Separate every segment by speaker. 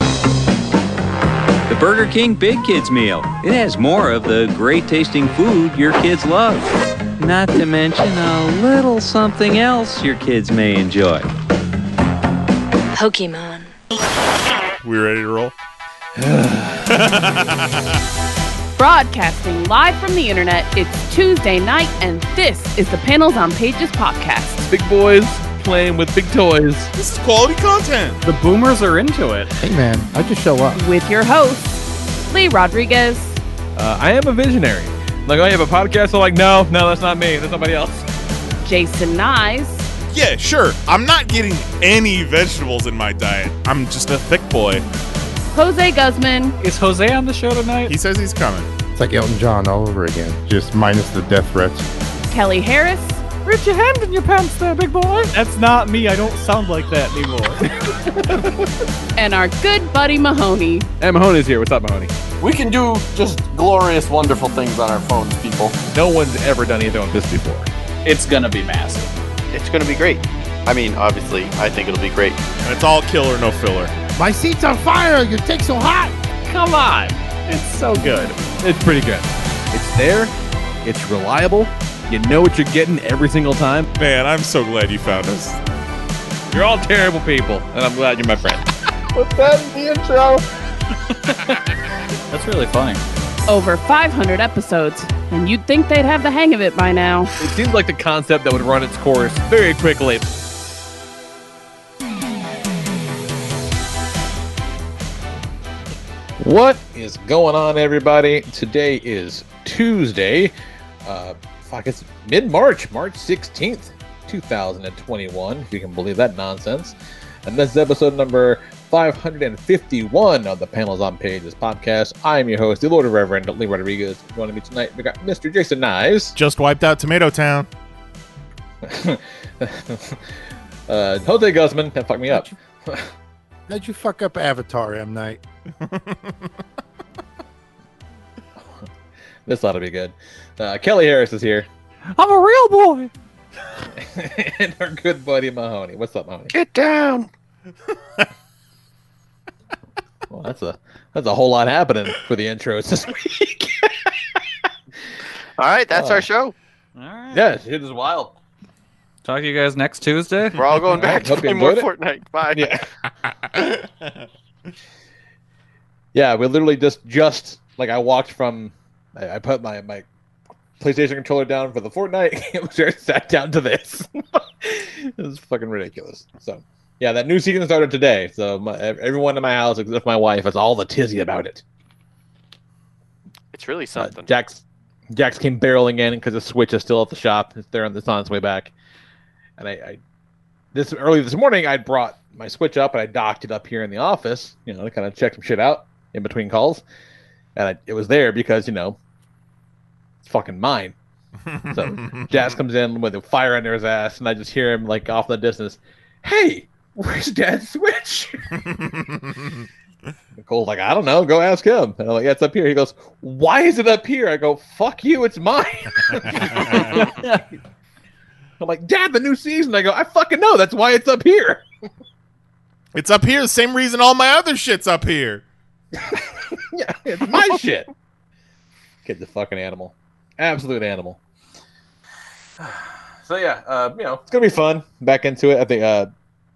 Speaker 1: The Burger King Big Kids Meal. It has more of the great tasting food your kids love. Not to mention a little something else your kids may enjoy.
Speaker 2: Pokemon.
Speaker 3: We ready to roll?
Speaker 4: Broadcasting live from the internet, it's Tuesday night, and this is the Panels on Pages podcast.
Speaker 5: Big boys playing with big toys.
Speaker 3: This is quality content.
Speaker 6: The boomers are into it.
Speaker 7: Hey man, I just show up.
Speaker 4: With your hosts, Lee Rodriguez
Speaker 5: Uh, I am a visionary. Like, oh, you have a podcast? I'm like, no, no, that's not me. That's somebody else.
Speaker 4: Jason Nyes,
Speaker 3: Yeah, sure. I'm not getting any vegetables in my diet. I'm just a thick boy.
Speaker 4: Jose Guzman,
Speaker 6: Is Jose on the show tonight?
Speaker 3: He says he's coming.
Speaker 7: It's like Elton John all over again, just minus the death threats.
Speaker 4: Kelly Harris,
Speaker 6: Reach your hand in your pants there, big boy. That's not me. I don't sound like that anymore.
Speaker 4: and our good buddy Mahoney.
Speaker 5: Hey, Mahoney's here. What's up, Mahoney?
Speaker 8: We can do just glorious, wonderful things on our phones, people.
Speaker 5: No one's ever done anything like this before.
Speaker 8: It's gonna be massive.
Speaker 9: It's going to be great. I mean, obviously, I think it'll be great.
Speaker 3: And it's all killer, no filler.
Speaker 7: My seat's on fire. Your take's so hot.
Speaker 5: Come on. It's so good. It's pretty good. It's there. It's reliable. You know what you're getting every single time.
Speaker 3: Man, I'm so glad you found us.
Speaker 5: You're all terrible people, and I'm glad you're my friend.
Speaker 9: That's really funny.
Speaker 4: Over 500 episodes, and you'd think they'd have the hang of it by now.
Speaker 5: It seems like the concept that would run its course very quickly.
Speaker 10: What is going on, everybody? Today is Tuesday. Uh, fuck, it's mid March, March 16th, 2021, if you can believe that nonsense. And this is episode number 551 of the Panels on Pages podcast. I am your host, the Lord of Reverend Lee Rodriguez. Joining me tonight, we got Mr. Jason Nyes,
Speaker 3: Just wiped out Tomato Town.
Speaker 10: uh, Jose Guzman, that fucked me up.
Speaker 7: How'd you fuck up Avatar, M Night?
Speaker 10: This ought to be good. Uh, Kelly Harris is here,
Speaker 6: I'm a real boy.
Speaker 10: and our good buddy Mahoney. What's up, Mahoney?
Speaker 7: Get down.
Speaker 10: Well, that's a that's a whole lot happening for the intros this week.
Speaker 9: All right, that's
Speaker 10: Oh.
Speaker 9: our show.
Speaker 6: All right.
Speaker 10: yeah, shit is wild.
Speaker 6: Talk to you guys next Tuesday.
Speaker 9: We're all going back to
Speaker 10: Hope you
Speaker 9: play more
Speaker 10: enjoyed
Speaker 9: Fortnite. Bye.
Speaker 10: Yeah. Yeah, we literally just just like I walked from, I, I put my my PlayStation controller down for the Fortnite and we sat down to this. it was fucking ridiculous. So yeah, that new season started today. So my, ev- everyone in my house except my wife is all the tizzy about it.
Speaker 9: It's really
Speaker 10: Uh,
Speaker 9: something.
Speaker 10: Jax Jax came barreling in because the Switch is still at the shop. It's there on it's on its way back. And I, I this early this morning I brought my Switch up and I docked it up here in the office, you know, to kind of check some shit out in between calls. And I, it was there because you know it's fucking mine. So Jax comes in with a fire under his ass, and I just hear him like off in the distance, "Hey, where's Dad's Switch?" Nicole's like, I don't know. Go ask him. And I'm like, yeah, it's up here. He goes, Why is it up here? I go, Fuck you. It's mine. I'm like, Dad, the new season. I go, I fucking know. That's why it's up here.
Speaker 3: it's up here. Same reason all my other shit's up here.
Speaker 10: yeah, it's my shit. Kid's a fucking animal. Absolute animal. So yeah, uh, you know, it's gonna be fun. Back into it. I think. Uh,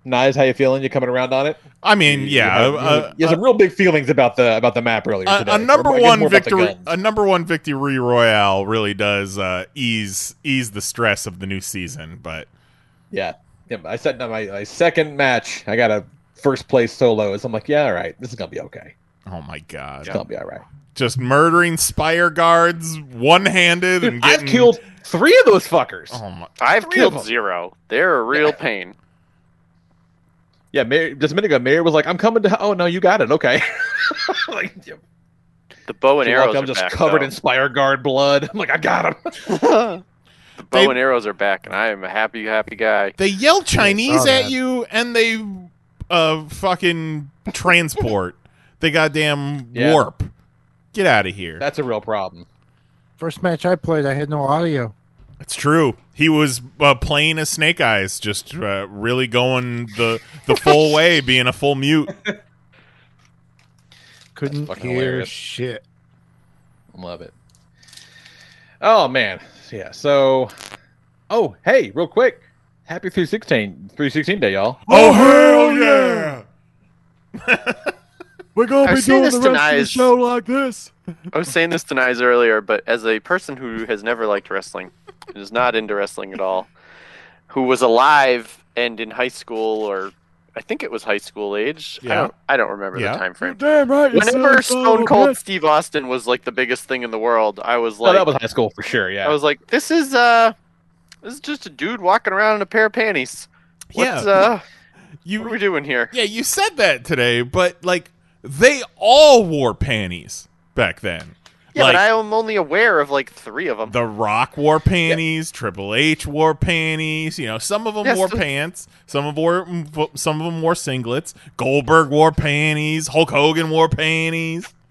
Speaker 10: Nice, how you feeling? You coming around on it?
Speaker 3: I mean, yeah.
Speaker 10: you, have,
Speaker 3: uh,
Speaker 10: you have some real big feelings about the about the map earlier
Speaker 3: a,
Speaker 10: today.
Speaker 3: a number
Speaker 10: Or I guess more
Speaker 3: one
Speaker 10: about the
Speaker 3: victory,
Speaker 10: guns.
Speaker 3: a number one victory royale really does uh, ease ease the stress of the new season. But
Speaker 10: Yeah. yeah I said no, my, my second match, I got a first place solo. So I'm like, yeah, all right. This is going to be okay.
Speaker 3: oh my god,
Speaker 10: It's going to be all right.
Speaker 3: just murdering spire guards one handed and
Speaker 10: I've
Speaker 3: getting
Speaker 10: killed three of those fuckers.
Speaker 9: Uh-huh.
Speaker 3: Oh my,
Speaker 9: I've
Speaker 10: Three of
Speaker 9: killed
Speaker 10: them.
Speaker 9: zero. They're a real pain.
Speaker 10: Yeah, Mayor, just a minute ago, Mayor was like, I'm coming to. Oh, no, you got it. Okay. like, you
Speaker 9: The bow and
Speaker 10: lucky
Speaker 9: arrows.
Speaker 10: I'm
Speaker 9: are
Speaker 10: just
Speaker 9: back,
Speaker 10: covered
Speaker 9: though.
Speaker 10: in Spire Guard blood. I'm like, I got him.
Speaker 9: The bow and arrows are back, and I am a happy, happy guy.
Speaker 3: They yell Chinese
Speaker 7: that.
Speaker 3: at you and they uh fucking transport. they goddamn
Speaker 10: Yeah.
Speaker 3: warp. Get out of here.
Speaker 10: That's a real problem.
Speaker 7: First match I played, I had no audio.
Speaker 3: It's true. He was uh, playing as Snake Eyes, just uh, really going the the full way, being a full mute.
Speaker 7: Couldn't
Speaker 10: fucking
Speaker 7: hear
Speaker 10: hilarious.
Speaker 7: shit.
Speaker 10: Love it. Oh man, yeah. So, oh hey, real quick, happy 316 316 day, y'all.
Speaker 3: Oh hell yeah!
Speaker 7: We're gonna
Speaker 9: I be see doing this the rest of the denies- show
Speaker 7: like this.
Speaker 9: I was saying this to Nyes earlier, but as a person who has never liked wrestling, and is not into wrestling at all, who was alive and in high school or I think it was high school age.
Speaker 3: Yeah.
Speaker 9: I don't I don't remember
Speaker 3: Yeah.
Speaker 9: the time frame.
Speaker 7: Damn right.
Speaker 9: Whenever Stone Cold Steve Austin was like the biggest thing in the world, I was
Speaker 10: Well,
Speaker 9: like
Speaker 10: that was high school for sure. Yeah.
Speaker 9: I was like, this is uh this is just a dude walking around in a pair of panties. What's
Speaker 3: Yeah.
Speaker 9: uh what are we
Speaker 3: You
Speaker 9: doing here?
Speaker 3: yeah, you said that today, but like they all wore panties back then.
Speaker 9: Yeah,
Speaker 3: like
Speaker 9: but I am only aware of like three of them.
Speaker 3: the Rock wore panties, Triple H wore panties. You know, some of them
Speaker 9: Yes,
Speaker 3: wore
Speaker 9: the-
Speaker 3: pants, some of wore mm, some of them wore singlets. Goldberg wore panties. Hulk Hogan wore panties.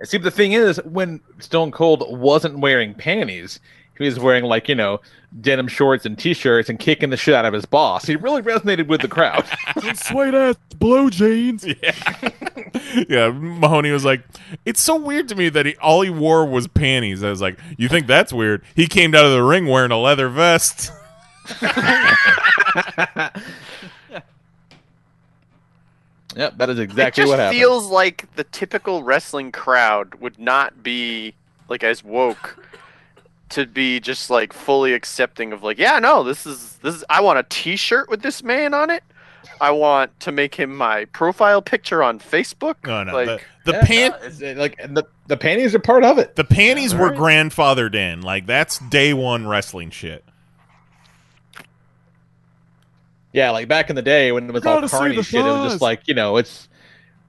Speaker 10: And See, but the thing is, when Stone Cold wasn't wearing panties, he was wearing like you know denim shorts and t-shirts and kicking the shit out of his boss. He really resonated with the crowd.
Speaker 6: Sweet ass blue jeans.
Speaker 3: yeah, Mahoney was like, "It's so weird to me that he all he wore was panties." I was like, "You think that's weird?" He came down to the ring wearing a leather vest.
Speaker 10: yep, that is exactly
Speaker 9: it just
Speaker 10: what happened.
Speaker 9: feels like the typical wrestling crowd would not be like as woke to be just like fully accepting of like yeah no this is this is I want a T-shirt with this man on it. I want to make him my profile picture on Facebook.
Speaker 3: No, no,
Speaker 9: like
Speaker 3: the, the
Speaker 10: Yeah,
Speaker 3: pant.
Speaker 10: it's, uh, like and the the panties are part of it.
Speaker 3: The panties were grandfathered in. Like that's day one wrestling shit.
Speaker 10: Yeah, like back in the day when it was all
Speaker 6: Gotta see
Speaker 10: carny
Speaker 6: the
Speaker 10: shit, it was
Speaker 6: thighs.
Speaker 10: just like you know it's.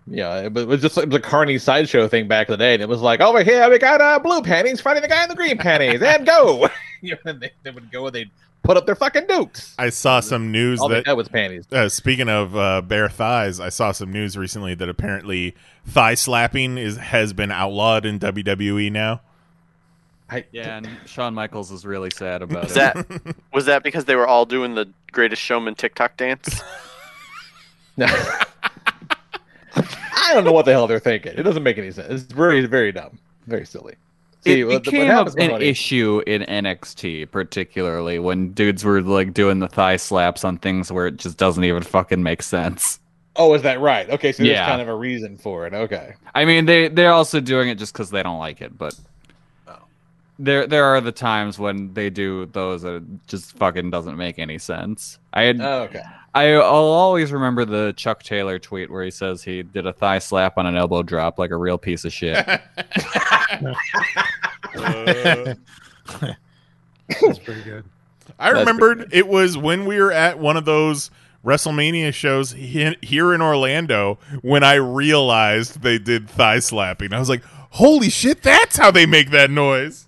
Speaker 10: Yeah, it was it was just like the carny sideshow thing back in the day, and it was like, over here we got uh, blue panties fighting the guy in the green panties, and go. you know, and they, they would go and they'd put up their fucking dukes.
Speaker 3: I saw some news
Speaker 10: All they
Speaker 3: that
Speaker 10: had was panties.
Speaker 3: uh, speaking of uh, bare thighs, I saw some news recently that apparently thigh slapping is has been outlawed in WWE now.
Speaker 10: I,
Speaker 6: Yeah, and Shawn Michaels is really sad about
Speaker 9: was
Speaker 6: it.
Speaker 9: that was that because they were all doing the Greatest Showman TikTok dance?
Speaker 10: No. I don't know what the hell they're thinking. It doesn't make any sense. It's very, very dumb. Very silly. See,
Speaker 2: it
Speaker 10: what- what
Speaker 2: became
Speaker 10: happens
Speaker 2: an
Speaker 10: when-
Speaker 2: issue in NXT, particularly when dudes were like doing the thigh slaps on things where it just doesn't even fucking make sense.
Speaker 10: Oh, is that right? Okay, so there's
Speaker 2: Yeah.
Speaker 10: kind of a reason for it. Okay.
Speaker 2: I mean, they they're also doing it just because they don't like it, but
Speaker 5: Oh.
Speaker 2: there there are the times when they do those that it just fucking doesn't make any sense. I had
Speaker 10: Oh, okay.
Speaker 2: I, I'll always remember the Chuck Taylor tweet where he says he did a thigh slap on an elbow drop like a real piece of shit.
Speaker 3: Uh,
Speaker 7: That's pretty good.
Speaker 3: I
Speaker 2: That's
Speaker 3: remembered it was when we were at one of those WrestleMania shows he- here in Orlando when I realized they did thigh slapping. I was like, "Holy shit, that's how they make that noise."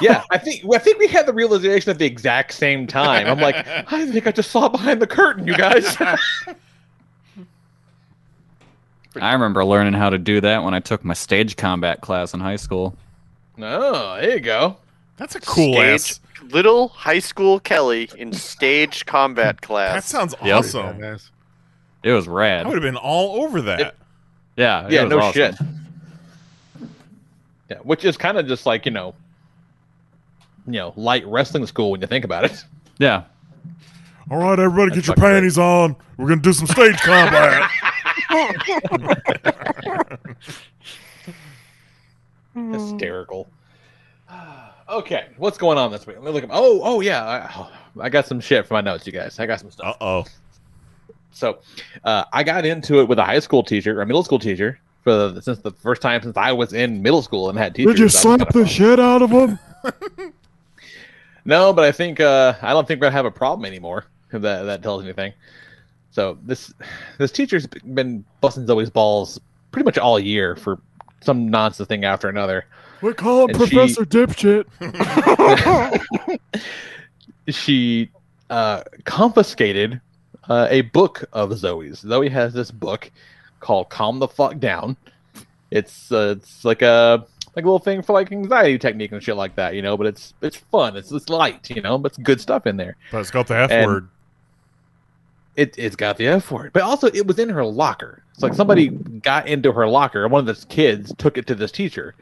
Speaker 10: Yeah, I think I think we had the realization at the exact same time. I'm like, I think I just saw behind the curtain, you guys.
Speaker 2: I remember learning how to do that when I took my stage combat class in high school.
Speaker 10: oh, there you go.
Speaker 3: That's a cool
Speaker 9: Stage
Speaker 3: ass.
Speaker 9: little high school Kelly in stage combat
Speaker 3: That
Speaker 9: class.
Speaker 3: sounds
Speaker 2: Yep.
Speaker 3: awesome.
Speaker 7: Badass.
Speaker 2: It was
Speaker 3: I
Speaker 2: rad.
Speaker 3: would have been all over that.
Speaker 2: Yeah, it
Speaker 10: yeah,
Speaker 2: was
Speaker 10: no
Speaker 2: awesome.
Speaker 10: shit. Yeah, which is kind of just like you know, you know, light wrestling school when you think about it.
Speaker 2: Yeah,
Speaker 3: All right, everybody, get
Speaker 10: your fucking great. panties
Speaker 3: on. We're gonna do some stage combat.
Speaker 10: hysterical. Okay, what's going on this week? Let me look. At, oh, oh yeah, I, I got some shit for my notes, you guys. I got some
Speaker 3: Uh
Speaker 10: stuff.
Speaker 3: oh.
Speaker 10: So, uh, I got into it with a high school teacher or middle school teacher for the, since the first time since I was in middle school and had teachers.
Speaker 6: Did you
Speaker 10: That was
Speaker 6: slap
Speaker 10: kinda
Speaker 6: the
Speaker 10: fun.
Speaker 6: shit out of him?
Speaker 10: No, but I think uh, I don't think we're gonna have a problem anymore. If that that tells anything. So this this teacher's been busting Zoe's balls pretty much all year for some nonsense thing after another.
Speaker 6: We call him
Speaker 10: And she-
Speaker 6: Professor Dipshit.
Speaker 10: she uh, confiscated uh, a book of Zoe's. Zoe has this book called "Calm the Fuck Down." It's uh, it's like a like a little thing for like anxiety technique and shit like that, you know. But it's it's fun. It's it's light, you know. But it's good stuff in there.
Speaker 3: But it's got the F
Speaker 10: And-
Speaker 3: word.
Speaker 10: It it's got the F word, but also it was in her locker. It's like somebody got into her locker. and One of the kids took it to this teacher,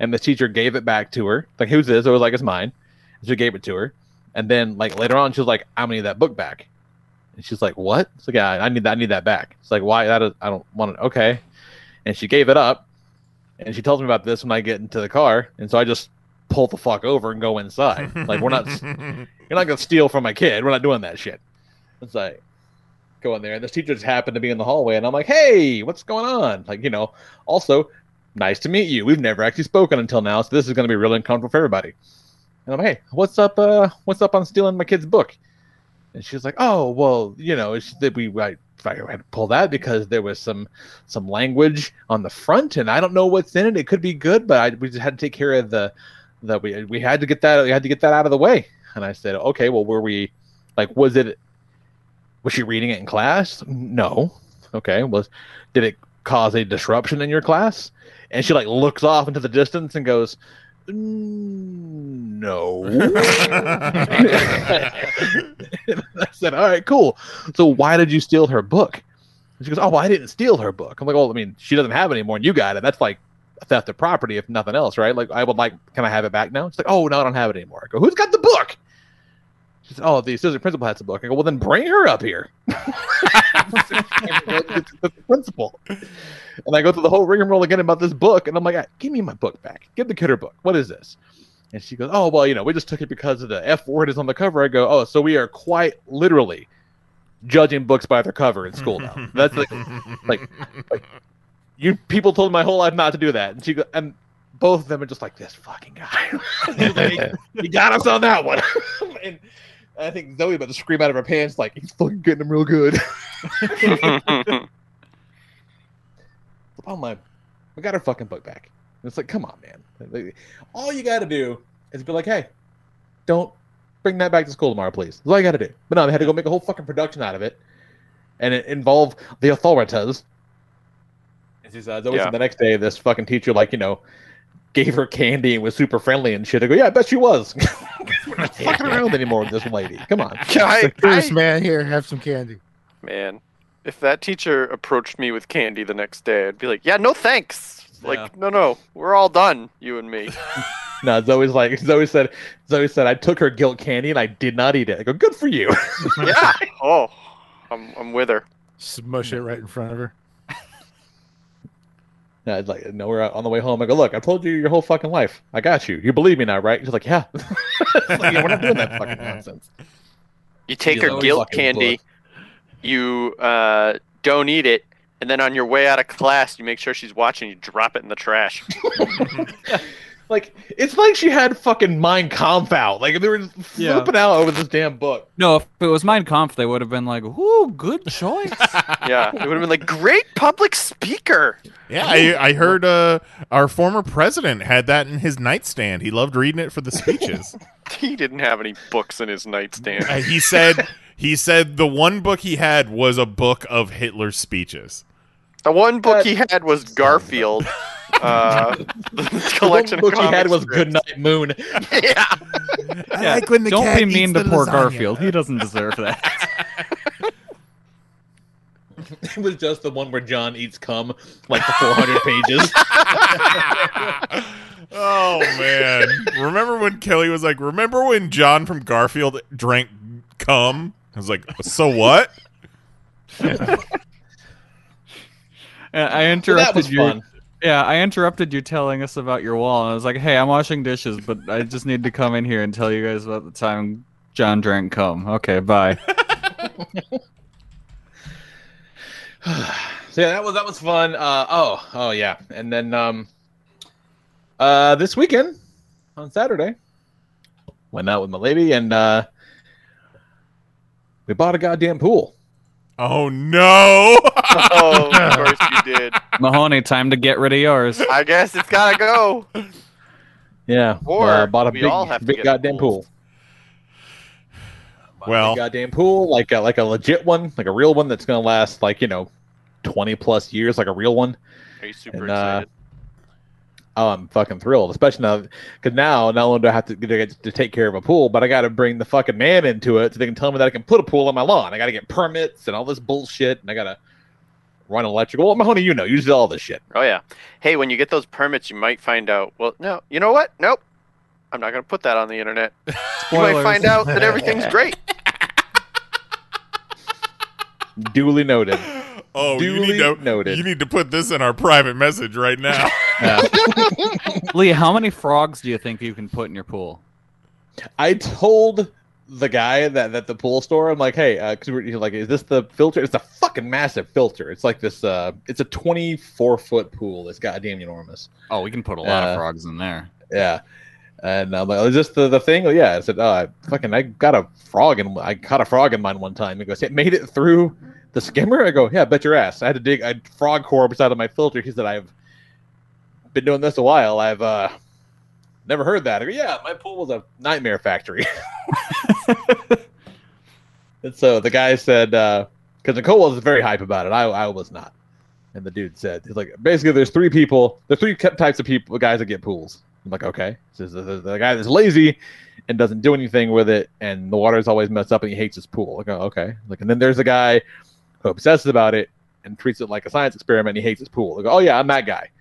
Speaker 10: and the teacher gave it back to her. Like, who's this? It was like it's mine. And she gave it to her, and then like later on, she was like, "I'm gonna need that book back." And she's like, "What?" It's like, "Yeah, I need that. I need that back." It's like, "Why? That is, I don't want it." Okay, and she gave it up, and she tells me about this when I get into the car, and so I just pull the fuck over and go inside. like, we're not. You're not gonna steal from my kid. We're not doing that shit. It's like go in there, and this teacher just happened to be in the hallway, and I'm like, "Hey, what's going on?" Like, you know. Also, nice to meet you. We've never actually spoken until now, so this is gonna be really uncomfortable for everybody. And I'm, hey, what's up? Uh, what's up on stealing my kid's book? And she's like, oh, well, you know, it's that we I, I had to pull that because there was some some language on the front, and I don't know what's in it. It could be good, but I, we just had to take care of the that we we had to get that we had to get that out of the way. And I said, okay, well, were we like, was it was she reading it in class? No. Okay. Was did it cause a disruption in your class? And she like looks off into the distance and goes, "Mm, "No." And I said, "All right, cool. So why did you steal her book?" And she goes, "Oh, well, I didn't steal her book." I'm like, "Well, I mean, she doesn't have it anymore, and you got it. That's like theft of property, if nothing else, right? Like, I would like, can I have it back now?" She's like, "Oh, no, I don't have it anymore." I go, "Who's got the book?" She said, "Oh, the assistant principal has the book." I go, "Well, then bring her up here." the principal. And I go through the whole rigmarole again about this book, and I'm like, "Ah, "Give me my book back. Give the kid her book. What is this?" And she goes, "Oh, well, you know, we just took it because of the F word is on the cover." I go, "Oh, so we are quite literally judging books by their cover in school now." That's like, like, like you people told me my whole life not to do that, and she go, and both of them are just like this fucking guy. Like, you got us on that one. and I think Zoe about to scream out of her pants like he's fucking getting him real good. oh my, we got our fucking book back. And it's like, come on, man. Like, All you got to do is be like, hey, don't bring that back to school tomorrow, please. That's all you got to do. But no, they had to go make a whole fucking production out of it, and it involved the authorities. As he says, always
Speaker 9: Yeah.
Speaker 10: uh, the next day, this fucking teacher, like you know, gave her candy and was super friendly and shit. I go, yeah, I bet she was. We're not fucking around anymore with this lady. Come on.
Speaker 9: I,
Speaker 7: First man here, have some candy.
Speaker 9: man, if that teacher approached me with candy the next day, I'd be like, yeah, no thanks. Like, no, no, we're all done, you and me.
Speaker 10: No, Zoe's like Zoe said. Zoe said I took her guilt candy and I did not eat it. I go, good for you.
Speaker 9: yeah. Oh, I'm, I'm with her.
Speaker 7: Smush it right in front of her.
Speaker 10: And I'd like, no, we're out on the way home. I go, look, I told you your whole fucking life. I got you. You believe me now, right? She's like, yeah. It's like, yeah, we're not doing that fucking nonsense.
Speaker 9: You take
Speaker 10: Yeah,
Speaker 9: her
Speaker 10: that
Speaker 9: guilt
Speaker 10: fucking
Speaker 9: candy, you uh, don't eat it, and then on your way out of class, you make sure she's watching. You drop it in the trash.
Speaker 10: Like, it's like she had fucking mind conf out. Like they were
Speaker 2: Yeah.
Speaker 10: flipping out over this damn book.
Speaker 2: No, if it was Mein Kampf, they would have been like, "Ooh, good choice."
Speaker 9: yeah, it would have been like great public speaker.
Speaker 3: Yeah, I, I heard uh, our former president had that in his nightstand. He loved reading it for the speeches.
Speaker 9: He didn't have any books in his nightstand.
Speaker 3: Uh, he said he said the one book he had was a book of Hitler's speeches.
Speaker 9: The one book he had was Garfield. Uh, the
Speaker 10: The one
Speaker 9: collection of
Speaker 10: book she had
Speaker 9: comic
Speaker 10: was
Speaker 9: strips.
Speaker 10: Good Night Moon.
Speaker 9: yeah.
Speaker 2: Yeah, don't be mean to poor Garfield. He doesn't deserve that.
Speaker 10: It was just the one where John eats cum, like the 400 pages.
Speaker 3: Oh man! Remember when Kelly was like, "Remember when John from Garfield drank cum?" I was like, "So what?"
Speaker 2: And I
Speaker 10: So
Speaker 2: interrupted
Speaker 10: that was
Speaker 2: you.
Speaker 10: fun.
Speaker 2: Yeah, I interrupted you telling us about your wall, and I was like, "Hey, I'm washing dishes, but I just need to come in here and tell you guys about the time John drank cum." Okay, bye.
Speaker 10: So yeah, that was that was fun. Uh, oh, oh yeah, and then um, uh, this weekend on Saturday, went out with my lady and uh, we bought a goddamn pool.
Speaker 3: Oh no!
Speaker 9: oh, of course you did.
Speaker 2: Mahoney, time to get rid of yours.
Speaker 9: I guess it's gotta go.
Speaker 10: Yeah.
Speaker 9: Or
Speaker 10: uh, bought a
Speaker 9: we
Speaker 10: big,
Speaker 9: all have to
Speaker 10: big
Speaker 9: get
Speaker 10: goddamn pool.
Speaker 3: Well,
Speaker 10: big goddamn pool, like a, like a legit one, like a real one that's gonna last like you know, twenty plus years, like a real one.
Speaker 9: Are you super
Speaker 10: And, uh, oh, I'm fucking thrilled, especially now because now not only do I have to, to to take care of a pool, but I got to bring the fucking man into it so they can tell me that I can put a pool on my lawn. I got to get permits and all this bullshit, and I got to run electrical. Well, Mahoney, you know, you did all this shit.
Speaker 9: Oh yeah. Hey, when you get those permits, you might find out. Well, no, you know what? Nope. I'm not gonna put that on the internet. You might
Speaker 10: Spoilers.
Speaker 9: find out that everything's great.
Speaker 10: Duly noted.
Speaker 3: Oh, you need to
Speaker 10: noted.
Speaker 3: you need to put this in our private message right now.
Speaker 10: Uh,
Speaker 2: Lee, how many frogs do you think you can put in your pool?
Speaker 10: I told the guy that that the pool store, I'm like, hey, because we're he's like, is this the filter? It's a fucking massive filter. It's like this. uh It's a 24 foot pool. It's goddamn enormous.
Speaker 2: Oh, we can put a lot
Speaker 10: Uh,
Speaker 2: of frogs in there.
Speaker 10: Yeah. And I'm like, oh, is this the, the thing? Oh, yeah. I said, oh, I fucking, I got a frog in, I caught a frog in mine one time. He goes, it made it through the skimmer? I go, yeah, bet your ass. I had to dig a frog corpse out of my filter. He said, I've been doing this a while. I've uh, never heard that. I go, yeah, my pool was a nightmare factory. and so the guy said, because Nicole was very hype about it. I, I was not. And the dude said, he's like, basically, there's three people, there's three ki- types of people, guys that get pools. I'm like, okay. So the, the, the guy that's lazy and doesn't do anything with it, and the water's always messed up, and he hates his pool. Like, oh, okay. Like, and then there's the guy who obsesses about it and treats it like a science experiment. And he hates his pool. Like, oh yeah, I'm that guy.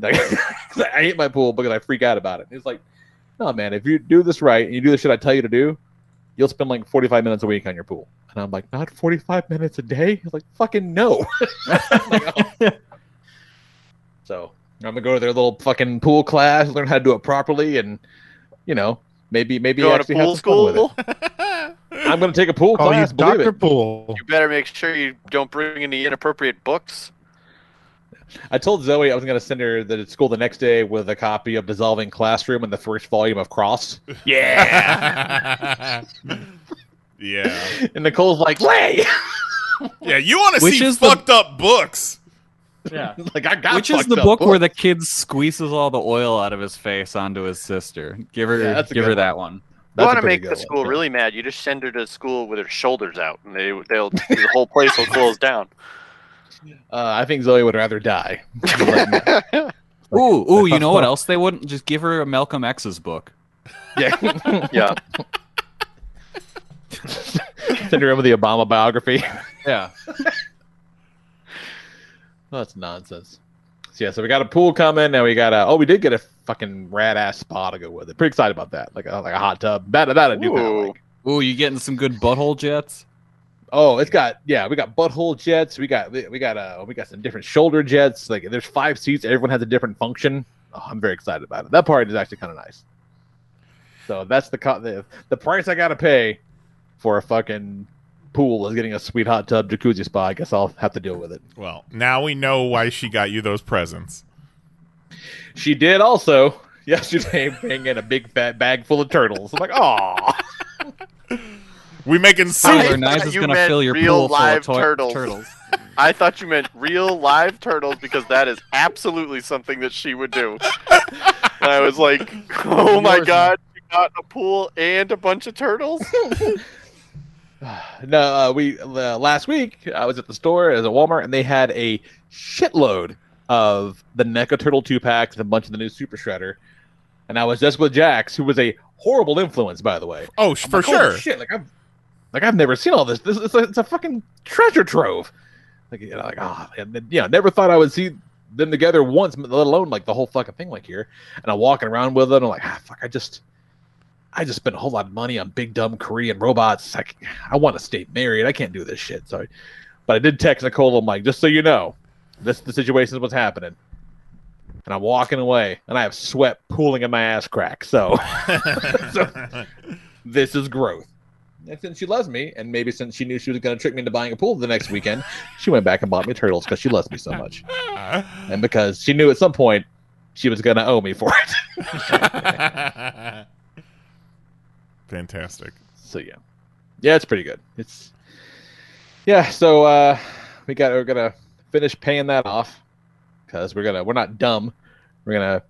Speaker 10: Like, 'cause I hate my pool because I freak out about it. It's like, no man, if you do this right and you do the shit I tell you to do, you'll spend like 45 minutes a week on your pool. And I'm like, not 45 minutes a day. He's like, fucking no. I'm like, oh. So I'm gonna go to their little fucking pool class, learn how to do it properly, and you know, maybe maybe
Speaker 9: Going to
Speaker 10: actually have
Speaker 9: pool
Speaker 10: some fun with it.
Speaker 9: school.
Speaker 10: I'm gonna take a pool
Speaker 7: Call Oh, you
Speaker 10: class. believe
Speaker 7: Dr.
Speaker 10: it.
Speaker 7: Pool.
Speaker 9: You better make sure you don't bring any inappropriate books.
Speaker 10: I told Zoe I was going to send her to school the next day with a copy of Dissolving Classroom and the first volume of Cross.
Speaker 3: Yeah. yeah.
Speaker 10: And Nicole's like, "Lay!"
Speaker 3: Yeah, you want to
Speaker 2: Which
Speaker 3: see
Speaker 2: is the-
Speaker 3: fucked up books.
Speaker 2: Yeah.
Speaker 10: like I got
Speaker 2: Which is
Speaker 10: fucked
Speaker 2: the
Speaker 10: up
Speaker 2: book where
Speaker 10: books.
Speaker 2: the kid squeezes all the oil out of his face onto his sister. Give her,
Speaker 10: Yeah, that's a
Speaker 2: give
Speaker 10: good
Speaker 2: her
Speaker 10: one.
Speaker 2: that one.
Speaker 10: That's a
Speaker 9: want to
Speaker 10: pretty
Speaker 9: make
Speaker 10: good
Speaker 9: the
Speaker 10: one,
Speaker 9: school
Speaker 10: yeah.
Speaker 9: really mad. You just send her to school with her shoulders out, and they they'll the whole place will close down.
Speaker 10: Uh, I think Zoe would rather die. Like,
Speaker 2: Ooh, ooh, you know what else they wouldn't? Just give her Malcolm X's book.
Speaker 10: yeah,
Speaker 9: Yeah.
Speaker 10: send her over the Obama biography.
Speaker 2: Yeah.
Speaker 10: That's nonsense. So yeah, so we got a pool coming, and we got a oh, we did get a fucking rad ass spa to go with it. Pretty excited about that. Like a, like a hot tub. That that I do kind of
Speaker 9: Ooh.
Speaker 10: like.
Speaker 2: Ooh, you getting some good butthole jets?
Speaker 10: Oh, it's got yeah, we got butthole jets. We got we got uh we got some different shoulder jets. Like there's five seats. Everyone has a different function. Oh, I'm very excited about it. That part is actually kind of nice. So that's the, co- the the price I gotta pay for a fucking pool is getting a sweet hot tub jacuzzi spa. I guess I'll have to deal with it.
Speaker 3: Well, now we know why she got you those presents.
Speaker 10: She did also yesterday bring in a big fat bag full of turtles. I'm like, oh,
Speaker 3: We making
Speaker 9: I
Speaker 2: Tyler
Speaker 3: soup.
Speaker 9: thought
Speaker 2: Knives is
Speaker 9: you
Speaker 2: gonna
Speaker 9: meant
Speaker 2: fill your
Speaker 9: real
Speaker 2: pool
Speaker 9: live
Speaker 2: full of toi-
Speaker 9: turtles.
Speaker 2: turtles.
Speaker 9: I thought you meant real live turtles because that is absolutely something that she would do. And I was like, oh my
Speaker 10: Yours-
Speaker 9: god, you got a pool and a bunch of turtles?
Speaker 10: no. Uh, we uh, last week I was at the store as a Walmart, and they had a shitload of the NECA Turtle two packs and a bunch of the new Super Shredder. And I was just with Jax, who was a horrible influence, by the way.
Speaker 3: Oh, sh-
Speaker 10: I'm
Speaker 3: for
Speaker 10: like, "Holy
Speaker 3: sure.
Speaker 10: Shit, like I've, like I've never seen all this. This is it's a fucking treasure trove. Like, you know, like ah, and then, you know, never thought I would see them together once, let alone like the whole fucking thing like here. And I'm walking around with it. And I'm like, ah, fuck, I just, I just spent a whole lot of money on big dumb Korean robots. Like, I want to stay married. I can't do this shit. So, I, but I did text Nicole. I'm like, just so you know, this the situation is what's happening. And I'm walking away, and I have sweat pooling in my ass crack. So this is growth. And since she loves me, and maybe since she knew she was going to trick me into buying a pool the next weekend, she went back and bought me turtles because she loves me so much, and because she knew at some point she was going to owe me for it.
Speaker 3: Fantastic.
Speaker 10: so yeah, yeah, it's pretty good. It's yeah, so uh, we got we're gonna finish paying that off because we're gonna we're not dumb. We're gonna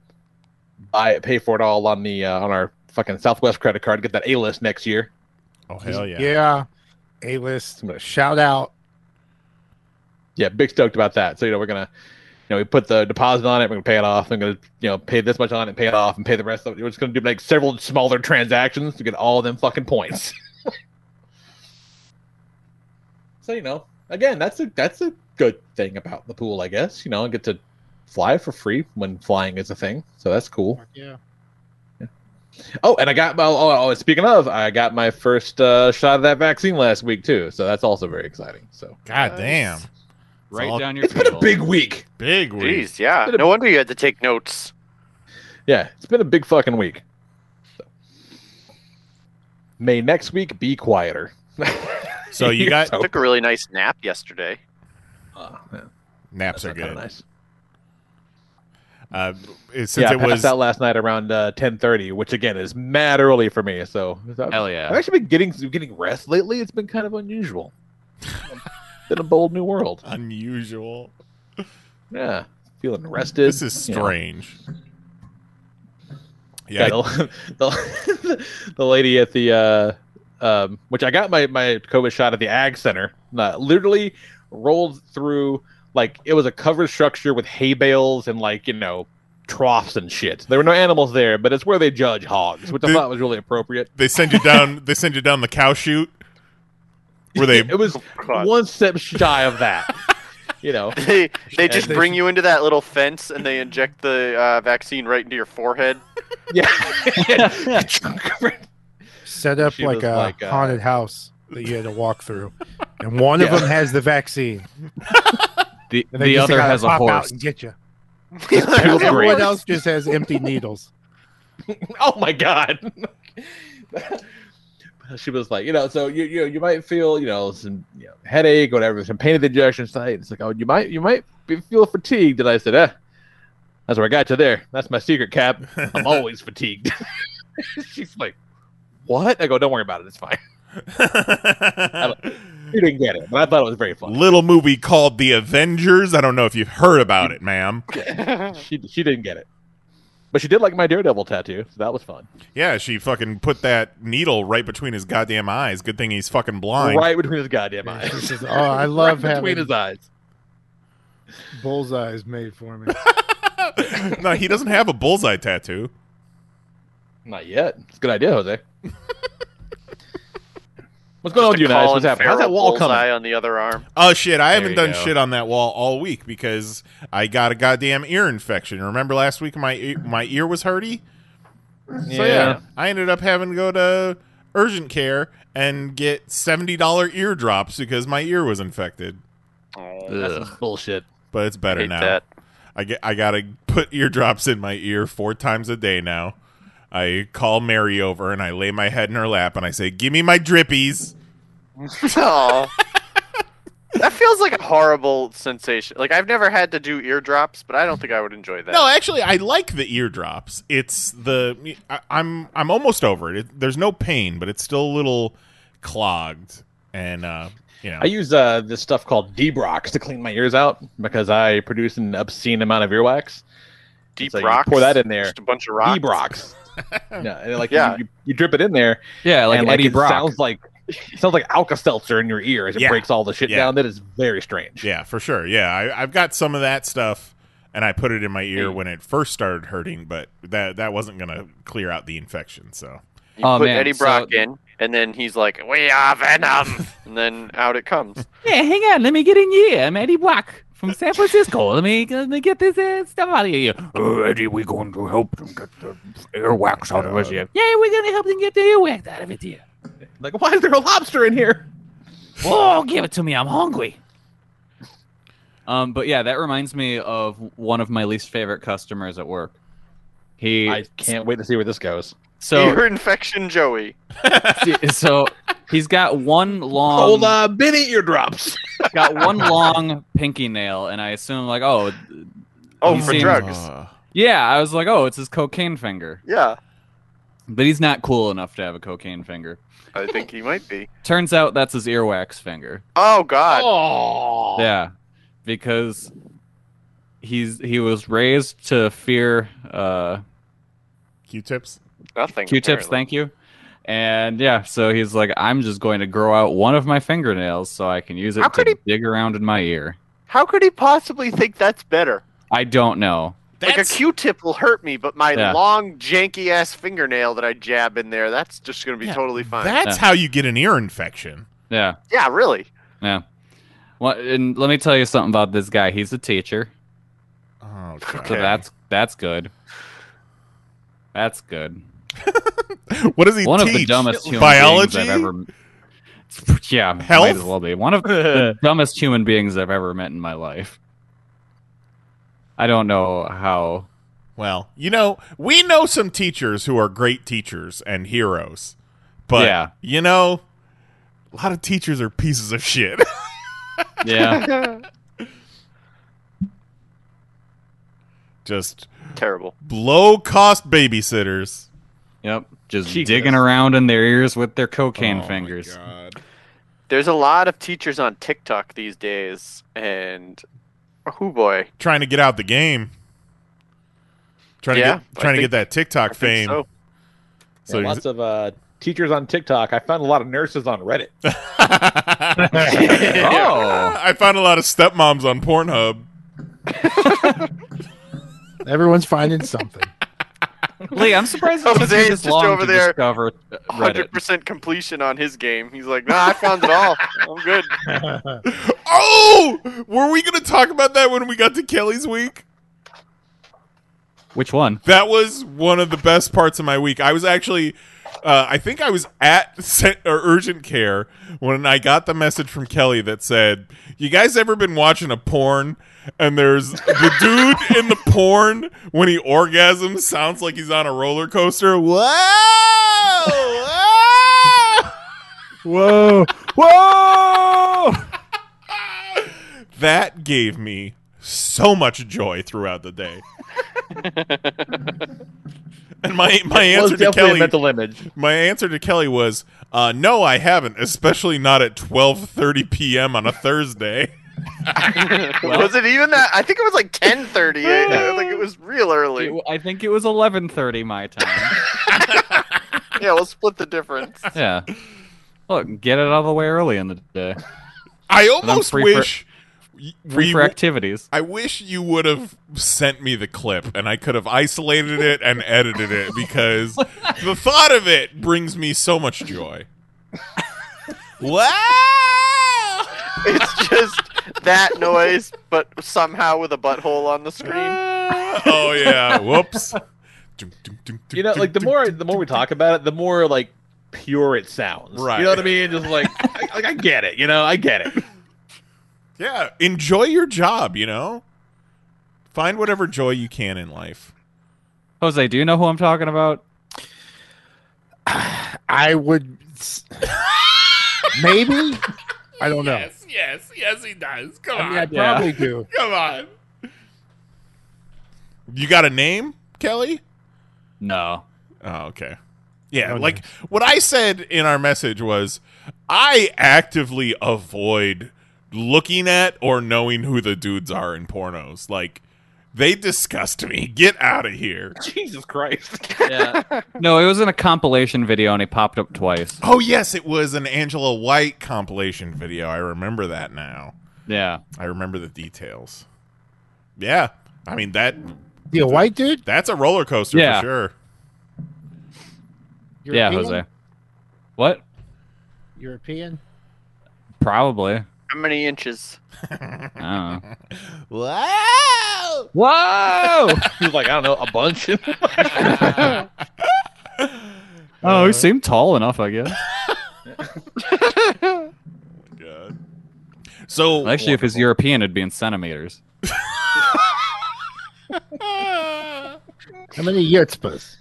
Speaker 10: buy pay for it all on the uh, on our fucking Southwest credit card. Get that A list next year.
Speaker 3: Oh
Speaker 10: hell yeah.
Speaker 7: Yeah. A list. Shout out.
Speaker 10: Yeah, big stoked about that. So you know we're gonna you know we put the deposit on it. We're gonna pay it off. I'm gonna you know pay this much on it, pay it off, and pay the rest of it. We're just gonna do like several smaller transactions to get all them fucking points. so you know again that's a that's a good thing about the pool i guess you know i get to fly for free when flying is a thing so that's cool
Speaker 7: Yeah.
Speaker 10: oh and i got my oh, oh, speaking of i got my first uh, shot of that vaccine last week too so that's also very exciting so
Speaker 3: god damn
Speaker 2: Write
Speaker 10: all-
Speaker 2: down your.
Speaker 10: It's been a
Speaker 2: goal.
Speaker 10: big week.
Speaker 3: Big
Speaker 9: Jeez, yeah. No wonder you had to take notes.
Speaker 10: yeah it's been a big fucking week So. may next week be quieter
Speaker 3: Oh, So you got-
Speaker 9: took a really nice nap yesterday.
Speaker 10: Oh, man.
Speaker 3: Naps are
Speaker 10: kinda
Speaker 3: good.
Speaker 10: nice.
Speaker 3: Uh, it- since
Speaker 10: yeah, I
Speaker 3: it
Speaker 10: passed
Speaker 3: was
Speaker 10: out last night around uh, ten thirty, which again is mad early for me. So uh,
Speaker 2: Hell yeah.
Speaker 10: I've actually been getting getting rest lately. It's been kind of unusual. been a bold new world.
Speaker 3: unusual,
Speaker 10: Yeah, feeling rested.
Speaker 3: This is
Speaker 10: you know.
Speaker 3: strange.
Speaker 10: Yeah,
Speaker 3: Yeah,
Speaker 10: the, the, the lady at the uh, um, which I got my my COVID shot at the Ag Center. Uh, literally rolled through like it was a covered structure with hay bales and like you know troughs and shit. There were no animals there, but it's where they judge hogs, which I
Speaker 3: Dude.
Speaker 10: thought was really appropriate.
Speaker 3: they send you down. they send you down the cow chute. Were they?
Speaker 10: It was one step shy of that. you know,
Speaker 9: Oh, They they just
Speaker 10: they
Speaker 9: bring you into that little fence and they inject the uh, vaccine right into your forehead.
Speaker 10: yeah.
Speaker 7: Set up
Speaker 10: She
Speaker 7: like
Speaker 10: was
Speaker 7: a
Speaker 10: like, uh,
Speaker 7: haunted house that you had to walk through, and one
Speaker 10: Yeah.
Speaker 7: of them has the vaccine.
Speaker 2: The,
Speaker 7: And they
Speaker 2: the
Speaker 7: just
Speaker 2: other
Speaker 7: gotta
Speaker 2: has a
Speaker 7: pop out
Speaker 2: horse.
Speaker 7: and get you.
Speaker 10: Feels great.
Speaker 7: Everyone else just has empty needles.
Speaker 10: oh my god she was like you know so you you, you might feel you know some you know, headache whatever some pain at the injection site it's like oh you might you might be, feel fatigued and i said eh that's where i got you there that's my secret cap i'm always fatigued she's like what i go don't worry about it it's fine I don't- you didn't get it but i thought it was very funny
Speaker 3: little movie called The Avengers. I don't know if you've heard about it, ma'am.
Speaker 10: she, she didn't get it but she did like my daredevil tattoo so that was fun
Speaker 3: Yeah, she fucking put that needle right between his goddamn eyes. Good thing he's fucking blind.
Speaker 10: right between his goddamn eyes
Speaker 7: Says, oh, I love
Speaker 10: right
Speaker 7: having
Speaker 10: between his eyes
Speaker 7: bullseyes made for me.
Speaker 10: Oh,
Speaker 3: no, he doesn't have a bullseye tattoo.
Speaker 10: Not yet. It's a good idea, Jose. What's going on with
Speaker 9: Just
Speaker 10: you
Speaker 9: a
Speaker 10: guys?
Speaker 9: Colin
Speaker 10: What's happening? How's
Speaker 9: Farrell
Speaker 10: that wall
Speaker 9: bullseye
Speaker 10: coming?
Speaker 9: on the other arm?
Speaker 3: Oh shit, I
Speaker 2: There
Speaker 3: haven't
Speaker 2: you
Speaker 3: done
Speaker 2: go.
Speaker 3: shit on that wall all week because I got a goddamn ear infection. Remember last week my e- my ear was hurty? So yeah, I ended up having to go to urgent care and get $70 eardrops because my ear was infected.
Speaker 10: That's some bullshit.
Speaker 3: But it's better
Speaker 9: Oh, Hate
Speaker 3: now.
Speaker 9: that.
Speaker 3: I get I gotta put eardrops in my ear four times a day now. I call Mary over and I lay my head in her lap and I say, "Give me my drippies."
Speaker 9: Oh. that feels like a horrible sensation. Like I've never had to do eardrops, but I don't think I would enjoy that.
Speaker 3: No, actually, I like the eardrops. It's the I, I'm I'm almost over it. it. There's no pain, but it's still a little clogged. And uh, you know,
Speaker 10: I use uh, this stuff called Debrox to clean my ears out because I produce an obscene amount of earwax.
Speaker 9: Deep
Speaker 10: So you
Speaker 9: rocks.
Speaker 10: pour that in there.
Speaker 9: Just a bunch of rocks.
Speaker 10: Debrox. yeah, and like
Speaker 9: Yeah.
Speaker 10: You, you, you drip it in there,
Speaker 2: Yeah, like
Speaker 10: and
Speaker 2: Eddie
Speaker 10: like, it
Speaker 2: Brock.
Speaker 10: sounds like it sounds like Alka Seltzer in your ear as it
Speaker 3: Yeah.
Speaker 10: breaks all the shit
Speaker 3: Yeah.
Speaker 10: down. That is very strange.
Speaker 3: yeah, for sure. Yeah, I, I've got some of that stuff, and I put it in my ear when it first started hurting, but that that wasn't gonna clear out the infection. So
Speaker 9: You
Speaker 2: Oh,
Speaker 9: put
Speaker 2: man,
Speaker 9: Eddie
Speaker 2: so-
Speaker 9: Brock in, and then he's like, "We are Venom," and then out it comes.
Speaker 2: Yeah, hang on. Let me get in here. I'm Eddie Brock from San Francisco. let me let me get this uh, stuff out of here.
Speaker 11: Uh, Eddie, we're going to help them get the airwax out of us here.
Speaker 2: Yeah, we're gonna help them get the earwax out of it here.
Speaker 10: Like, why is there a lobster in here?
Speaker 2: Oh, give it to me. I'm hungry. Um, but yeah, that reminds me of one of my least favorite customers at work. He
Speaker 10: I can't wait to see where this goes.
Speaker 2: so
Speaker 9: Ear infection, Joey.
Speaker 2: so he's got one long
Speaker 10: Old uh, Benny eardrops.
Speaker 2: got one long pinky nail, and I assume like oh
Speaker 9: Oh,
Speaker 2: He
Speaker 9: for
Speaker 2: seems-
Speaker 9: drugs.
Speaker 3: Uh,
Speaker 2: yeah, I was like oh it's his cocaine finger.
Speaker 9: Yeah.
Speaker 2: But he's not cool enough to have a cocaine finger.
Speaker 9: I think he might be.
Speaker 2: Turns out that's his earwax finger.
Speaker 9: Oh God.
Speaker 2: Yeah, because he's he was raised to fear uh,
Speaker 3: Q-tips.
Speaker 9: Nothing.
Speaker 2: Q-tips,
Speaker 9: apparently.
Speaker 2: thank you. And yeah, so he's like, I'm just going to grow out one of my fingernails so I can use it to dig around in my ear.
Speaker 9: How could he possibly think that's better?
Speaker 2: I don't know.
Speaker 9: Like a Q-tip will hurt me, but my
Speaker 2: Yeah.
Speaker 9: long janky ass fingernail that I jab in there, that's just going to be totally fine.
Speaker 3: That's how you get an ear infection.
Speaker 2: Yeah,
Speaker 9: Yeah, really.
Speaker 2: yeah. Well, and let me tell you something about this guy. He's a teacher,
Speaker 3: Oh,
Speaker 2: so
Speaker 3: God.
Speaker 2: that's that's good. That's good.
Speaker 3: what does he
Speaker 2: One
Speaker 3: teach?
Speaker 2: of the dumbest human
Speaker 3: Biology?
Speaker 2: beings I've ever. Yeah, might
Speaker 3: Health?
Speaker 2: as well be one of the dumbest human beings I've ever met in my life. I don't know how.
Speaker 3: Well, you know, we know some teachers who are great teachers and heroes, but
Speaker 2: Yeah.
Speaker 3: you know, a lot of teachers are pieces of shit.
Speaker 2: Yeah.
Speaker 3: Just
Speaker 9: Terrible.
Speaker 3: low cost babysitters.
Speaker 2: Yep. Just digging around in their ears with their
Speaker 9: Oh
Speaker 2: cocaine fingers.
Speaker 9: There's a lot of teachers on TikTok these days, and oh boy,
Speaker 3: Trying to get out the game. Trying
Speaker 9: Yeah,
Speaker 3: to get
Speaker 9: I
Speaker 3: trying to
Speaker 9: think-
Speaker 3: get that TikTok fame.
Speaker 9: so.
Speaker 3: So
Speaker 10: Yeah,
Speaker 3: you-
Speaker 10: lots of uh, teachers on TikTok. I found a lot of nurses on Reddit.
Speaker 3: oh. I found a lot of stepmoms on Pornhub.
Speaker 7: Everyone's finding something.
Speaker 2: Lee, I'm surprised it took you
Speaker 9: Jose's
Speaker 2: this
Speaker 9: just
Speaker 2: long
Speaker 9: over
Speaker 2: to
Speaker 9: there,
Speaker 2: discover uh, Reddit.
Speaker 9: hundred percent completion on his game. He's like, Nah, I found it all. I'm good.
Speaker 3: Oh, were we going to talk about that when we got to Kelly's week?
Speaker 2: Which one?
Speaker 3: That was one of the best parts of my week. I was actually, uh, I think I was at Cent- or urgent care when I got the message from Kelly that said, "You guys ever been watching a porn?" And there's the dude in the porn when he orgasms sounds like he's on a roller coaster. Whoa!
Speaker 11: Whoa! Whoa!
Speaker 3: that gave me so much joy throughout the day. and my my
Speaker 10: It was
Speaker 3: answer to
Speaker 10: definitely a
Speaker 3: Kelly
Speaker 10: mental image.
Speaker 3: My answer to Kelly was, uh, "No, I haven't, especially not at 12:30 p.m. on a Thursday."
Speaker 9: was it even that? I think it was like ten thirty eight. Like it was real early.
Speaker 2: It- I think it was 11:30 my time.
Speaker 9: Yeah, we'll split the difference.
Speaker 2: yeah. Look, get it out of the way early in the day.
Speaker 3: I
Speaker 2: And I'm
Speaker 3: almost
Speaker 2: free for-
Speaker 3: wish y-
Speaker 2: free
Speaker 3: we-
Speaker 2: for activities.
Speaker 3: I wish you would have sent me the clip and I could have isolated it and edited it because the thought of it brings me so much joy. Wow!
Speaker 9: It's just that noise, but somehow with a butthole on the screen.
Speaker 3: Oh yeah, whoops.
Speaker 10: You know, like the more the more we talk about it, the more like pure it sounds.
Speaker 3: Right.
Speaker 10: You know what I mean? Just like, I, like I get it. You know, I get it.
Speaker 3: Yeah, enjoy your job, you know? Find whatever joy you can in life.
Speaker 2: Jose, do you know who I'm talking about?
Speaker 7: I would s- maybe. I don't know.
Speaker 3: yes, yes, he does. Come
Speaker 7: Oh, I mean, I probably do.
Speaker 3: Come on. You got a name, Kelly?
Speaker 2: No.
Speaker 3: Oh, okay. Yeah, like what I said in our message was I actively avoid looking at or knowing who the dudes are in pornos. Like they disgust me. Get out of here.
Speaker 10: Jesus Christ.
Speaker 2: Yeah. no, it was in a compilation video and he popped up twice.
Speaker 3: Oh yes, it was an Angela White compilation video. I remember that now.
Speaker 2: Yeah.
Speaker 3: I remember the details. Yeah. I mean that
Speaker 7: The white dude?
Speaker 3: that's a roller coaster
Speaker 2: Yeah.
Speaker 3: for sure.
Speaker 2: yeah,
Speaker 7: European?
Speaker 2: Jose. What?
Speaker 7: European?
Speaker 2: Probably.
Speaker 9: How many inches?
Speaker 2: I don't know.
Speaker 3: Wow.
Speaker 2: Whoa!
Speaker 10: He was like, I don't know, a bunch.
Speaker 2: Oh, he seemed tall enough, I guess.
Speaker 3: God. So
Speaker 2: Actually, if it's European, it'd be in centimeters.
Speaker 7: How many yutzpas?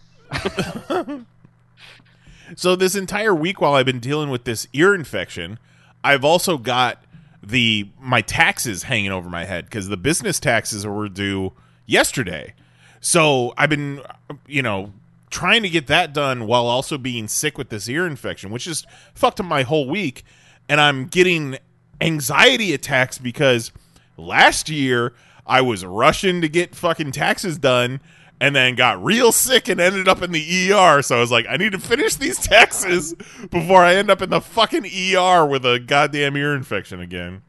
Speaker 3: So this entire week while I've been dealing with this ear infection, I've also got the my taxes hanging over my head cuz the business taxes were due yesterday. So I've been you know trying to get that done while also being sick with this ear infection, which just fucked up my whole week. And I'm getting anxiety attacks because last year I was rushing to get fucking taxes done and then got real sick and ended up in the ER. So I was like, I need to finish these taxes before I end up in the fucking ER with a goddamn ear infection again.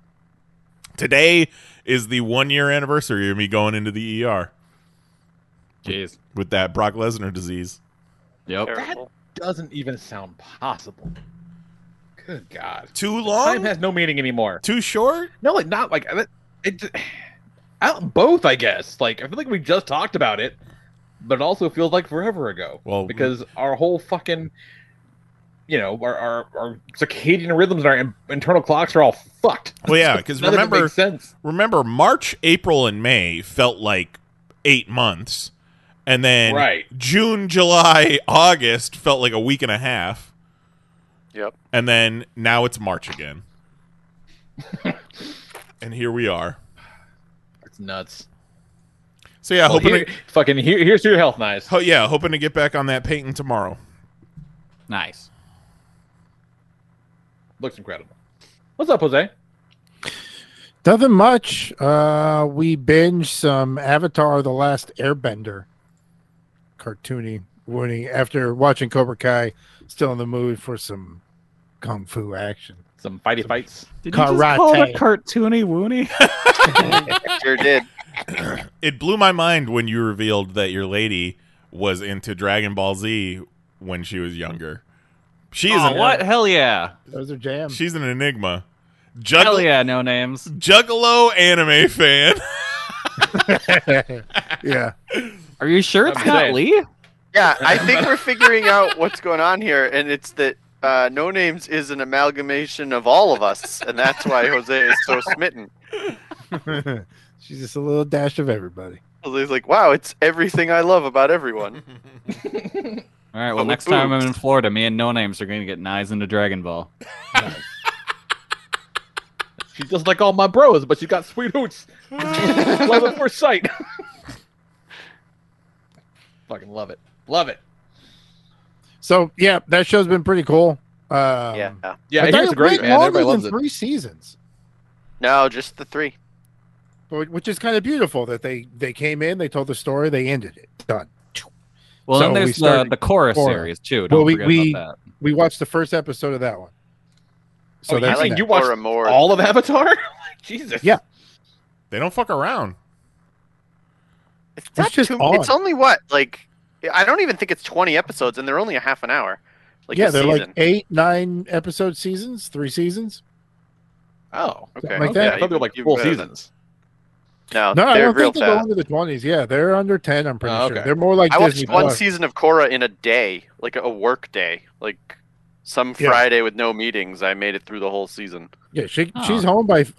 Speaker 3: Today is the one year anniversary of me going into the ER.
Speaker 2: Jeez.
Speaker 3: With that Brock Lesnar disease.
Speaker 2: Yep.
Speaker 10: That doesn't even sound possible. Good God.
Speaker 3: Too long?
Speaker 10: Time has no meaning anymore.
Speaker 3: Too short?
Speaker 10: No, like not like it. it out both, I guess. Like I feel like we just talked about it, but it also feels like forever ago.
Speaker 3: Well,
Speaker 10: because our whole fucking, you know, our our, our circadian rhythms and our in- internal clocks are all fucked.
Speaker 3: Well, yeah, because
Speaker 10: None of it
Speaker 3: remember,
Speaker 10: makes sense.
Speaker 3: remember March, April, and May felt like eight months, and then
Speaker 10: Right.
Speaker 3: June, July, August felt like a week and a half,
Speaker 9: Yep.
Speaker 3: and then now it's March again, and here we are.
Speaker 10: It's nuts.
Speaker 3: So yeah,
Speaker 10: Well,
Speaker 3: hoping
Speaker 10: here-
Speaker 3: to,
Speaker 10: fucking here, here's to your health, nice.
Speaker 3: ho- yeah, hoping to get back on that painting tomorrow.
Speaker 2: Nice.
Speaker 10: Looks incredible. What's up, Jose?
Speaker 7: Nothing much. Uh, we binge some Avatar: The Last Airbender, cartoony, woody. After watching Cobra Kai, still in the mood for some kung fu action.
Speaker 10: Some fighty fights.
Speaker 6: Did you just call it
Speaker 7: Karate.
Speaker 6: a cartoony woony?
Speaker 9: sure did.
Speaker 3: it blew my mind when you revealed that your lady was into Dragon Ball Z when she was younger. She is
Speaker 2: Aw,
Speaker 3: an
Speaker 2: Oh, what? Hell yeah.
Speaker 7: Those are jam.
Speaker 3: She's an enigma.
Speaker 2: Hell
Speaker 3: Juggle-
Speaker 2: yeah, no names.
Speaker 3: Juggalo anime fan.
Speaker 7: yeah.
Speaker 2: Are you sure it's
Speaker 10: I'm
Speaker 2: not
Speaker 10: saying.
Speaker 2: Lee?
Speaker 9: Yeah, I think we're figuring out what's going on here, and it's that uh, No Names is an amalgamation of all of us, and that's why Jose is so smitten.
Speaker 7: She's just a little dash of everybody.
Speaker 9: Jose's like, wow, it's everything I love about everyone.
Speaker 2: All right,
Speaker 9: But
Speaker 2: well,
Speaker 9: with
Speaker 2: next time I'm
Speaker 9: boobs.
Speaker 2: in Florida, me and No Names are going to get knives into Dragon Ball.
Speaker 10: She's just like all my bros, but she got sweet hoots. love at first sight. Fucking love it. Love it.
Speaker 7: So yeah, that show's been pretty cool. Um,
Speaker 9: Yeah.
Speaker 10: Yeah,
Speaker 7: I
Speaker 10: I
Speaker 7: thought
Speaker 10: hear it's
Speaker 7: it
Speaker 10: great,
Speaker 7: went
Speaker 10: man.
Speaker 7: longer
Speaker 10: Everybody loves
Speaker 7: than
Speaker 10: it.
Speaker 7: three seasons,
Speaker 9: No, just the three.
Speaker 7: but- which is kind of beautiful that they they came in, they told the story, they ended it, done.
Speaker 2: Well,
Speaker 7: So
Speaker 2: then
Speaker 7: we
Speaker 2: there's the,
Speaker 7: started
Speaker 2: the chorus
Speaker 7: Korra.
Speaker 2: series, too. Don't
Speaker 7: well, we
Speaker 2: forget
Speaker 7: we,
Speaker 2: about that.
Speaker 7: we watched the first episode of that one. So
Speaker 10: Oh, you
Speaker 7: that's
Speaker 10: like-
Speaker 7: that.
Speaker 10: you watched
Speaker 9: Or a more.
Speaker 10: all of Avatar? Jesus.
Speaker 7: Yeah.
Speaker 3: They don't fuck around.
Speaker 9: It's not
Speaker 7: just
Speaker 9: too.
Speaker 7: on.
Speaker 9: It's only what like I don't even think it's twenty episodes, and they're only a half an hour. Like
Speaker 7: yeah,
Speaker 9: a
Speaker 7: they're like
Speaker 9: season.
Speaker 7: eight, nine episode seasons, three seasons.
Speaker 10: Oh.
Speaker 9: okay,
Speaker 7: like
Speaker 9: okay.
Speaker 7: that.
Speaker 10: I thought they were like
Speaker 9: Even
Speaker 10: full
Speaker 9: better than-
Speaker 10: seasons. Uh,
Speaker 9: No,
Speaker 7: No, I
Speaker 9: they're
Speaker 7: don't
Speaker 9: real
Speaker 7: think they go
Speaker 9: fast.
Speaker 7: into the twenties. Yeah, they're under ten. I'm pretty
Speaker 10: Oh,
Speaker 7: sure
Speaker 10: okay.
Speaker 7: they're more like
Speaker 9: I watched
Speaker 7: Disney
Speaker 9: one
Speaker 7: Plus.
Speaker 9: season of Korra in a day, like a work day, like some
Speaker 7: Yeah.
Speaker 9: Friday with no meetings. I made it through the whole season.
Speaker 7: Yeah, she,
Speaker 2: Huh.
Speaker 7: she's home by f-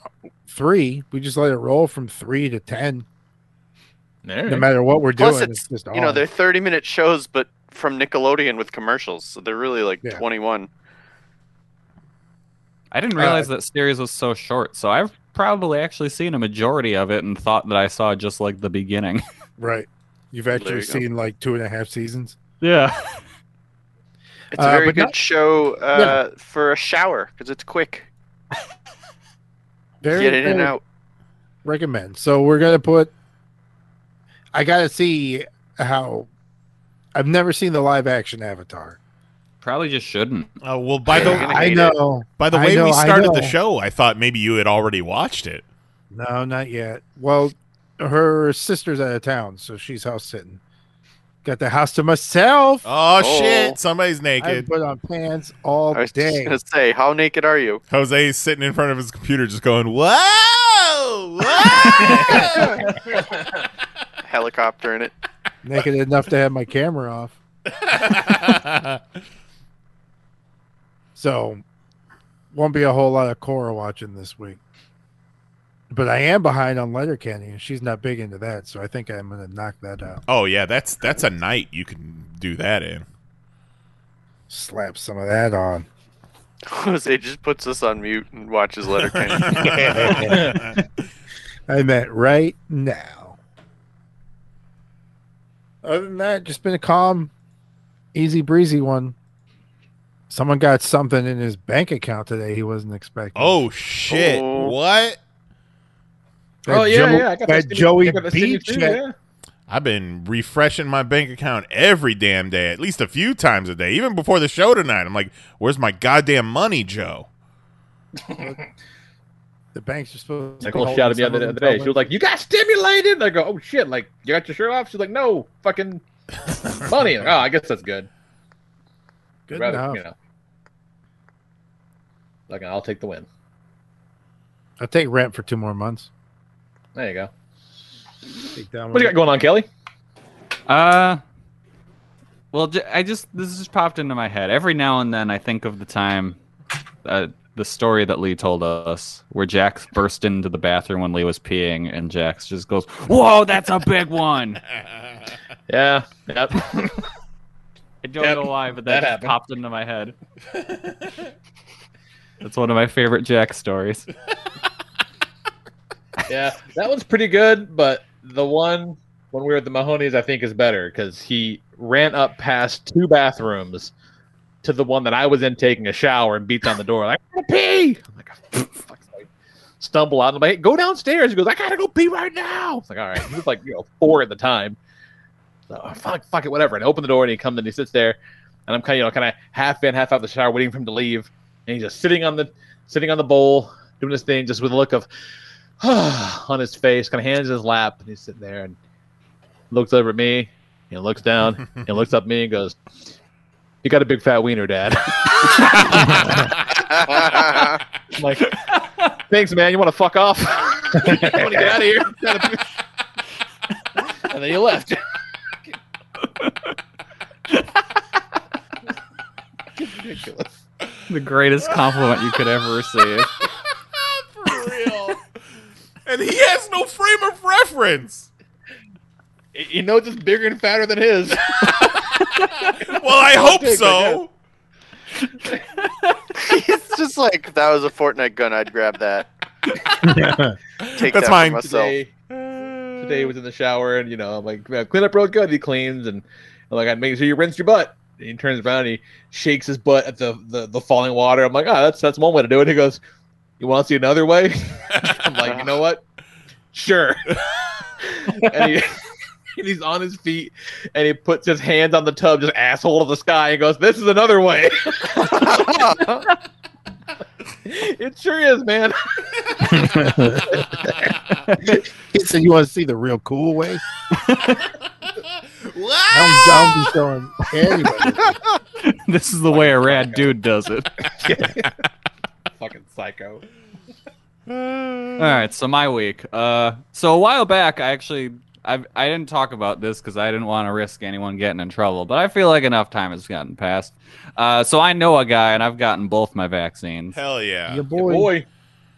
Speaker 7: three. We just let it roll from three to ten,
Speaker 10: There.
Speaker 7: no matter what we're
Speaker 9: Plus,
Speaker 7: doing.
Speaker 9: it's,
Speaker 7: It's, just
Speaker 9: you know
Speaker 7: on.
Speaker 9: they're thirty minute shows, but from Nickelodeon with commercials, so they're really like
Speaker 7: Yeah.
Speaker 9: twenty one.
Speaker 2: I didn't
Speaker 7: Uh,
Speaker 2: realize that series was so short, so I've probably actually seen a majority of it and thought that I saw just like the beginning.
Speaker 7: right. You've
Speaker 9: There
Speaker 7: actually
Speaker 9: you go.
Speaker 7: seen like two and a half seasons.
Speaker 2: Yeah.
Speaker 9: It's a
Speaker 7: Uh,
Speaker 9: very
Speaker 7: but
Speaker 9: good
Speaker 7: not-
Speaker 9: show uh, for a shower because it's quick.
Speaker 7: Very,
Speaker 9: Get in and
Speaker 7: very
Speaker 9: out.
Speaker 7: recommend. So we're gonna put. I gotta see how. I've never seen the live action Avatar.
Speaker 2: Probably just shouldn't.
Speaker 3: Uh, well, by
Speaker 9: You're
Speaker 3: the
Speaker 9: gonna-
Speaker 7: I
Speaker 9: hate it.
Speaker 7: know.
Speaker 3: by the
Speaker 7: I
Speaker 3: way
Speaker 7: know,
Speaker 3: we
Speaker 7: I
Speaker 3: started the
Speaker 7: know.
Speaker 3: show, I thought maybe you had already watched it.
Speaker 7: No, not yet. Well, her sister's out of town, so she's house sitting. Got the house to myself.
Speaker 3: Oh,
Speaker 9: Oh.
Speaker 3: shit! Somebody's
Speaker 7: I
Speaker 3: naked.
Speaker 7: put on pants all
Speaker 9: I was just
Speaker 7: day.
Speaker 9: gonna say, how naked are you?
Speaker 3: Jose's sitting in front of his computer, just going, "Whoa, whoa!"
Speaker 9: Helicopter in it.
Speaker 7: naked enough to have my camera off. So won't be a whole lot of Cora watching this week. But I am behind on Letterkenny, and she's not big into that, so I think I'm gonna knock that out.
Speaker 3: oh yeah, that's that's a night you can do that in.
Speaker 7: Slap some of that on.
Speaker 9: Jose just puts us on mute and watches Letterkenny.
Speaker 7: I meant right now. Other than that, just been a calm easy breezy one. Someone got something in his bank account today he wasn't expecting.
Speaker 3: Oh shit! What?
Speaker 10: Oh,
Speaker 7: That Joe- that Joey B check.
Speaker 3: I've been refreshing my bank account every damn day, at least a few times a day, even before the show tonight. I'm like, "Where's my goddamn money, Joe?"
Speaker 7: The banks are supposed. to be
Speaker 10: Nicole
Speaker 7: holding
Speaker 10: shouted me the
Speaker 7: some
Speaker 10: other,
Speaker 7: of
Speaker 10: other
Speaker 7: them
Speaker 10: day. She
Speaker 7: public.
Speaker 10: was like, "You got stimulated." And I go, "Oh shit!" Like, you got your shirt off. She's like, "No, fucking money." Like, oh, I guess that's good.
Speaker 7: Good
Speaker 10: Rather,
Speaker 7: enough.
Speaker 10: You know, like I'll take the win.
Speaker 7: I'll take rent for two more months.
Speaker 10: There you go.
Speaker 7: Take down
Speaker 10: What do you got going on, Kelly?
Speaker 2: Uh, well, j- I just this just popped into my head. Every now and then, I think of the time, uh, the story that Lee told us, where Jax burst into the bathroom when Lee was peeing, and Jax just goes, "Whoa, that's a big one."
Speaker 10: yeah. Yep.
Speaker 2: I don't
Speaker 10: Yep,
Speaker 2: know why, but
Speaker 10: that
Speaker 2: that,
Speaker 10: happened.
Speaker 2: just popped into my head. That's one of my favorite Jax stories.
Speaker 10: yeah, that one's pretty good, but the one when we were at the Mahoney's, I think, is better because he ran up past two bathrooms to the one that I was in taking a shower and beats on the door like, "I gotta pee!" I'm like, "Oh, fuck, so I stumble out and I'm like, "Go downstairs." He goes, "I gotta go pee right now." It's like, all right, he was like, you know, four at the time. So "Oh, fuck, fuck it, whatever. And I open the door and he comes and he sits there, and I'm kind of you know kind of half in, half out the shower, waiting for him to leave, and he's just sitting on the sitting on the bowl doing his thing, just with a look of on his face, kind of hands in his lap, and he's sitting there and looks over at me, and looks down, and looks up at me and goes, "You got a big fat wiener, Dad." I'm like, thanks, man. You want to fuck off? I want to get out of here. and then you left. Ridiculous.
Speaker 2: The greatest compliment you could ever receive.
Speaker 3: For real. and he has no frame of reference.
Speaker 10: You know, just bigger and fatter than his. well,
Speaker 3: I hope so.
Speaker 9: It's just like if that was a Fortnite gun, I'd grab that. Take that for myself.
Speaker 10: Today, today was in the shower, and you know, I'm like, "Man, clean up real good. He cleans, and I'm like, I make sure you rinse your butt. And he turns around, and he shakes his butt at the, the the falling water. I'm like, oh, that's that's one way to do it. He goes, you want to see another way? I'm like, you know what? Sure. and, he, and he's on his feet, and he puts his hands on the tub, just asshole to the sky, and goes, this is another way. it sure is, man.
Speaker 7: he said, "You want to see the real cool way?"
Speaker 3: I'm
Speaker 7: dumb going anyway.
Speaker 2: this is the way a rad dude does it.
Speaker 10: Fucking psycho.
Speaker 2: All right, so my week. Uh, so a while back, I actually I I didn't talk about this because I didn't want to risk anyone getting in trouble. But I feel like enough time has gotten past. Uh, so I know a guy, and I've gotten both my vaccines.
Speaker 3: Hell yeah.
Speaker 7: Your boy.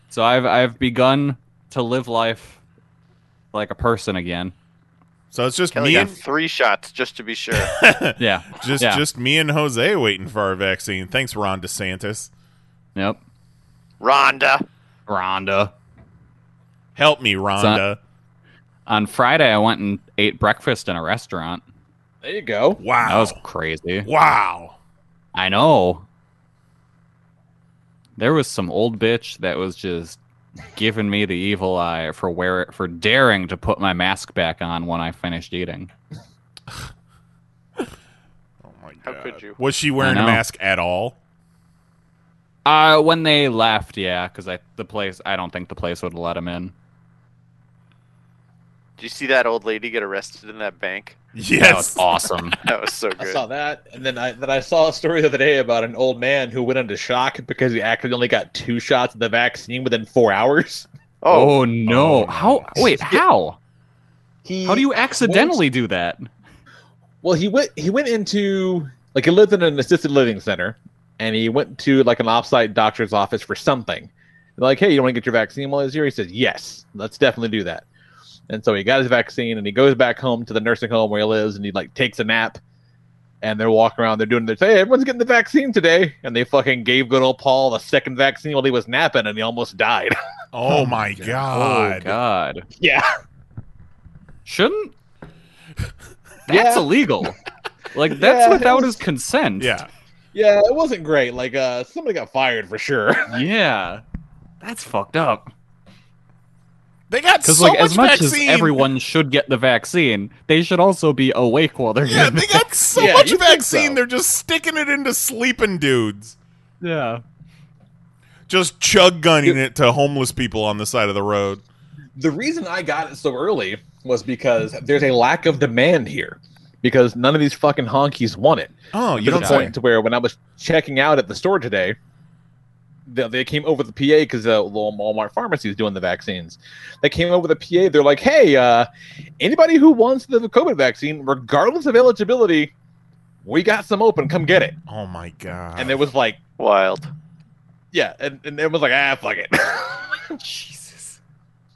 Speaker 2: So I've I've begun to live life like a person again.
Speaker 3: So it's just
Speaker 9: Kelly got three shots just to be sure.
Speaker 2: yeah,
Speaker 3: Just
Speaker 2: yeah.
Speaker 3: just me and Jose waiting for our vaccine. Thanks, Ron DeSantis.
Speaker 2: Yep.
Speaker 9: Rhonda.
Speaker 2: Rhonda.
Speaker 3: Help me, Rhonda.
Speaker 2: Son- On Friday, I went and ate breakfast in a restaurant.
Speaker 10: There you go.
Speaker 3: Wow.
Speaker 2: That was crazy.
Speaker 3: Wow.
Speaker 2: I know. There was some old bitch that was just giving me the evil eye for wear for daring to put my mask back on when I finished eating.
Speaker 9: How could you?
Speaker 3: Was she wearing a
Speaker 2: I know.
Speaker 3: mask at all?
Speaker 2: Uh, when they left, yeah, because I the place I don't think the place would let him in.
Speaker 9: Did you see that old lady get arrested in that bank?
Speaker 2: That was awesome.
Speaker 9: That was so good.
Speaker 10: I saw that, and then I then I saw a story the other day about an old man who went into shock because he actually only got two shots of the vaccine within four hours.
Speaker 2: Oh, no! How? Wait, how? how do you accidentally do that?
Speaker 10: Well, he went he went into like he lived in an assisted living center, and he went to like an offsite doctor's office for something. They're like, hey, you want to get your vaccine while he's here? He says, yes, let's definitely do that. And so he got his vaccine, and he goes back home to the nursing home where he lives, and he like takes a nap. And they're walking around, they're doing their hey, everyone's getting the vaccine today. And they fucking gave good old Paul the second vaccine while he was napping, and he almost died.
Speaker 3: Oh, my
Speaker 2: Oh
Speaker 3: god.
Speaker 2: God!
Speaker 10: yeah.
Speaker 2: Shouldn't? That's
Speaker 10: Yeah.
Speaker 2: illegal. Like that's
Speaker 10: Yeah,
Speaker 2: without
Speaker 10: it
Speaker 2: his consent. Yeah.
Speaker 10: Yeah, it wasn't great. Like uh somebody got fired for sure.
Speaker 2: Yeah. That's fucked up.
Speaker 3: They got
Speaker 2: Because
Speaker 3: so
Speaker 2: like
Speaker 3: much
Speaker 2: as much
Speaker 3: vaccine.
Speaker 2: as everyone should get the vaccine, they should also be awake while they're
Speaker 3: yeah,
Speaker 2: getting
Speaker 3: they
Speaker 2: it.
Speaker 3: got so
Speaker 2: Yeah,
Speaker 3: much
Speaker 2: you'd think
Speaker 3: vaccine. They're just sticking it into sleeping dudes.
Speaker 2: Yeah.
Speaker 3: Just chug gunning it to homeless people on the side of the road.
Speaker 10: The reason I got it so early was because there's a lack of demand here. Because none of these fucking honkies want it.
Speaker 3: Oh, you
Speaker 10: to
Speaker 3: don't
Speaker 10: the
Speaker 3: say.
Speaker 10: point to where when I was checking out at the store today, they, they came over the PA because the little Walmart pharmacy is doing the vaccines. They came over the PA. They're like, "Hey, uh, anybody who wants the COVID vaccine, regardless of eligibility, we got some open. Come get it."
Speaker 3: Oh my god!
Speaker 10: And it was like
Speaker 9: wild.
Speaker 10: Yeah, and and it was like, "Ah, fuck it." Jesus,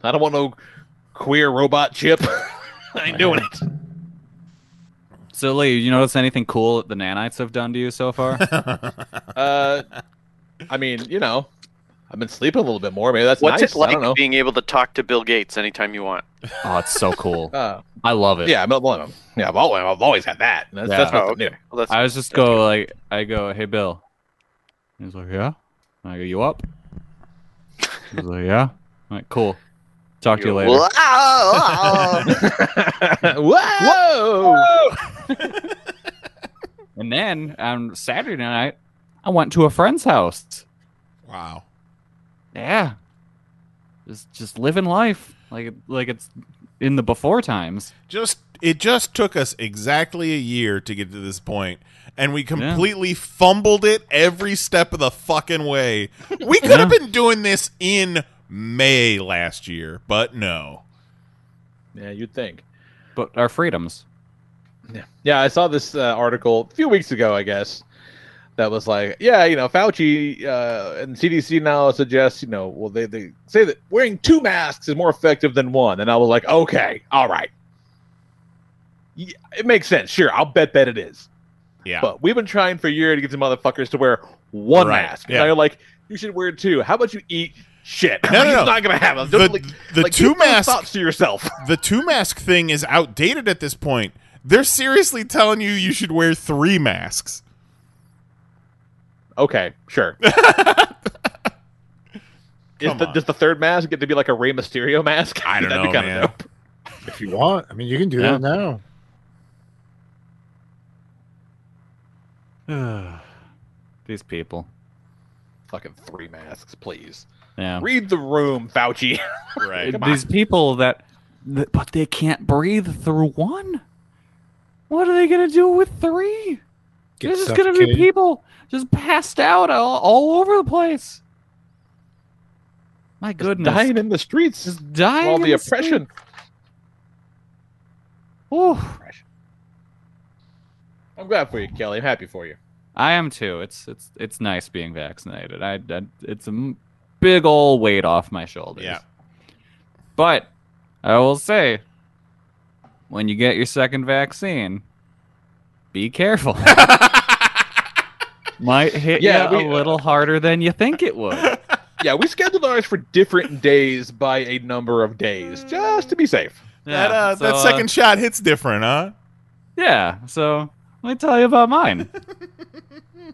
Speaker 10: I don't want no queer robot chip. I ain't doing it.
Speaker 2: So Lee, you notice anything cool that the nanites have done to you so far?
Speaker 10: Uh, I mean, you know, I've been sleeping a little bit more. Maybe that's
Speaker 9: What's
Speaker 10: nice.
Speaker 9: it like
Speaker 10: I don't know.
Speaker 9: being able to talk to Bill Gates anytime you want?
Speaker 2: oh, it's so cool.
Speaker 10: Uh,
Speaker 2: I love it.
Speaker 10: Yeah, I'm not one of them. Yeah, I've always, I've always had that. That's, that's
Speaker 2: Yeah.
Speaker 10: what's new.
Speaker 2: I was just go like I go, hey Bill. He's like, yeah. And I go, you up? He's like, yeah. I'm like, cool. Talk to you later.
Speaker 10: Whoa!
Speaker 2: And then on Saturday night, I went to a friend's house.
Speaker 3: Wow.
Speaker 2: Yeah. Just just living life like like it's in the before times.
Speaker 3: Just it just took us exactly a year to get to this point, and we completely fumbled it every step of the fucking way. We could have been doing this in May last year, but no.
Speaker 10: Yeah, you'd think.
Speaker 2: But our freedoms.
Speaker 10: Yeah, I saw this uh, article a few weeks ago, I guess, that was like, yeah, you know, Fauci uh, and CDC now suggests, you know, well, they, they say that wearing two masks is more effective than one. And I was like, okay, all right. Yeah, it makes sense. Sure, I'll bet that it is.
Speaker 3: Yeah.
Speaker 10: But we've been trying for a year to get the motherfuckers to wear one
Speaker 3: Right,
Speaker 10: mask.
Speaker 3: yeah.
Speaker 10: And they're like, you should wear two. How about you eat shit?
Speaker 3: No, no,
Speaker 10: It's
Speaker 3: no.
Speaker 10: not going to happen.
Speaker 3: The,
Speaker 10: Like-
Speaker 3: the
Speaker 10: like,
Speaker 3: two
Speaker 10: keep those
Speaker 3: mask
Speaker 10: thoughts to yourself.
Speaker 3: The two mask thing is outdated at this point. They're seriously telling you you should wear three masks.
Speaker 10: Okay, sure. Is
Speaker 3: Come
Speaker 10: the,
Speaker 3: on.
Speaker 10: does the third mask get to be like a Rey Mysterio mask?
Speaker 3: I don't
Speaker 10: That'd
Speaker 3: know,
Speaker 10: be kinda
Speaker 3: man.
Speaker 10: dope.
Speaker 7: If you want, I mean, you can do that now.
Speaker 2: These people.
Speaker 10: Fucking three masks, please.
Speaker 2: Yeah.
Speaker 10: Read the room, Fauci.
Speaker 3: Right.
Speaker 10: Come
Speaker 2: These
Speaker 10: on.
Speaker 2: people that th- but they can't breathe through one? What are they going to do with three?
Speaker 7: Get
Speaker 2: There's just going to be
Speaker 7: suffocated.
Speaker 2: people just passed out all, all over the place. My goodness.
Speaker 10: Dying in the streets. Just
Speaker 2: dying.
Speaker 10: All
Speaker 2: in
Speaker 10: the oppression.
Speaker 2: Oh,
Speaker 10: I'm glad for you, Kelly. I'm happy for you.
Speaker 2: I am too. It's it's it's nice being vaccinated. I, I it's a m- big old weight off my shoulders.
Speaker 3: Yeah.
Speaker 2: But I will say, when you get your second vaccine, be careful. Might hit
Speaker 10: Yeah,
Speaker 2: you
Speaker 10: we-
Speaker 3: uh,
Speaker 2: a little harder than you think it would.
Speaker 10: Yeah, we scheduled ours for different days by a number of days, just to be safe.
Speaker 3: that uh,
Speaker 2: so,
Speaker 3: that
Speaker 2: uh,
Speaker 3: second shot hits different, huh?
Speaker 2: Yeah, so let me tell you about mine.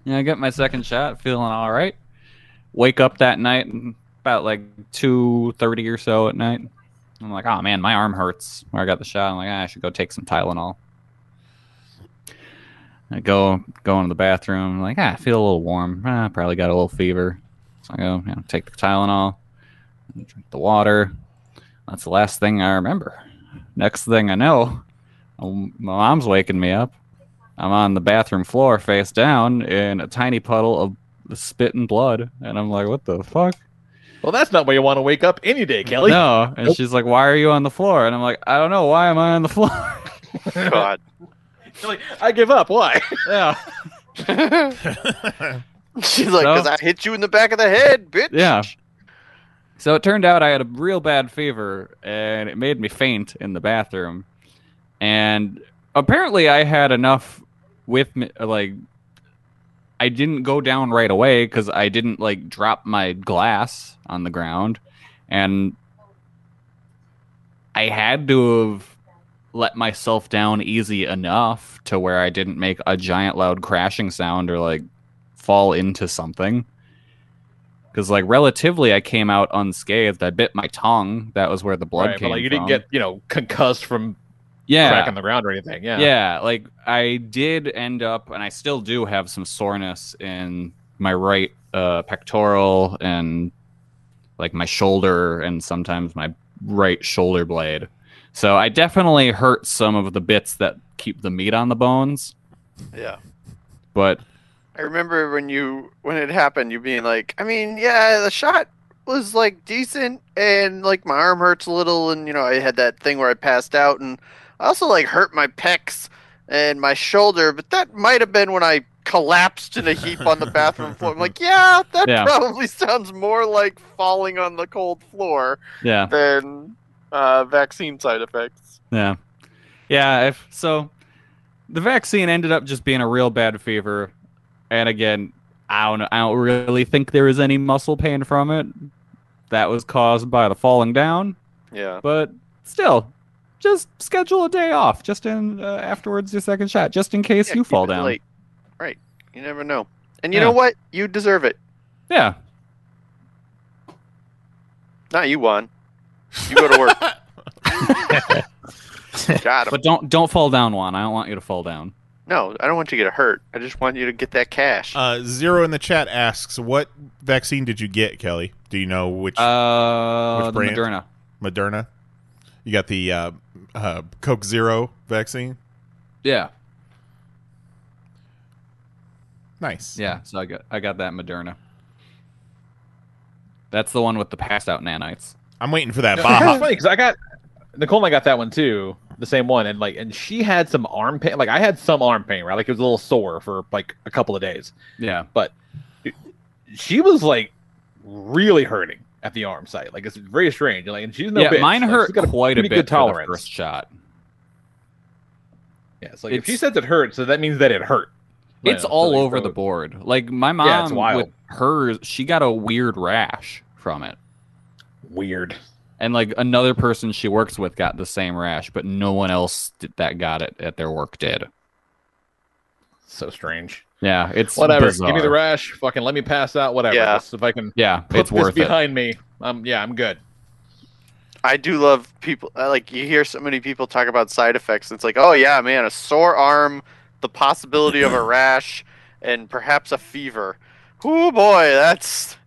Speaker 2: yeah, I got my second shot, feeling all right. Wake up that night, and about like two thirty or so at night. I'm like, oh man, my arm hurts where I got the shot. I'm like, ah, I should go take some Tylenol. I go go into the bathroom. like, ah, I feel a little warm. Ah, probably got a little fever. So I go, you know, take the Tylenol, drink the water. That's the last thing I remember. Next thing I know, um, my mom's waking me up. I'm on the bathroom floor, face down, in a tiny puddle of spit and blood, and I'm like, "What the fuck?"
Speaker 10: Well, that's not where you want to wake up any day, Kelly.
Speaker 2: No, and
Speaker 10: Nope.
Speaker 2: she's like, "Why are you on the floor?" And I'm like, "I don't know. Why am I on the floor?"
Speaker 9: God.
Speaker 10: You're like, I give up. Why?
Speaker 2: yeah.
Speaker 9: She's like,
Speaker 2: No.
Speaker 9: because I hit you in the back of the head, bitch.
Speaker 2: Yeah. So it turned out I had a real bad fever and it made me faint in the bathroom. And apparently I had enough with me like I didn't go down right away cuz I didn't like drop my glass on the ground and I had to have let myself down easy enough to where I didn't make a giant loud crashing sound or like fall into something. Because like relatively, I came out unscathed. I bit my tongue. That was where the blood
Speaker 10: right,
Speaker 2: came.
Speaker 10: but like you
Speaker 2: from.
Speaker 10: didn't get you know concussed from
Speaker 2: Yeah.
Speaker 10: cracking the ground or anything. Yeah,
Speaker 2: Yeah, like I did end up, and I still do have some soreness in my right uh, pectoral and like my shoulder, and sometimes my right shoulder blade. So I definitely hurt some of the bits that keep the meat on the bones.
Speaker 9: Yeah.
Speaker 2: But
Speaker 9: I remember when you when it happened, you being like, I mean, yeah, the shot was like decent, and like my arm hurts a little, and you know I had that thing where I passed out, and I also like hurt my pecs and my shoulder, but that might have been when I collapsed in a heap on the bathroom floor. I'm like, yeah, that
Speaker 2: Yeah.
Speaker 9: probably sounds more like falling on the cold floor
Speaker 2: yeah,
Speaker 9: than uh, vaccine side effects.
Speaker 2: Yeah. Yeah, if so the vaccine ended up just being a real bad fever. And again, I don't I don't really think there was any muscle pain from it. That was caused by the falling down,
Speaker 9: Yeah.
Speaker 2: but still just schedule a day off just in uh, afterwards your second shot just in case you fall down.
Speaker 9: Like, right. You never know. And you
Speaker 2: Yeah.
Speaker 9: know what? You deserve it.
Speaker 2: Yeah.
Speaker 9: Not you, Juan. You go to work. Got him.
Speaker 2: But don't don't fall down one. I don't want you to fall down.
Speaker 9: No, I don't want you to get hurt. I just want you to get that cash.
Speaker 3: Uh, Zero in the chat asks, "What vaccine did you get, Kelly? Do you know which?
Speaker 2: Uh,
Speaker 3: which
Speaker 2: the
Speaker 3: brand?
Speaker 2: Moderna.
Speaker 3: Moderna. You got the uh, uh, Coke Zero vaccine.
Speaker 2: Yeah.
Speaker 3: Nice.
Speaker 2: Yeah, so I got I got that Moderna. That's the one with the passed out nanites.
Speaker 3: I'm waiting for that
Speaker 10: No, It's funny because I got Nicole and I got that one too, the same one, and like, and she had some arm pain. Like I had some arm pain, right? Like it was a little sore for like a couple of days.
Speaker 2: Yeah.
Speaker 10: but she was like really hurting at the arm site. Like it's very strange. Like, and she's no
Speaker 2: yeah,
Speaker 10: bitch.
Speaker 2: mine
Speaker 10: Like, she's
Speaker 2: hurt
Speaker 10: got
Speaker 2: quite a
Speaker 10: pretty
Speaker 2: bit
Speaker 10: good
Speaker 2: for the
Speaker 10: tolerance.
Speaker 2: first shot.
Speaker 10: yeah, it's like if she
Speaker 2: It's-
Speaker 10: says it hurts, so that means that it hurt. Like,
Speaker 2: it's
Speaker 10: so,
Speaker 2: all
Speaker 10: like,
Speaker 2: over
Speaker 10: so-
Speaker 2: the board. Like my mom,
Speaker 10: Yeah, it's wild.
Speaker 2: with hers, she got a weird rash from it.
Speaker 10: Weird.
Speaker 2: And like another person she works with got the same rash, but no one else did, that got it at their work did.
Speaker 10: So strange.
Speaker 2: Yeah, it's
Speaker 10: whatever. Give me
Speaker 2: bizarre.
Speaker 10: the rash. Fucking let me pass out. Whatever.
Speaker 2: Yeah.
Speaker 10: Just if I can.
Speaker 2: Yeah,
Speaker 10: put
Speaker 2: it's
Speaker 10: this
Speaker 2: worth it.
Speaker 10: behind me. Um. Yeah, I'm good.
Speaker 9: I do love people. I Like you hear so many people talk about side effects. It's like, oh yeah, man, a sore arm, the possibility of a rash, and perhaps a fever. Oh boy, that's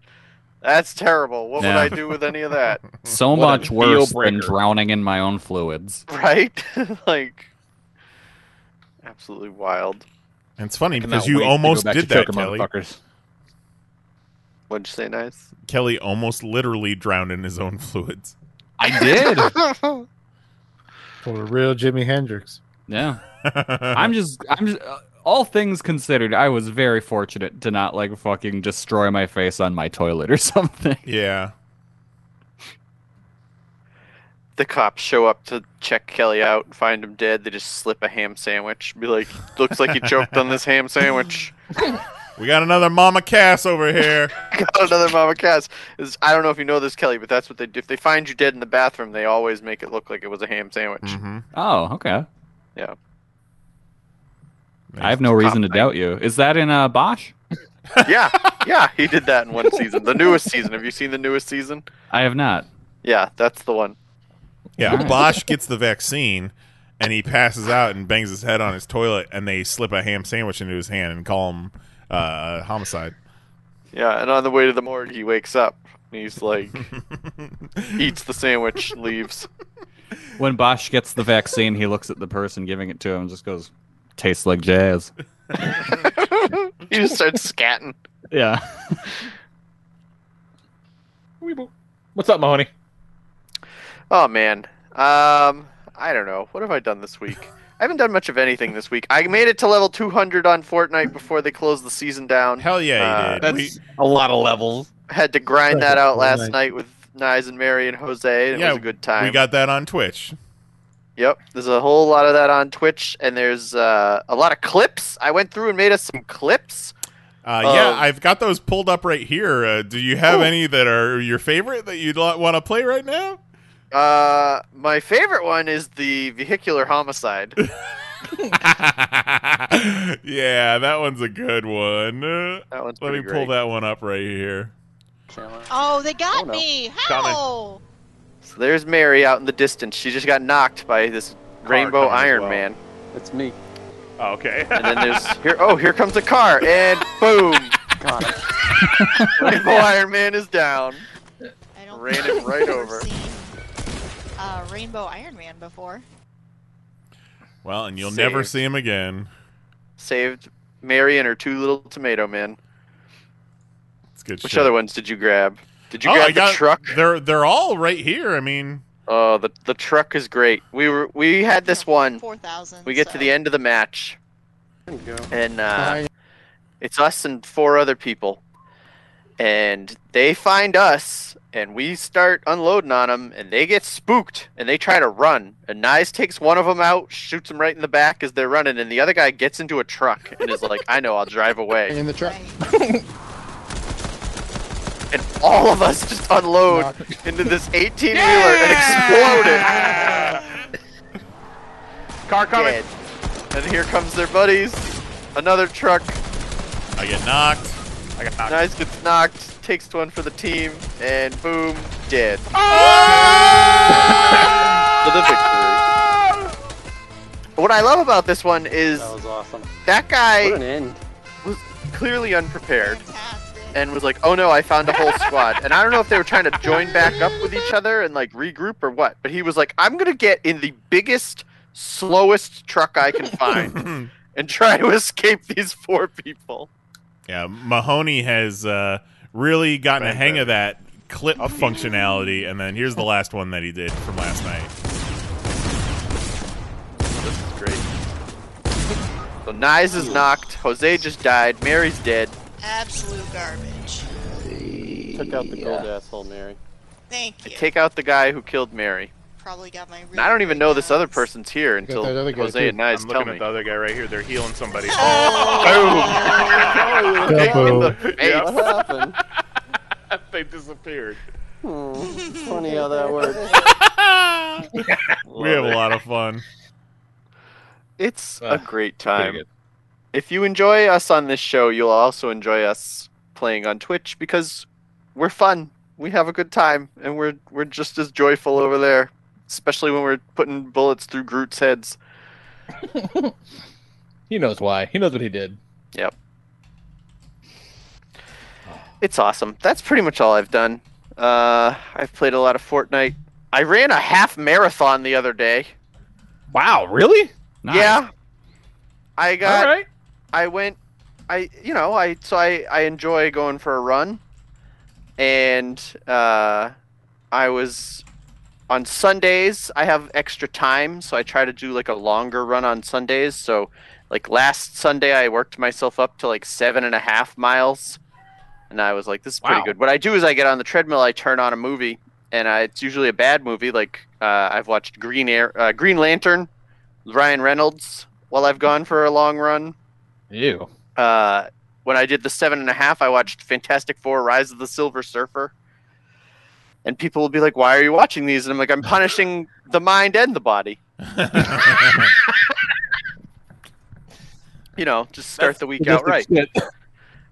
Speaker 9: that's terrible. What
Speaker 2: Yeah.
Speaker 9: would I do with any of that?
Speaker 2: So
Speaker 10: What a
Speaker 2: much
Speaker 10: deal
Speaker 2: worse than
Speaker 10: breaker.
Speaker 2: drowning in my own fluids.
Speaker 9: Right? like, absolutely wild.
Speaker 3: And it's funny
Speaker 9: I cannot
Speaker 3: because you
Speaker 9: wait to go
Speaker 3: almost
Speaker 9: back to
Speaker 3: did that,
Speaker 9: Joker
Speaker 3: Kelly.
Speaker 9: What'd you say, nice?
Speaker 3: Kelly almost literally drowned in his own fluids.
Speaker 2: I did.
Speaker 7: For a real Jimi Hendrix.
Speaker 2: Yeah. I'm just I'm just uh, all things considered, I was very fortunate to not like fucking destroy my face on my toilet or something.
Speaker 3: Yeah.
Speaker 9: The cops show up to check Kelly out and find him dead. They just slip a ham sandwich. Be like, looks like he choked on this ham sandwich.
Speaker 3: We got another Mama Cass over here.
Speaker 9: Got another mama Cass. Is I don't know if you know this, Kelly, but that's what they do. If they find you dead in the bathroom, they always make it look like it was a ham sandwich.
Speaker 2: Oh, okay.
Speaker 9: Yeah.
Speaker 2: I have no reason to doubt you. Is that in uh, Bosch?
Speaker 9: yeah, yeah, he did that in one season. The newest season. Have you seen the newest season?
Speaker 2: I have not.
Speaker 9: Yeah, that's the one.
Speaker 3: Yeah,
Speaker 9: Nice.
Speaker 3: Bosch gets the vaccine and he passes out and bangs his head on his toilet and they slip a ham sandwich into his hand and call him uh, homicide.
Speaker 9: Yeah, and on the way to the morgue, he wakes up and he's like, eats the sandwich, leaves.
Speaker 2: When Bosch gets the vaccine, he looks at the person giving it to him and just goes, "Tastes like jazz."
Speaker 9: he just starts scatting.
Speaker 2: Yeah.
Speaker 10: What's up, Mahoney?
Speaker 9: Oh man, um, I don't know. What have I done this week? I haven't done much of anything this week. I made it to level 200 on Fortnite before they closed the season down.
Speaker 3: Hell yeah, you did.
Speaker 9: Uh, That's
Speaker 10: a lot of levels.
Speaker 9: Had to grind that out last
Speaker 3: Fortnite.
Speaker 9: night with Nyes and Mary and Jose. And it was a good time.
Speaker 3: We got that on Twitch.
Speaker 9: Yep, there's a whole lot of that on Twitch, and there's uh, a lot of clips. I went through and made us some clips.
Speaker 3: Uh, yeah,
Speaker 9: Um,
Speaker 3: I've got those pulled up right here. Uh, do you have
Speaker 9: Ooh.
Speaker 3: any that are your favorite that you'd want to play right now?
Speaker 9: Uh, my favorite one is the vehicular homicide.
Speaker 3: yeah, that one's a good one. That
Speaker 9: one's
Speaker 3: Let me
Speaker 9: pretty
Speaker 3: pull
Speaker 9: great.
Speaker 3: that one up right here.
Speaker 12: Oh, they got
Speaker 9: Oh, no.
Speaker 12: me!
Speaker 9: Coming.
Speaker 12: How?
Speaker 9: So there's Mary out in the distance. She just got knocked by this rainbow
Speaker 8: coming as
Speaker 9: Iron
Speaker 8: well.
Speaker 9: Man.
Speaker 8: That's me. Oh, okay.
Speaker 9: And then there's here. Oh, here comes the car, and boom! rainbow Iron Man is down. Ran it right over.
Speaker 12: Uh, Rainbow Iron Man before.
Speaker 3: Well, and you'll never
Speaker 9: Saved.
Speaker 3: see him again.
Speaker 9: Saved Mary and her two little tomato men.
Speaker 3: It's good.
Speaker 9: Which
Speaker 3: shit.
Speaker 9: other ones did you grab? Did you
Speaker 3: Oh,
Speaker 9: grab
Speaker 3: I
Speaker 9: the
Speaker 3: got-
Speaker 9: truck?
Speaker 3: They're they're all right here. I mean,
Speaker 9: Oh, the the truck is great. We were we had this one.
Speaker 12: Four thousand.
Speaker 9: We get to the end of the match,
Speaker 8: There you go.
Speaker 9: and
Speaker 8: Ah,
Speaker 9: uh,
Speaker 8: yeah.
Speaker 9: it's us and four other people, and they find us, and we start unloading on them, and they get spooked, and they try to run. And Nice takes one of them out, shoots him right in the back as they're running, and the other guy gets into a truck and is like, "I know, I'll drive away."
Speaker 7: in the truck.
Speaker 9: And all of us just unload into this 18-wheeler and explode it.
Speaker 8: Car coming.
Speaker 9: Dead. And here comes their buddies. Another truck.
Speaker 3: I get knocked.
Speaker 8: I got
Speaker 9: Nice gets knocked. Takes one for the team, and boom, dead. So the victory. What I love about this one is
Speaker 8: That was awesome.
Speaker 9: that guy
Speaker 8: What an end.
Speaker 9: was clearly unprepared and was like, "Oh no, I found a whole squad." And I don't know if they were trying to join back up with each other and like regroup or what, but he was like, "I'm going to get in the biggest, slowest truck I can find and try to escape these four people."
Speaker 3: Yeah, Mahoney has uh, really gotten a hang of that clip functionality, and then here's the last one that he did from last night.
Speaker 9: This is great. So Nyes is knocked, Jose just died, Mary's dead.
Speaker 12: Absolute garbage.
Speaker 8: Took out the gold asshole, Mary.
Speaker 12: Thank
Speaker 9: They
Speaker 12: you.
Speaker 9: take out the guy who killed Mary.
Speaker 12: Probably got my.
Speaker 9: And I don't even know this other person's here until
Speaker 8: that other guy,
Speaker 9: Jose and Nyes
Speaker 8: I'm
Speaker 9: tell
Speaker 8: looking
Speaker 9: me.
Speaker 8: at the other guy right here. They're healing somebody.
Speaker 9: Oh!
Speaker 8: Boom!
Speaker 9: Kick in the
Speaker 8: Yeah,
Speaker 9: face.
Speaker 8: what happened? they disappeared. Hmm. funny how that works.
Speaker 3: we have a lot of fun.
Speaker 9: It's
Speaker 8: Ah,
Speaker 3: Uh,
Speaker 9: a great time.
Speaker 3: good.
Speaker 9: If you enjoy us on this show, you'll also enjoy us playing on Twitch because we're fun. We have a good time, and we're we're just as joyful over there, especially when we're putting bullets through Groot's heads.
Speaker 10: He knows why. He knows what he did.
Speaker 9: Yep. It's awesome. That's pretty much all I've done. Uh, I've played a lot of Fortnite. I ran a half marathon the other day.
Speaker 10: Wow, really?
Speaker 9: Yeah. I got.
Speaker 10: All right.
Speaker 9: I went. I you know I so I I enjoy going for a run, and uh, I was on Sundays. I have extra time, so I try to do like a longer run on Sundays. So like last Sunday, I worked myself up to like seven and a half miles, and I was like, this is pretty
Speaker 10: Wow.
Speaker 9: good. What I do is I get on the treadmill, I turn on a movie, and I, it's usually a bad movie. Like uh, I've watched Green Air, uh, Green Lantern, Ryan Reynolds while I've gone for a long run.
Speaker 10: Ew.
Speaker 9: Uh, when I did the seven and a half, I watched Fantastic Four: Rise of the Silver Surfer. And people will be like, "Why are you watching these?" And I'm like, "I'm punishing the mind and the body." you know, just start the week out right.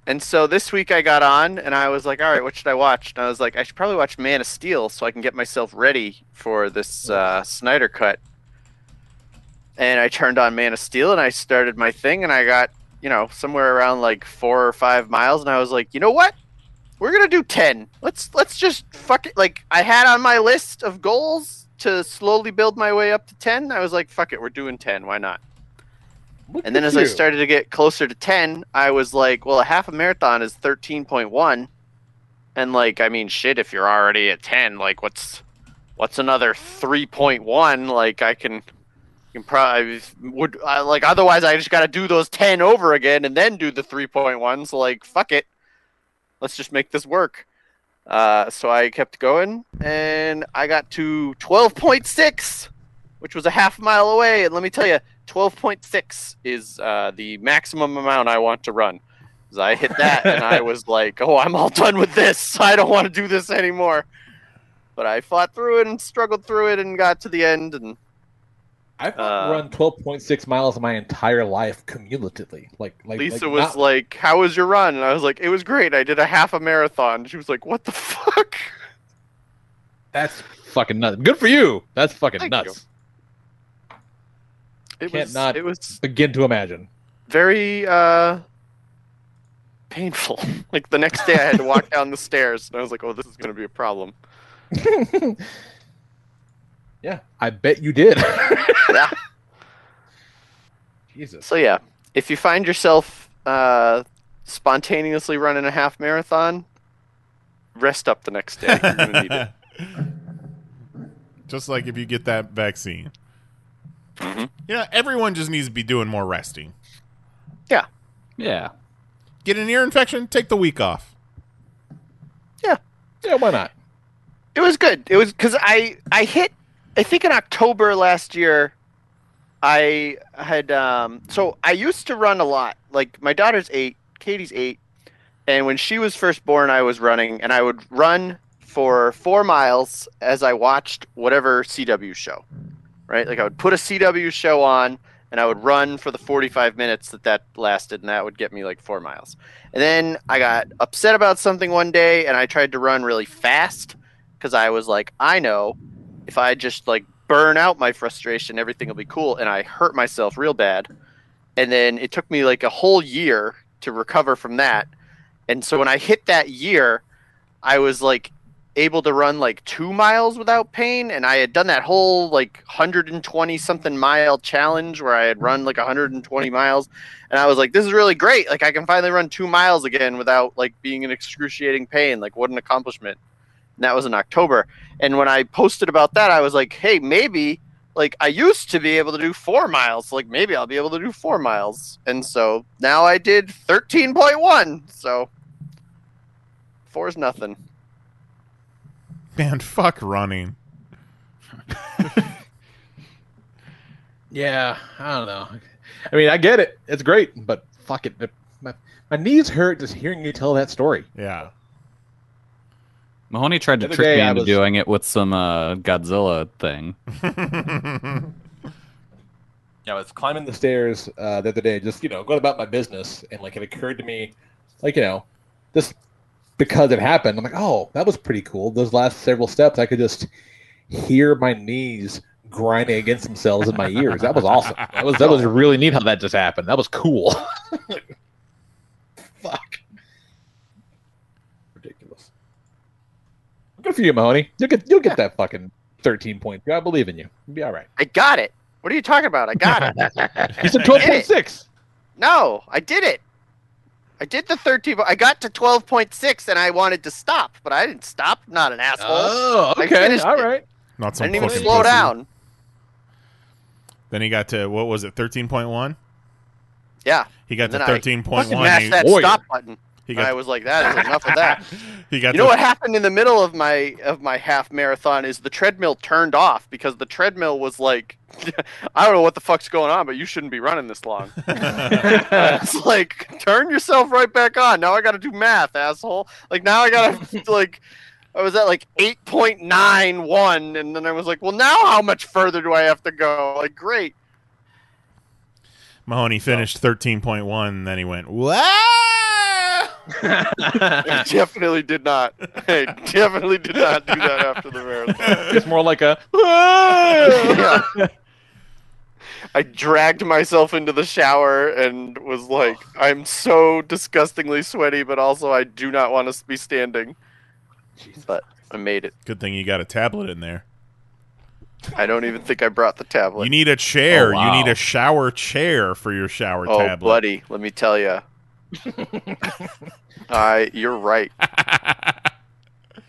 Speaker 9: And so this week I got on and I was like, all right, what should I watch? And I was like, I should probably watch Man of Steel so I can get myself ready for this uh, Snyder cut. And I turned on Man of Steel and I started my thing and I got, you know, somewhere around like four or five miles and I was like, you know what? We're gonna do ten. Let's let's just fuck it. Like I had on my list of goals to slowly build my way up to ten. I was like, fuck it, we're doing ten. Why not? and then
Speaker 8: at
Speaker 9: as I
Speaker 8: you.
Speaker 9: started to get closer to 10, I was like, well, a half a marathon is 13.1. And like, I mean, shit, if you're already at 10, like what's what's another 3.1? Like I can can probably would I, like otherwise I just got to do those 10 over again and then do the 3.1. So like, fuck it. Let's just make this work. Uh, so I kept going and I got to 12.6 which was a half mile away. And let me tell you, 12.6 is uh, the maximum amount I want to run. 'Cause I hit that and I was like, oh, I'm all done with this. I don't want to do this anymore. But I fought through it and struggled through it and got to the end and
Speaker 10: I've run 12.6 miles my entire life cumulatively. Like, like
Speaker 9: Lisa
Speaker 10: like
Speaker 9: was
Speaker 10: not-
Speaker 9: like, "How was your run?" And I was like, "It was great. I did a half a marathon." She was like, "What the fuck?"
Speaker 10: that's fucking nuts. Good for you. That's fucking
Speaker 9: Thank
Speaker 10: nuts.
Speaker 9: It
Speaker 10: Can't
Speaker 9: was
Speaker 10: not
Speaker 9: it was
Speaker 10: begin to imagine.
Speaker 9: very uh painful. like the next day I had to walk down the stairs and I was like, "Oh, this is going to be a problem."
Speaker 10: Yeah, I bet you did.
Speaker 9: yeah.
Speaker 10: Jesus.
Speaker 9: So yeah, if you find yourself uh spontaneously running a half marathon, rest up the next day. You're going to need it.
Speaker 3: Just like if you get that vaccine.
Speaker 9: Mhm.
Speaker 3: You know, everyone just needs to be doing more resting.
Speaker 9: Yeah.
Speaker 2: Yeah.
Speaker 3: Get an ear infection, take the week off.
Speaker 10: Yeah, why not?
Speaker 9: It was good. It was because I I hit I think in October last year I had um so I used to run a lot. Like my daughter's eight, Katie's eight, and when she was first born, I was running and I would run for four miles as I watched whatever CW show, right? Like I would put a CW show on and I would run for the 45 minutes that that lasted, and that would get me like four miles. And then I got upset about something one day, and I tried to run really fast because I was like, I know if I just like burn out my frustration, everything will be cool. And I hurt myself real bad. And then it took me like a whole year to recover from that. And so when I hit that year, I was like able to run like two miles without pain. And I had done that whole like 120 something mile challenge where I had run like 120 miles. And I was like, this is really great. Like I can finally run two miles again without like being in excruciating pain. Like what an accomplishment and that was in October. And when I posted about that, I was like, hey, maybe like I used to be able to do four miles. Like maybe I'll be able to do four miles. And so now I did thirteen point one. So four is nothing.
Speaker 3: Man, fuck running.
Speaker 10: Yeah, I don't know. I mean, I get it. It's great, but fuck it. My, my knees hurt just hearing you tell that story.
Speaker 3: Yeah.
Speaker 2: Mahoney tried to
Speaker 10: The other
Speaker 2: trick
Speaker 10: day
Speaker 2: me
Speaker 10: I
Speaker 2: into
Speaker 10: was-
Speaker 2: doing it with some uh, Godzilla thing.
Speaker 10: Yeah, I was climbing the stairs uh, the other day, just you know, going about my business, and like it occurred to me, like you know, just because it happened, I'm like, oh, that was pretty cool. Those last several steps, I could just hear my knees grinding against themselves in my ears. That was awesome. That was that was really neat how that just happened. That was cool. Fuck. Ridiculous. Good for you, Mahoney. You'll get you'll get that fucking thirteen point. I believe in you. You'll be all right.
Speaker 9: I got it. What are you talking about? I got it.
Speaker 10: You said twelve point six.
Speaker 9: No, I did it. I did the thirteen. I got to twelve point six, and I wanted to stop, but I didn't stop. I'm not an asshole.
Speaker 10: Oh,
Speaker 9: I
Speaker 10: okay.
Speaker 9: finished
Speaker 10: All
Speaker 9: it.
Speaker 10: right.
Speaker 3: Not
Speaker 9: I
Speaker 3: some
Speaker 9: didn't even
Speaker 3: fucking
Speaker 9: slow
Speaker 3: pussy.
Speaker 9: down.
Speaker 3: Then he got to what was it, thirteen point one?
Speaker 9: Yeah.
Speaker 3: He got
Speaker 9: And
Speaker 3: to
Speaker 9: then I
Speaker 3: thirteen point
Speaker 9: fucking
Speaker 3: one.
Speaker 9: mashed that stop button.
Speaker 3: He
Speaker 9: and
Speaker 3: got-
Speaker 9: I was like, "That is enough of that."
Speaker 3: He got
Speaker 9: you know
Speaker 3: to-
Speaker 9: what happened in the middle of my of my half marathon is the treadmill turned off because the treadmill was like, "I don't know what the fuck's going on, but you shouldn't be running this long." it's like, turn yourself right back on. Now I got to do math, asshole. Like now I got to like. I was at like 8.91, and then I was like, well, now how much further do I have to go? Like, great.
Speaker 3: Mahoney finished thirteen point one, then he went, Wow
Speaker 9: I definitely did not. I definitely did not do that after the marathon.
Speaker 10: It's more like a
Speaker 9: Yeah. I dragged myself into the shower and was like, I'm so disgustingly sweaty, but also I do not want to be standing. But I made it.
Speaker 3: Good thing you got a tablet in there.
Speaker 9: I don't even think I brought the tablet.
Speaker 3: You need a chair.
Speaker 9: Oh, wow.
Speaker 3: You need a shower chair for your shower
Speaker 9: oh,
Speaker 3: tablet.
Speaker 9: buddy, let me tell you. I, you're right.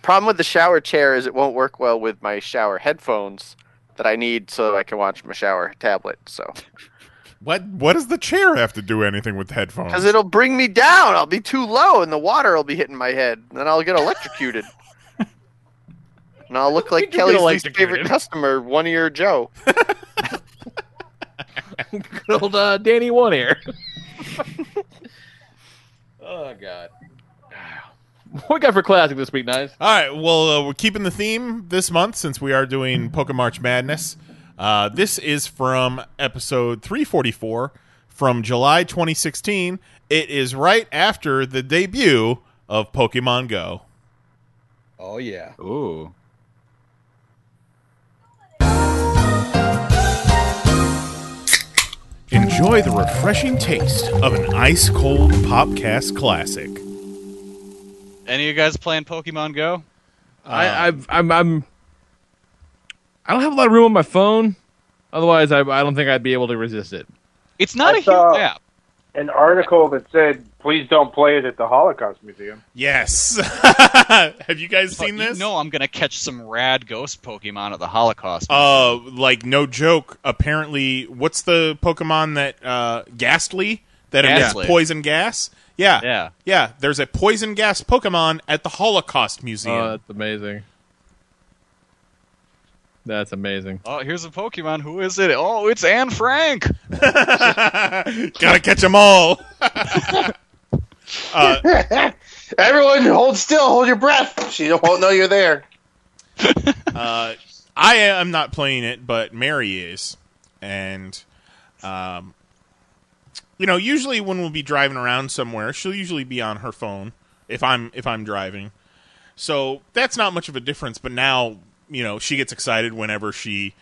Speaker 9: Problem with the shower chair is it won't work well with my shower headphones that I need so that I can watch my shower tablet. So.
Speaker 3: What what does the chair have to do anything with headphones?
Speaker 9: Because it'll bring me down. I'll be too low, and the water will be hitting my head. and Then I'll get electrocuted. and I'll look like
Speaker 10: get
Speaker 9: Kelly's least
Speaker 10: electrocuted.
Speaker 9: favorite customer, One Ear Joe.
Speaker 10: good old uh, Danny One Ear. oh God. What we got for classic this week, Nice?
Speaker 3: All right. Well, uh, we're keeping the theme this month since we are doing Pokemon March Madness. Uh, this is from episode 344 from July 2016. It is right after the debut of Pokemon Go.
Speaker 10: Oh yeah.
Speaker 2: Ooh.
Speaker 3: Enjoy the refreshing taste of an ice cold podcast classic.
Speaker 13: Any of you guys playing Pokemon Go?
Speaker 10: I, I've, I'm, I'm, I don't have a lot of room on my phone. Otherwise, I, I don't think I'd be able to resist it.
Speaker 13: It's not
Speaker 14: I
Speaker 13: a
Speaker 14: saw
Speaker 13: huge app.
Speaker 14: An article that said, "Please don't play it at the Holocaust Museum."
Speaker 3: Yes. Have you guys
Speaker 13: seen this? No, I'm gonna catch some rad ghost Pokemon at the Holocaust.
Speaker 3: Uh, like no joke. Apparently, what's the Pokemon that uh, Ghastly that emits
Speaker 13: Ghastly.
Speaker 3: poison gas? Yeah,
Speaker 13: yeah,
Speaker 3: yeah. There's a poison gas Pokemon at the Holocaust Museum.
Speaker 10: Oh, that's amazing. That's amazing.
Speaker 13: Oh, here's a Pokemon. Who is it? Oh, it's Anne Frank.
Speaker 3: Gotta catch them all.
Speaker 8: Uh, Everyone, hold still, hold your breath. She won't know you're there.
Speaker 3: uh, I am not playing it, but Mary is, and um, you know, usually when we'll be driving around somewhere, she'll usually be on her phone if I'm if I'm driving. So that's not much of a difference. But now, you know, she gets excited whenever she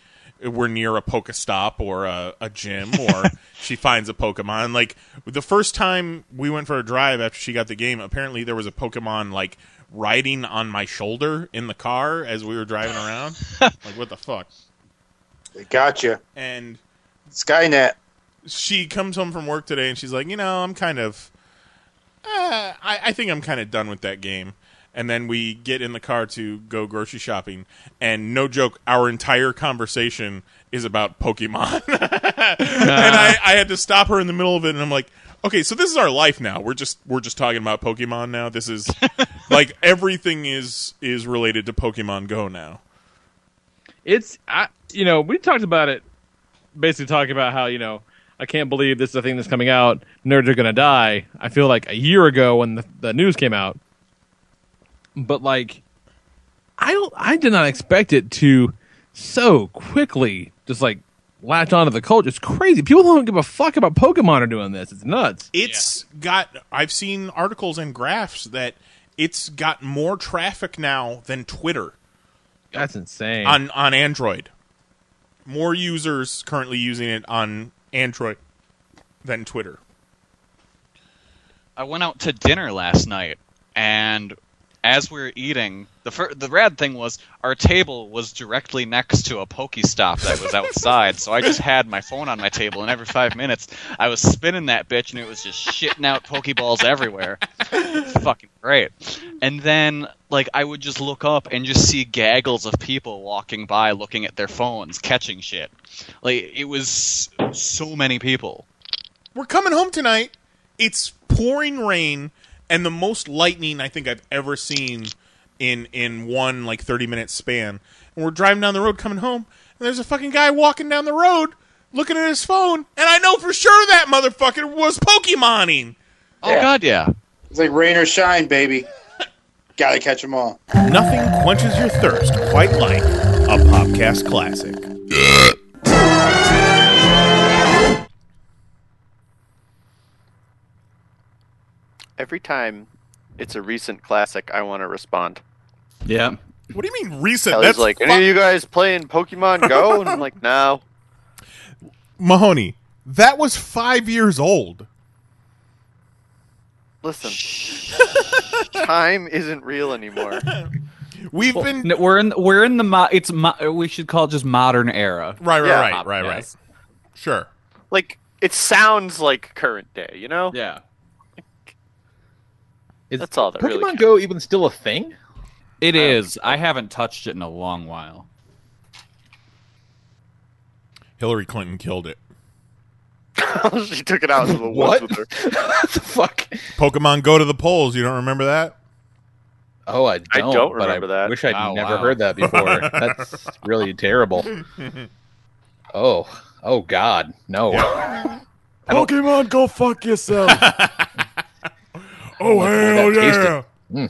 Speaker 3: we're near a Pokestop or a, a gym or she finds a Pokemon. Like the first time we went for a drive after she got the game, apparently there was a Pokemon like riding on my shoulder in the car as we were driving around. like what the fuck?
Speaker 14: They got you.
Speaker 3: And
Speaker 14: Skynet.
Speaker 3: She comes home from work today and she's like, you know, I'm kind of, uh, I, I think I'm kind of done with that game. And then we get in the car to go grocery shopping, and no joke, our entire conversation is about Pokemon. and I, I had to stop her in the middle of it, and I'm like, okay, so this is our life now. We're just we're just talking about Pokemon now. This is like everything is is related to Pokemon Go now.
Speaker 10: It's I, you know, we talked about it, basically talking about how you know I can't believe this is the thing that's coming out. Nerds are gonna die. I feel like a year ago when the, the news came out, but like, I don't, I did not expect it to so quickly just like latch onto the culture. It's crazy. People don't give a fuck about Pokemon are doing this. It's nuts.
Speaker 3: It's got I've seen articles and graphs that it's got more traffic now than Twitter
Speaker 10: That's insane.
Speaker 3: on on Android. More users currently using it on Android than Twitter.
Speaker 13: I went out to dinner last night, and as we were eating, the fir- the rad thing was our table was directly next to a Pokestop that was outside. so I just had my phone on my table, and every five minutes I was spinning that bitch, and it was just shitting out Pokeballs everywhere. It's fucking great. And then like I would just look up and just see gaggles of people walking by, looking at their phones, catching shit. Like it was so many people.
Speaker 3: We're coming home tonight. It's pouring rain and the most lightning I think I've ever seen in in one like 30 minute span. And we're driving down the road coming home and there's a fucking guy walking down the road looking at his phone and I know for sure that motherfucker was Pokemoning.
Speaker 13: Oh god, yeah.
Speaker 14: It's like rain or shine, baby. Gotta catch them all.
Speaker 3: Nothing quenches your thirst quite like a podcast classic.
Speaker 9: Every time it's a recent classic, I want to respond.
Speaker 2: Yeah.
Speaker 3: What do you mean recent?
Speaker 9: Kelly's
Speaker 3: That's
Speaker 9: like, any of you guys playing Pokemon Go? And I'm like, no.
Speaker 3: Mahoney. That was five years old.
Speaker 9: Listen, time isn't real anymore.
Speaker 3: We've
Speaker 2: been we're in we're in the mo- it's mo- we should call it just modern era.
Speaker 3: Right, right,
Speaker 9: Yeah.
Speaker 3: right, right, right.
Speaker 2: Yes.
Speaker 3: Sure.
Speaker 9: Like, it sounds like current day, you know?
Speaker 2: Yeah.
Speaker 9: That's all that
Speaker 2: Pokemon
Speaker 9: really counts.
Speaker 10: Go even still a thing?
Speaker 2: It is. I haven't touched it in a long while.
Speaker 3: Hillary Clinton killed it.
Speaker 9: she took it out into the
Speaker 10: What?
Speaker 9: woods with her.
Speaker 3: Pokemon Go to the polls. You don't remember that?
Speaker 10: Oh, I don't.
Speaker 9: I don't
Speaker 10: but
Speaker 9: remember that.
Speaker 10: Wish I'd
Speaker 9: Oh,
Speaker 10: never
Speaker 9: wow.
Speaker 10: heard that before. That's really terrible. Oh, oh God, no.
Speaker 11: Pokemon, go fuck yourself. oh
Speaker 10: I'll let
Speaker 11: hell
Speaker 10: that taste
Speaker 11: yeah!
Speaker 10: it. Mm.
Speaker 15: Oh,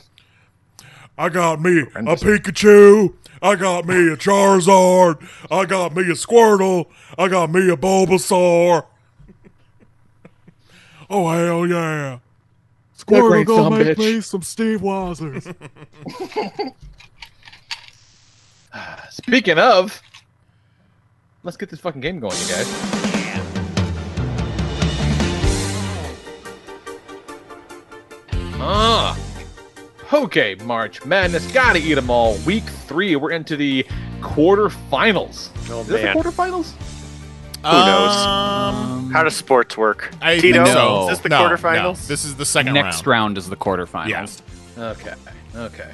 Speaker 15: I got me a Pikachu. I got me a Charizard. I got me a Squirtle. I got me a Bulbasaur. oh hell yeah!
Speaker 11: great
Speaker 15: Squirtle
Speaker 11: son
Speaker 15: gonna make
Speaker 11: bitch.
Speaker 15: me some Steve Weisers.
Speaker 10: Speaking of, let's get this fucking game going, you guys. Ah. Okay, March Madness. Gotta eat them all. Week three. We're into the quarterfinals. Oh, Is this
Speaker 9: man.
Speaker 10: the quarterfinals?
Speaker 9: Who knows?
Speaker 3: Um,
Speaker 9: How does sports work?
Speaker 10: I-
Speaker 9: Tito,
Speaker 10: no.
Speaker 9: is this the
Speaker 10: No, no.
Speaker 9: quarterfinals?
Speaker 3: This is the second
Speaker 2: Next round is the quarterfinals.
Speaker 3: Yeah.
Speaker 10: Okay. Okay.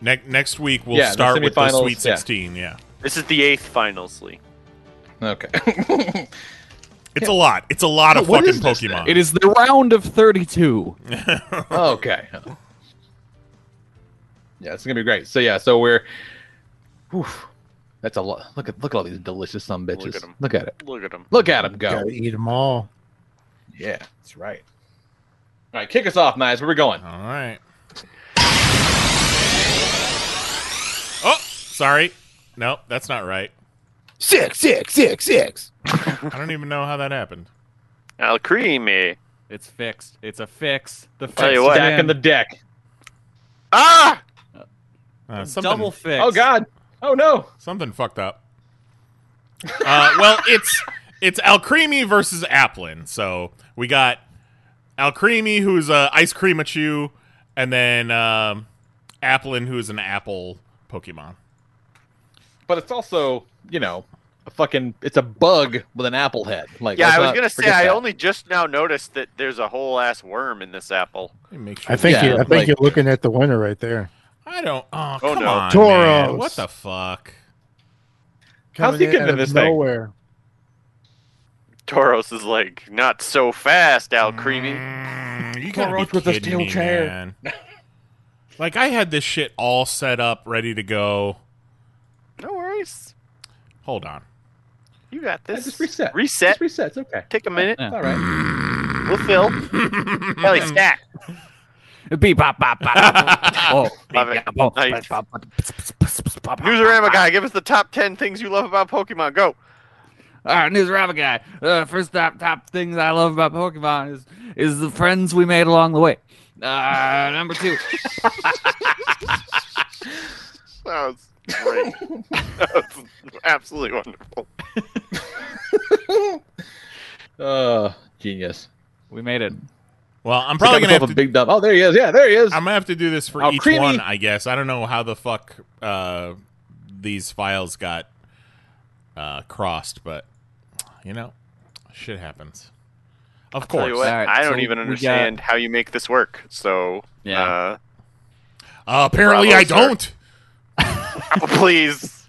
Speaker 3: Ne- next week we'll
Speaker 10: Yeah, the
Speaker 3: start with the
Speaker 10: semifinals,
Speaker 3: Sweet
Speaker 10: yeah.
Speaker 3: Sixteen. Yeah,
Speaker 9: This is the eighth finals league.
Speaker 10: Okay.
Speaker 3: it's a lot. It's a lot of
Speaker 2: What
Speaker 3: fucking
Speaker 2: is this thing?
Speaker 3: Pokemon.
Speaker 2: It is the round of 32.
Speaker 10: okay. Yeah, it's gonna be great. So yeah, so we're. Whew, that's a lot. Look at look at all these delicious some bitches. Look at,
Speaker 9: 'em.
Speaker 10: it.
Speaker 9: Look at 'em.
Speaker 10: Look at them go.
Speaker 7: Gotta eat them all.
Speaker 10: Yeah, that's right. All right, kick us off, Nice. Where we going?
Speaker 2: Uh,
Speaker 3: All right. Oh, sorry. No, that's not right.
Speaker 7: Six, six, six, six.
Speaker 3: I don't even know how that happened.
Speaker 9: Al creamy.
Speaker 2: It's fixed. It's a fix. The fix.
Speaker 9: Tell you what.
Speaker 2: Dan.
Speaker 10: deck.
Speaker 9: Ah!
Speaker 3: Uh,
Speaker 2: Double fix.
Speaker 10: Oh God! Oh no!
Speaker 3: Something fucked up. Uh, well, it's it's Alcremie versus Applin. So we got Alcremie, who's uh, ice cream at you, and then um, Applin, who's an apple Pokemon.
Speaker 10: But it's also you know a fucking it's a bug with an apple head. Like
Speaker 9: yeah,
Speaker 10: let's
Speaker 9: I was
Speaker 10: not
Speaker 9: gonna say
Speaker 10: forget
Speaker 9: I
Speaker 10: that.
Speaker 9: only just now noticed that there's a whole ass worm in this apple.
Speaker 7: I think
Speaker 10: Yeah,
Speaker 7: you, I think
Speaker 10: like-
Speaker 7: you're looking at the winner right there.
Speaker 3: I don't. Oh,
Speaker 9: Oh,
Speaker 3: come
Speaker 9: no.
Speaker 3: on,
Speaker 7: Tauros.
Speaker 3: man. What the fuck?
Speaker 10: How's he
Speaker 7: Coming in
Speaker 10: getting
Speaker 7: out
Speaker 10: to
Speaker 7: of
Speaker 10: this thing?
Speaker 7: nowhere.
Speaker 9: Tauros is like not so fast, Al creamy. Mm,
Speaker 3: you gotta be kidding me, man. like I had this shit all set up, ready to go.
Speaker 9: No worries.
Speaker 3: Hold on.
Speaker 9: You got this.
Speaker 10: just reset.
Speaker 9: Reset.
Speaker 10: Just resets. Okay.
Speaker 9: Take a minute.
Speaker 10: All right.
Speaker 9: We'll fill. Ellie, stack.
Speaker 2: Beep, bop, bop, bop. oh,
Speaker 9: Love it. Nice. Newsarama guy, give us the top ten things you love about Pokemon. Go.
Speaker 2: All right, news rabbit guy. Uh, first top top things I love about Pokemon is is the friends we made along the way. Uh, number two,
Speaker 9: That was great. that was absolutely wonderful.
Speaker 10: Uh, genius.
Speaker 2: We made it.
Speaker 3: Well, I'm probably gonna have
Speaker 10: a
Speaker 3: to-
Speaker 10: big dub. Oh, there he is. Yeah, there he is.
Speaker 3: I'm gonna have to do this for
Speaker 10: Oh,
Speaker 3: each
Speaker 10: creamy.
Speaker 3: one, I guess. I don't know how the fuck uh, these files got uh, crossed, but you know, shit happens. Of course,
Speaker 9: Tell you what, I don't even understand how you make this work. So
Speaker 3: Yeah.
Speaker 9: uh,
Speaker 3: Uh, apparently,
Speaker 9: Bravo,
Speaker 3: I
Speaker 9: sir.
Speaker 3: don't.
Speaker 9: uh, please.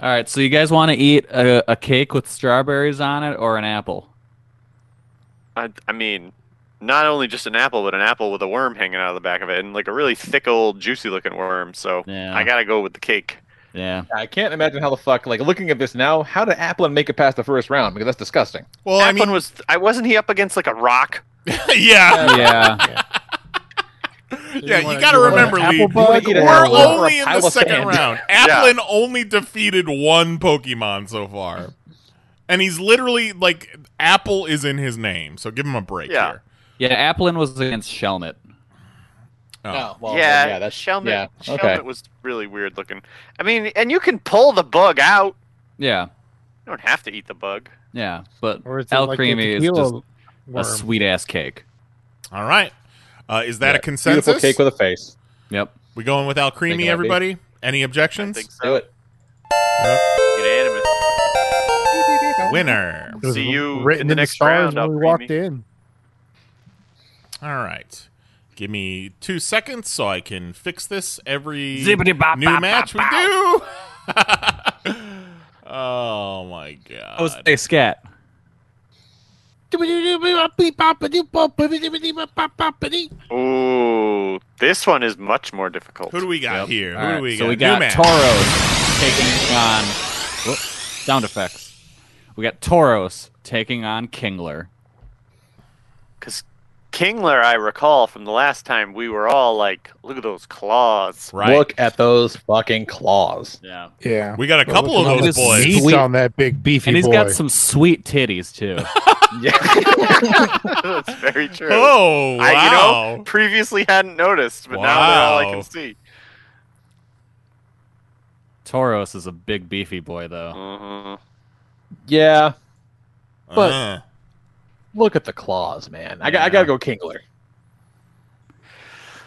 Speaker 2: All right, so you guys want to eat a, a cake with strawberries on it or an apple?
Speaker 9: I, I mean, not only just an apple, but an apple with a worm hanging out of the back of it, and like a really thick old juicy looking worm. So
Speaker 2: Yeah.
Speaker 9: I gotta go with the cake.
Speaker 2: Yeah.
Speaker 10: I can't imagine how the fuck like looking at this now. How did Applin make it past the first round? Because that's disgusting.
Speaker 3: Well,
Speaker 9: I mean, was I wasn't he up against like a rock?
Speaker 3: yeah,
Speaker 2: Yeah.
Speaker 3: yeah. You,
Speaker 7: wanna-
Speaker 3: gotta
Speaker 7: you wanna
Speaker 3: remember,
Speaker 7: apple
Speaker 3: Lee.
Speaker 7: bug
Speaker 3: We're
Speaker 7: or a apple or a
Speaker 3: only in
Speaker 7: pile
Speaker 3: the
Speaker 7: of
Speaker 3: second
Speaker 7: sand?
Speaker 3: round.
Speaker 7: Yeah.
Speaker 3: Applin only defeated one Pokemon so far, and he's literally like Apple is in his name. So give him a break
Speaker 9: Yeah.
Speaker 3: here.
Speaker 2: Yeah, Applin was against Shelmet.
Speaker 3: Oh.
Speaker 9: yeah,
Speaker 10: yeah, that's-
Speaker 9: Shelmet.
Speaker 10: yeah,
Speaker 9: Shelmet
Speaker 10: okay.
Speaker 9: was really weird looking. I mean, and you can pull the bug out.
Speaker 2: Yeah,
Speaker 9: You don't have to eat the bug.
Speaker 2: yeah, but
Speaker 7: Or is it
Speaker 2: El
Speaker 7: like the
Speaker 2: Creamy is
Speaker 7: tequila
Speaker 2: just
Speaker 7: worm?
Speaker 2: a sweet ass cake.
Speaker 3: All right. Uh, is that
Speaker 10: Yeah.
Speaker 3: a consensus?
Speaker 10: Beautiful cake with a face.
Speaker 2: Yep.
Speaker 3: We going with Al
Speaker 10: Think it might
Speaker 3: Creamy,
Speaker 10: be.
Speaker 3: everybody? Any objections?
Speaker 9: I think so.
Speaker 10: Do it.
Speaker 9: Unanimous.
Speaker 3: Winner.
Speaker 7: It was
Speaker 9: See you
Speaker 7: written
Speaker 9: in the next
Speaker 7: stars
Speaker 9: round.
Speaker 7: when
Speaker 9: Al
Speaker 7: we
Speaker 9: Creamy.
Speaker 7: walked in.
Speaker 3: All right. Give me two seconds so I can fix this every
Speaker 2: Zippity-bop,
Speaker 3: new
Speaker 2: bop,
Speaker 3: match
Speaker 2: bop,
Speaker 3: we do. oh my god.
Speaker 2: Oh, say scat.
Speaker 9: Ooh, this one is much more difficult.
Speaker 3: Who do we got here? Who
Speaker 2: All
Speaker 3: do
Speaker 2: right,
Speaker 3: we
Speaker 2: so
Speaker 3: got?
Speaker 2: we
Speaker 3: New
Speaker 2: got
Speaker 3: match.
Speaker 2: Toros taking on whoop, sound effects. We got Toros taking on Kingler.
Speaker 9: Because Kingler, I recall from the last time, we were all like, "Look at those claws!"
Speaker 10: Look at those fucking claws.
Speaker 9: Yeah.
Speaker 7: Yeah,
Speaker 3: We got a couple of
Speaker 7: Look at
Speaker 3: those
Speaker 7: the
Speaker 3: boys.
Speaker 7: meat
Speaker 3: Sweet.
Speaker 7: on that big beefy
Speaker 2: and he's
Speaker 7: boy.
Speaker 2: got some sweet titties too.
Speaker 9: That's very true.
Speaker 3: Oh,
Speaker 9: I, you know,
Speaker 3: wow.
Speaker 9: previously hadn't noticed, but now they're all I
Speaker 2: Wow.
Speaker 9: can see.
Speaker 2: Tauros is a big beefy boy though. Mm-hmm.
Speaker 10: Yeah. But
Speaker 2: Uh-huh.
Speaker 10: look at the claws, man. I, got, I gotta go Kingler.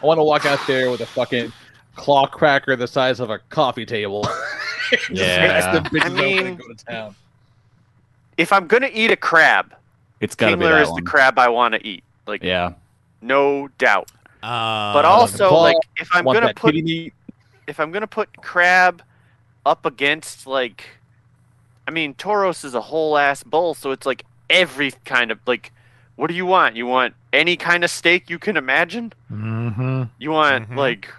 Speaker 10: I want to walk out there with a fucking claw cracker the size of a coffee table. Just smash the bitches
Speaker 9: I
Speaker 10: open
Speaker 9: mean,
Speaker 10: and go to town.
Speaker 9: if I'm gonna eat a crab,
Speaker 2: It's gotta be
Speaker 9: Kingler
Speaker 2: that
Speaker 9: is
Speaker 2: one.
Speaker 9: the crab I want to eat. Like,
Speaker 2: yeah.
Speaker 9: no doubt.
Speaker 3: Uh,
Speaker 9: but
Speaker 2: I want the
Speaker 9: also,
Speaker 2: claw,
Speaker 9: like, if I'm
Speaker 2: want
Speaker 9: gonna
Speaker 2: that
Speaker 9: put
Speaker 2: kitty
Speaker 9: if I'm gonna put crab up against like, I mean, Tauros is a whole ass bull, so it's like every kind of like, what do you want? You want any kind of steak you can imagine?
Speaker 7: Mm-hmm.
Speaker 9: You want like what-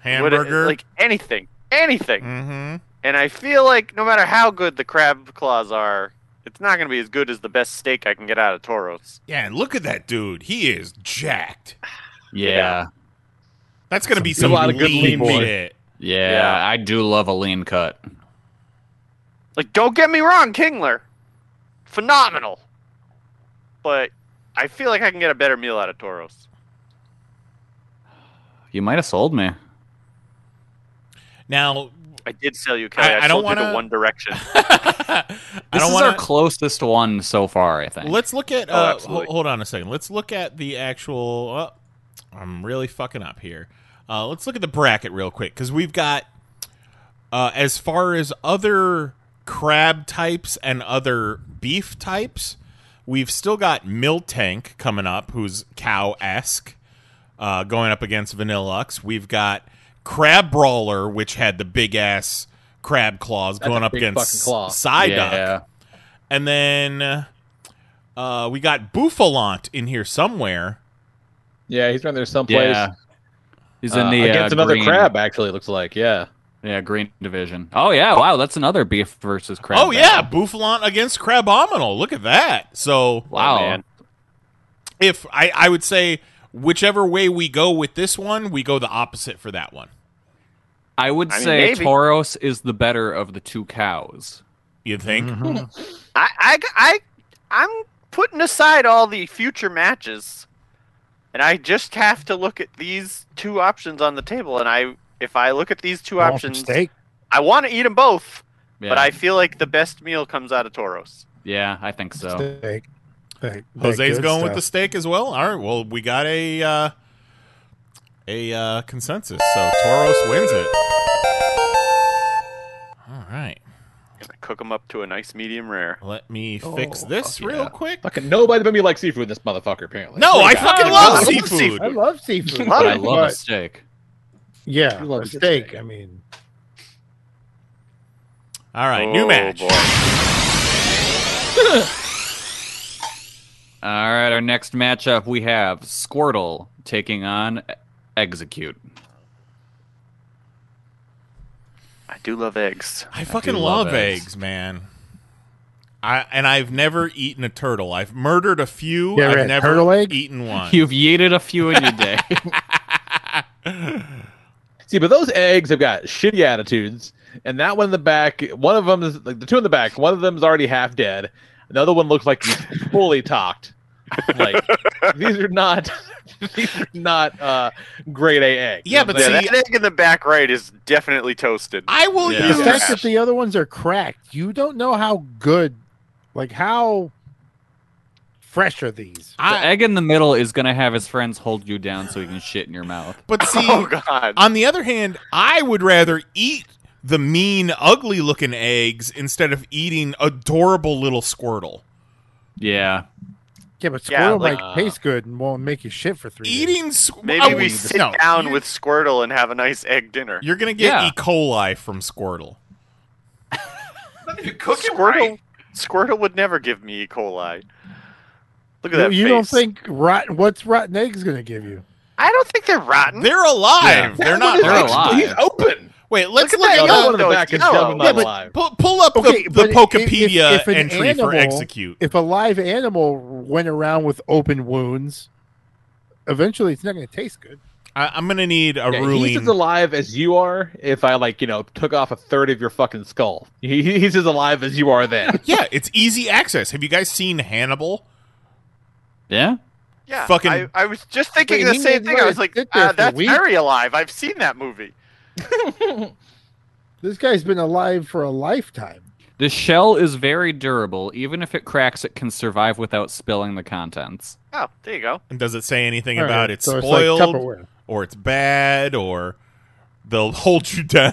Speaker 3: Hamburger?
Speaker 9: like anything, anything. Mm-hmm. And I feel like no matter how good the crab claws are, it's not going to be as good as the best steak I can get out of Toros.
Speaker 3: Yeah, and look at that dude. He is jacked.
Speaker 2: Yeah.
Speaker 3: That's gonna
Speaker 2: Some
Speaker 3: be
Speaker 2: good-
Speaker 3: some
Speaker 2: a lot of good lean
Speaker 3: lean
Speaker 2: boy.
Speaker 3: shit.
Speaker 2: yeah. I do love a lean cut.
Speaker 9: Like, don't get me wrong, Kingler, phenomenal. But I feel like I can get a better meal out of Toros.
Speaker 2: You might have sold me.
Speaker 3: Now,
Speaker 9: I did sell you, Kelly.
Speaker 3: I-
Speaker 9: I,
Speaker 3: I don't
Speaker 9: sold you
Speaker 3: wanna-
Speaker 9: to One Direction.
Speaker 2: This
Speaker 3: don't
Speaker 2: is
Speaker 3: wanna-
Speaker 2: our closest one so far, I think.
Speaker 3: Let's look at.
Speaker 2: Oh,
Speaker 3: Uh,
Speaker 2: absolutely.
Speaker 3: ho- hold on a second. Let's look at the actual. Uh, I'm really fucking up here. Uh, let's look at the bracket real quick because we've got uh, as far as other crab types and other beef types, we've still got Miltank coming up, who's cow esque, uh, going up against Vanillux. We've got Crab Brawler, which had the big ass crab claws
Speaker 10: That's
Speaker 3: going
Speaker 10: a
Speaker 3: up
Speaker 10: big
Speaker 3: against
Speaker 10: fucking claw.
Speaker 3: Psyduck.
Speaker 10: Yeah.
Speaker 3: And then uh, we got Buffalant in here somewhere.
Speaker 10: Yeah, he's around there someplace.
Speaker 3: Yeah.
Speaker 2: He's
Speaker 10: Uh,
Speaker 2: in the
Speaker 10: against
Speaker 2: uh,
Speaker 10: another
Speaker 2: green-
Speaker 10: crab. Actually, it looks like yeah.
Speaker 2: Yeah, green division. Oh yeah, wow, that's another beef versus crab.
Speaker 3: oh, yeah. Buffalant against Crabominal. Look at that. So, um,
Speaker 2: Wow. man.
Speaker 3: If I, I would say whichever way we go with this one, we go the opposite for that one.
Speaker 2: I would
Speaker 3: I mean,
Speaker 2: say
Speaker 3: maybe.
Speaker 2: Tauros is the better of the two cows.
Speaker 3: You think?
Speaker 2: Mm.
Speaker 7: Mm-hmm.
Speaker 9: I, I, I, I'm putting aside all the future matches, and I just have to look at these two options on the table. And I, if I look at these two
Speaker 7: Want some
Speaker 9: options,
Speaker 7: steak?
Speaker 9: I want to eat them both, but
Speaker 2: Yeah.
Speaker 9: I feel like the best meal comes out of Toros.
Speaker 2: Yeah, I think so.
Speaker 7: Steak. Steak.
Speaker 3: Jose's
Speaker 7: Good
Speaker 3: going with
Speaker 7: stuff.
Speaker 3: the steak as well. All right. Well, we got a uh, a uh, consensus. So Toros wins it. All right.
Speaker 9: Cook them up to a nice medium rare.
Speaker 3: Let me fix
Speaker 2: Oh,
Speaker 3: this real quick.
Speaker 10: Fucking nobody but me likes seafood in this motherfucker. Apparently.
Speaker 3: No, I fucking love
Speaker 10: I
Speaker 3: seafood.
Speaker 7: I love seafood.
Speaker 10: Love it.
Speaker 7: but-
Speaker 2: steak.
Speaker 7: Yeah,
Speaker 10: You love
Speaker 7: a
Speaker 10: a good
Speaker 7: steak. I mean,
Speaker 3: All right.
Speaker 9: Oh,
Speaker 3: new match.
Speaker 2: All right, our next matchup we have Squirtle taking on Execute.
Speaker 9: I do love eggs.
Speaker 3: I fucking love, eggs. man. I and I've never eaten a turtle. I've murdered a few.
Speaker 2: You ever
Speaker 3: I've
Speaker 2: had
Speaker 3: never
Speaker 2: turtle egg?
Speaker 3: eaten one.
Speaker 2: You've yeeted a few in your day.
Speaker 10: See, but those eggs have got shitty attitudes, and that one in the back, one of them is like the two in the back. One of them is already half dead. Another one looks like he's fully talked. Like these are not, these are not uh, grade A eggs. You know what I'm saying?
Speaker 9: that egg in the back right is definitely toasted.
Speaker 3: I will
Speaker 10: Yeah.
Speaker 7: the fact that the other ones are cracked, you don't know how good, like how fresh are these?
Speaker 2: the egg in the middle is gonna have his friends hold you down so he can shit in your mouth.
Speaker 9: Oh,
Speaker 3: But see, on the other hand, I would rather eat the mean, ugly looking eggs instead of eating adorable little Squirtle.
Speaker 2: Yeah.
Speaker 7: Yeah, but squirrel
Speaker 3: Yeah, like-
Speaker 7: might taste good and won't make you shit for three.
Speaker 3: Eating squirrel.
Speaker 9: Maybe we sit down with Squirtle and have a nice egg dinner.
Speaker 3: You're gonna get
Speaker 9: Yeah.
Speaker 3: E. coli from Squirtle.
Speaker 9: Squirtle. Squirtle would never give me E. coli. Look
Speaker 7: you,
Speaker 9: at that
Speaker 7: you
Speaker 9: face.
Speaker 7: don't think rotten? What's rotten eggs going to give you?
Speaker 9: I don't think they're rotten.
Speaker 3: They're
Speaker 7: Yeah.
Speaker 3: alive. They're
Speaker 7: What
Speaker 3: not.
Speaker 7: is They're alive.
Speaker 10: He's open.
Speaker 3: Wait, let's
Speaker 7: at
Speaker 3: look
Speaker 7: that
Speaker 3: at
Speaker 7: yellow one
Speaker 10: in the back is dumb and not alive.
Speaker 3: Pull, pull up
Speaker 7: Okay,
Speaker 3: the,
Speaker 7: but
Speaker 3: the
Speaker 7: if-
Speaker 3: Pokepedia
Speaker 7: if- if an
Speaker 3: entry for
Speaker 7: animal-
Speaker 3: execute.
Speaker 7: If a live animal went around with open wounds, eventually it's not going to taste good.
Speaker 3: I, I'm gonna need a
Speaker 10: Yeah,
Speaker 3: ruling.
Speaker 10: He's as alive as you are if I like, you know, took off a third of your fucking skull. He, he's as alive as you are then.
Speaker 3: yeah, it's easy access. Have you guys seen Hannibal?
Speaker 2: Yeah.
Speaker 9: Yeah,
Speaker 3: Fucking-
Speaker 9: I, I was just thinking
Speaker 3: Wait,
Speaker 9: the
Speaker 3: he
Speaker 9: same
Speaker 3: didn't
Speaker 9: thing.
Speaker 3: let
Speaker 9: I
Speaker 3: it
Speaker 9: was like,
Speaker 3: sit there
Speaker 9: uh,
Speaker 3: for a
Speaker 9: that's
Speaker 3: week?
Speaker 9: very alive. I've seen that movie.
Speaker 7: This guy's been alive for a lifetime.
Speaker 2: The shell is very durable. Even if it cracks, it can survive without spilling the contents.
Speaker 9: Oh, there you go.
Speaker 3: And does it say anything
Speaker 2: All right,
Speaker 3: about it's
Speaker 2: so it's like
Speaker 3: spoiled
Speaker 2: Tupperware.
Speaker 3: or it's bad or they'll hold you down?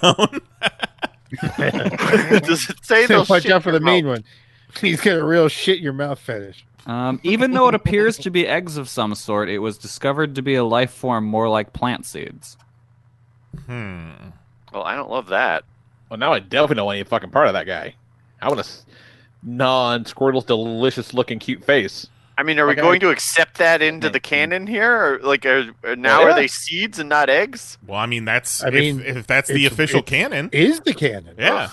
Speaker 9: does it say
Speaker 7: So watch out for the mean one. He's got a real shit your mouth fetish.
Speaker 2: Um, even though it appears to be eggs of some sort, it was discovered to be a life form more like plant seeds.
Speaker 3: Hmm.
Speaker 9: Well, I don't love that.
Speaker 10: Well, now I definitely don't want any fucking part of that guy. I want a s- non-Squirtle's delicious-looking cute face.
Speaker 9: I mean, are we
Speaker 10: Okay.
Speaker 9: going to accept that into the canon here? Or, like, are, are now
Speaker 10: Yeah.
Speaker 9: are they seeds and not eggs?
Speaker 3: Well, I mean that's
Speaker 9: I
Speaker 3: if-
Speaker 9: mean,
Speaker 3: if, that's the
Speaker 9: it's-
Speaker 3: official
Speaker 9: it
Speaker 3: canon.
Speaker 7: Is the canon.
Speaker 3: Yeah.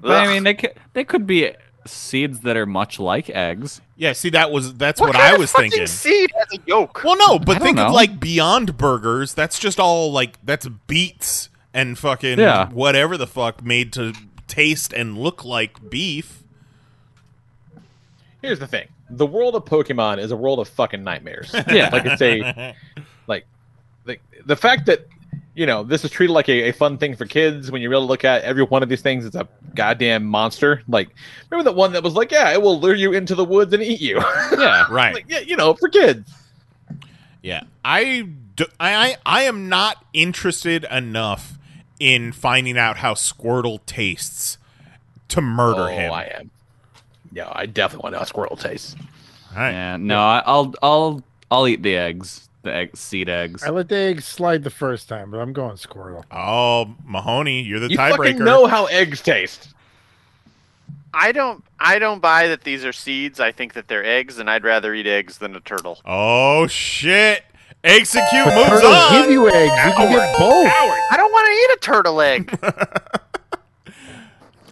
Speaker 2: But I mean, they could they could be seeds that are much like eggs.
Speaker 3: Yeah, see that was that's what,
Speaker 2: kind
Speaker 3: I
Speaker 2: of
Speaker 3: was
Speaker 2: fucking
Speaker 3: thinking.
Speaker 9: Seed has a yolk.
Speaker 3: Well, no, but
Speaker 2: don't
Speaker 3: think of
Speaker 2: know.
Speaker 3: like Beyond Burgers. That's just all like that's beets and fucking
Speaker 2: Yeah.
Speaker 3: whatever the fuck made to taste and look like beef.
Speaker 10: Here's the thing: the world of Pokemon is a world of fucking nightmares.
Speaker 3: Yeah.
Speaker 10: like it's a like the the fact that you know this is treated like a, a fun thing for kids when you really look at every one of these things it's a goddamn monster like remember the one that was like yeah it will lure you into the woods and eat you
Speaker 2: yeah
Speaker 3: right
Speaker 10: yeah you know for kids
Speaker 3: Yeah, I, d- I- I- I am not interested enough in finding out how Squirtle tastes to
Speaker 10: Oh,
Speaker 3: murder him. I
Speaker 10: am. yeah i definitely want to know how squirrel tastes
Speaker 2: Yeah, no, I I'll I'll I'll eat the eggs, the egg, seed eggs.
Speaker 7: I let the egg slide the first time, but I'm going squirrel.
Speaker 3: Oh, Mahoney, you're the
Speaker 10: You
Speaker 3: tiebreaker.
Speaker 10: fucking know how eggs taste.
Speaker 9: I don't. I don't buy that these are seeds. I think that they're eggs, and I'd rather eat eggs than a turtle.
Speaker 3: Oh shit! Execute moves
Speaker 9: turtles
Speaker 3: on.
Speaker 9: give you eggs. You can get
Speaker 3: both.
Speaker 9: I don't want to eat a turtle egg.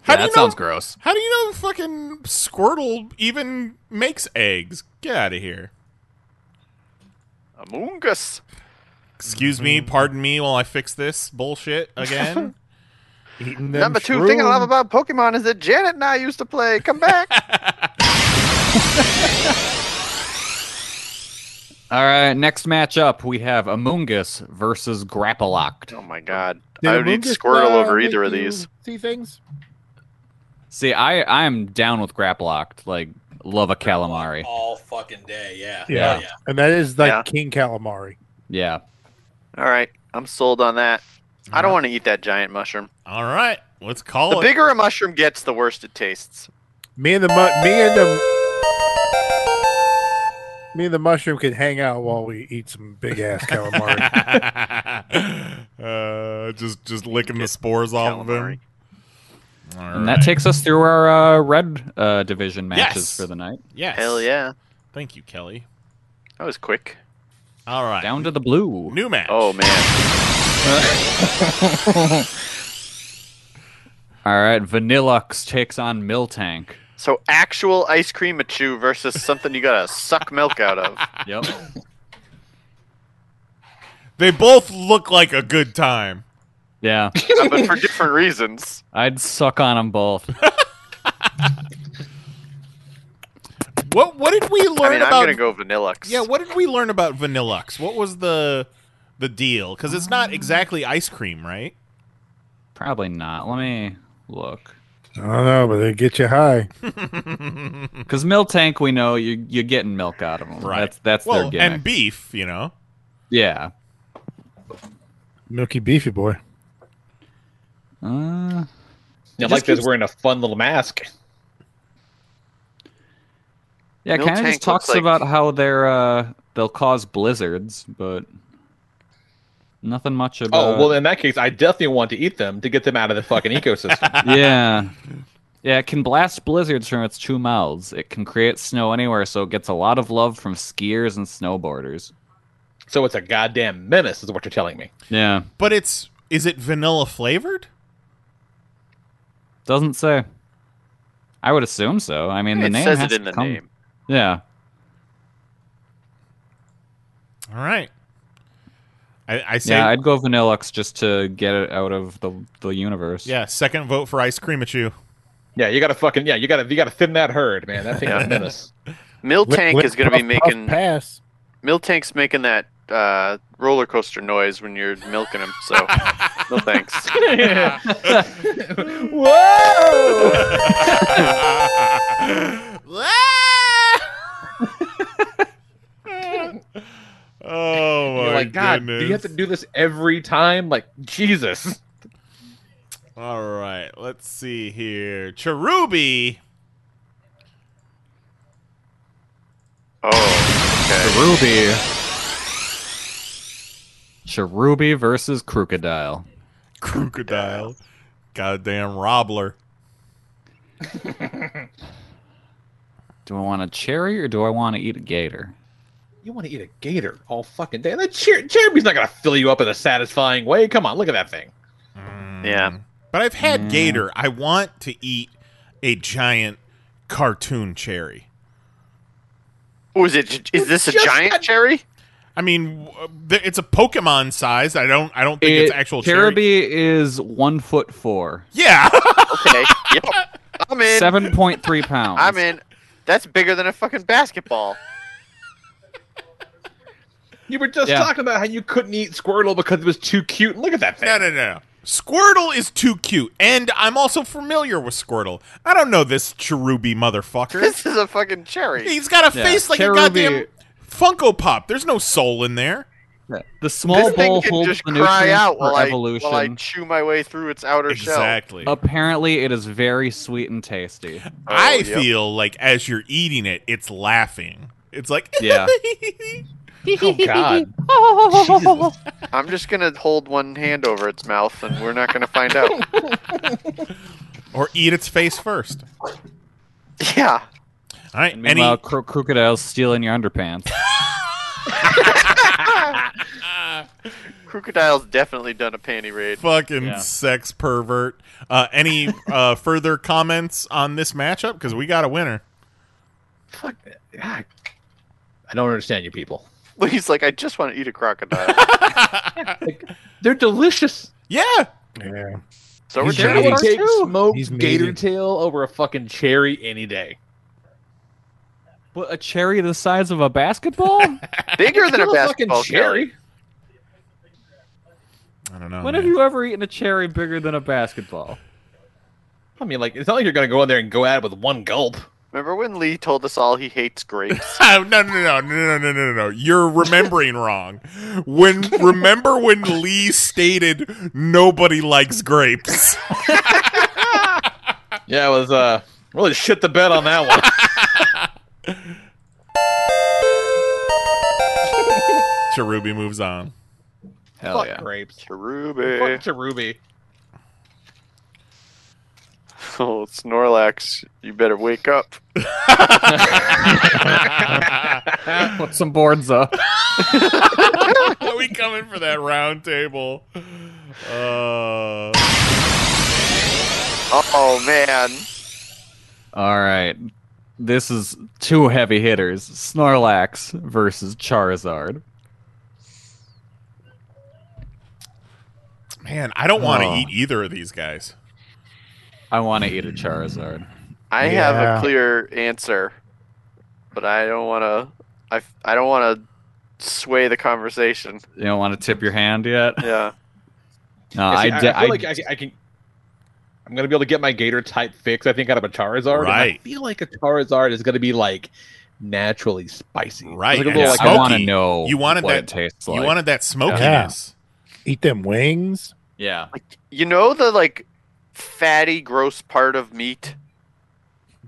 Speaker 3: How
Speaker 2: Yeah,
Speaker 3: do you
Speaker 2: that
Speaker 3: know-
Speaker 2: sounds gross.
Speaker 3: How do you know fucking Squirtle even makes eggs? Get out of here.
Speaker 9: Among Us.
Speaker 3: Excuse
Speaker 9: Mm-hmm.
Speaker 3: me, pardon me while I fix this bullshit again.
Speaker 7: Eating them
Speaker 9: Number two thing I love
Speaker 7: shrooms.
Speaker 9: about Pokemon is that Janet and I used to play. Come back.
Speaker 2: All right, next matchup we have Amoongus versus Grappalocked.
Speaker 9: Oh my god,
Speaker 7: Did
Speaker 9: I would eat
Speaker 7: Amoongus,
Speaker 9: Squirtle
Speaker 7: uh,
Speaker 9: over
Speaker 7: make
Speaker 9: either of
Speaker 7: you
Speaker 9: these.
Speaker 7: See things?
Speaker 2: See, I I am down with Grappalocked. Like love a calamari.
Speaker 16: all fucking day. Yeah.
Speaker 2: Yeah.
Speaker 7: And that is like
Speaker 9: Yeah.
Speaker 7: King Calamari.
Speaker 2: Yeah.
Speaker 9: All right, I'm sold on that. I don't want to eat that giant mushroom.
Speaker 3: All right, let's call
Speaker 9: The
Speaker 3: it.
Speaker 9: bigger a mushroom gets, the worse it tastes.
Speaker 7: Me and the mu- me and the me and the mushroom can hang out while we eat some big ass calamari.
Speaker 3: uh, just just licking the spores off of him.
Speaker 2: And that takes us through our uh, red uh, division matches
Speaker 3: Yes.
Speaker 2: for the night.
Speaker 3: Yes.
Speaker 9: Hell yeah.
Speaker 3: Thank you, Kelly.
Speaker 9: That was quick.
Speaker 3: All right.
Speaker 2: Down to the blue.
Speaker 3: New match.
Speaker 9: Oh man.
Speaker 2: All right, Vanillux takes on Miltank.
Speaker 9: so actual ice cream at you versus something you gotta suck milk out of.
Speaker 2: Yep.
Speaker 3: They both look like a good time.
Speaker 2: Yeah,
Speaker 9: Uh, but for different reasons.
Speaker 2: I'd suck on them both.
Speaker 3: What what did we learn
Speaker 9: I mean,
Speaker 3: about?
Speaker 9: I'm gonna go Vanillux.
Speaker 3: Yeah, what did we learn about Vanillux? What was the the deal? Because it's
Speaker 9: Um,
Speaker 3: not exactly ice cream, right?
Speaker 2: Probably not. Let me look.
Speaker 7: I don't know, but they get you high.
Speaker 2: Because Miltank, we know you you're getting milk out of them.
Speaker 3: Hmm. Right.
Speaker 2: That's that's
Speaker 3: well,
Speaker 2: their gimmick.
Speaker 3: and beef, you know.
Speaker 2: yeah.
Speaker 7: Milky beefy boy.
Speaker 2: Uh,
Speaker 10: I like
Speaker 2: It just
Speaker 10: this
Speaker 2: keeps-
Speaker 10: wearing a fun little mask.
Speaker 2: Yeah,
Speaker 10: Miltank
Speaker 2: kind of
Speaker 10: looks
Speaker 2: just talks
Speaker 10: like-
Speaker 2: about how they're uh, they'll cause blizzards, but nothing much about.
Speaker 10: Oh well, in that case, I definitely want to eat them to get them out of the fucking ecosystem.
Speaker 2: yeah. Yeah, it can blast blizzards from its two mouths. It can create snow anywhere, so it gets a lot of love from skiers and snowboarders.
Speaker 10: So it's a goddamn menace, is what you're telling me.
Speaker 2: Yeah,
Speaker 3: But it's is it vanilla flavored?
Speaker 2: doesn't say. I would assume so. I mean, the
Speaker 9: It
Speaker 2: name
Speaker 9: says it
Speaker 2: has
Speaker 9: in
Speaker 2: to
Speaker 9: the
Speaker 2: come-
Speaker 9: name.
Speaker 2: Yeah,
Speaker 3: All right. I, I say
Speaker 2: yeah, I'd go Vanillux just to get it out of the the universe.
Speaker 3: Yeah, second vote for ice cream at you.
Speaker 10: Yeah, you gotta fucking yeah, you gotta you gotta thin that herd, man. That thing's a menace.
Speaker 9: Miltank
Speaker 10: Lip-
Speaker 9: is going to be
Speaker 10: puff, puff,
Speaker 9: making
Speaker 7: pass.
Speaker 9: Miltank's making that uh, roller coaster noise when you're milking him. So no thanks.
Speaker 3: Oh, Oh my
Speaker 10: You're like, God, do you have
Speaker 3: goodness.
Speaker 10: to do this every time? Like, Jesus.
Speaker 3: All right, let's see here. Cherubi.
Speaker 9: Oh,
Speaker 2: Cherubi. Cherubi versus Crocodile.
Speaker 3: Crocodile. Goddamn Robbler.
Speaker 2: Do I want a cherry or do I want to eat a gator?
Speaker 10: You want to eat a gator all fucking day. That cher- Cheruby's not gonna fill you up in a satisfying way. Come on, look at that thing.
Speaker 2: Hmm.
Speaker 9: Yeah.
Speaker 3: But I've had gator. I want to eat a giant cartoon cherry.
Speaker 9: Oh, is it? Is this a giant cherry?
Speaker 3: I mean, w- uh, th- it's a Pokemon size. I don't. I don't think
Speaker 2: Eh,
Speaker 3: it's actual
Speaker 2: Cherubi
Speaker 3: cherry.
Speaker 2: is one foot four,
Speaker 3: Yeah.
Speaker 9: okay. Yep. I'm in.
Speaker 2: seven point three pounds.
Speaker 9: I'm in. That's bigger than a fucking basketball.
Speaker 10: You were just
Speaker 9: Yeah.
Speaker 10: talking about how you couldn't eat Squirtle because it was too cute. Look at that thing.
Speaker 3: No, no, no. Squirtle is too cute, and I'm also familiar with Squirtle. I don't know this Cherubi motherfucker.
Speaker 9: This is a fucking cherry.
Speaker 3: He's got a
Speaker 2: Yeah,
Speaker 3: face like
Speaker 2: Cherubi-
Speaker 3: a goddamn Funko Pop. There's no soul in there.
Speaker 2: The small
Speaker 9: this thing
Speaker 2: bowl
Speaker 9: can
Speaker 2: holds
Speaker 9: just
Speaker 2: the
Speaker 9: cry
Speaker 2: nutrients
Speaker 9: out
Speaker 2: for
Speaker 9: while I,
Speaker 2: evolution.
Speaker 9: while I chew my way through its outer
Speaker 3: Exactly.
Speaker 2: Oh, Apparently, it is very sweet and tasty.
Speaker 3: I feel like as you're eating it, it's laughing. It's like
Speaker 2: Yeah.
Speaker 3: Oh, God.
Speaker 9: God. I'm just gonna hold one hand over its mouth, and we're not gonna find out.
Speaker 3: or eat its face first.
Speaker 9: Yeah.
Speaker 3: All right.
Speaker 2: And meanwhile, cro- crocodiles stealing your underpants.
Speaker 9: Crocodile's definitely done a panty raid.
Speaker 3: Fucking sex pervert. Uh, any uh, further comments on this matchup? Because we got a winner.
Speaker 10: God. I don't understand you people.
Speaker 9: He's like, I just want to eat a crocodile.
Speaker 10: They're delicious.
Speaker 3: Yeah.
Speaker 7: Yeah.
Speaker 9: So
Speaker 10: He's
Speaker 9: we're
Speaker 10: ready to
Speaker 9: doing
Speaker 10: take
Speaker 9: too.
Speaker 10: smoked
Speaker 7: He's made
Speaker 10: gator
Speaker 7: it.
Speaker 10: tail over a fucking cherry any day.
Speaker 2: What, a cherry the size of a basketball?
Speaker 9: Bigger than a
Speaker 2: Still a fucking
Speaker 9: basketball
Speaker 2: cherry.
Speaker 9: cherry.
Speaker 3: I don't know.
Speaker 2: when have you ever eaten a cherry bigger than a basketball?
Speaker 10: I mean, like, it's not like you're gonna go in there and go at it with one gulp.
Speaker 9: Remember when Lee told us all he hates grapes?
Speaker 3: Oh, no, no, no, no, no, no, no, no, no. You're remembering wrong. When remember when Lee stated nobody likes grapes.
Speaker 10: Yeah, it was uh really shit the bed on that one.
Speaker 3: Cherubi moves on.
Speaker 10: Fuck grapes.
Speaker 9: Cherubi.
Speaker 10: Fuck cherubi.
Speaker 9: Oh, Snorlax, you better wake up.
Speaker 2: Put some boards up.
Speaker 3: Are we coming for that round table? Uh,
Speaker 9: Oh man.
Speaker 2: All right. This is two heavy hitters Snorlax versus Charizard.
Speaker 3: man, I don't want to
Speaker 2: Oh.
Speaker 3: eat either of these guys.
Speaker 2: I want to eat a Charizard.
Speaker 9: I have
Speaker 3: Yeah.
Speaker 9: a clear answer, but I don't want to. I, I don't want to sway the conversation.
Speaker 2: You don't want to tip your hand yet?
Speaker 9: Yeah.
Speaker 2: No,
Speaker 10: Yeah, see,
Speaker 2: I,
Speaker 10: I,
Speaker 2: de-
Speaker 10: I feel
Speaker 2: I-
Speaker 10: like I, I can. I'm gonna be able to get my Gator type fix. I think out of a Charizard. and
Speaker 3: Right.
Speaker 10: I feel like a Charizard is gonna be like naturally spicy.
Speaker 3: Right.
Speaker 10: It's gonna
Speaker 3: and
Speaker 10: go
Speaker 3: it's
Speaker 10: like-
Speaker 2: I wanna
Speaker 3: smoky.
Speaker 2: know
Speaker 3: You wanted
Speaker 2: what
Speaker 3: that
Speaker 2: it tastes
Speaker 3: You
Speaker 2: like.
Speaker 3: wanted that smokiness.
Speaker 7: Eat them wings.
Speaker 2: Yeah.
Speaker 9: You know the like fatty, gross part of meat.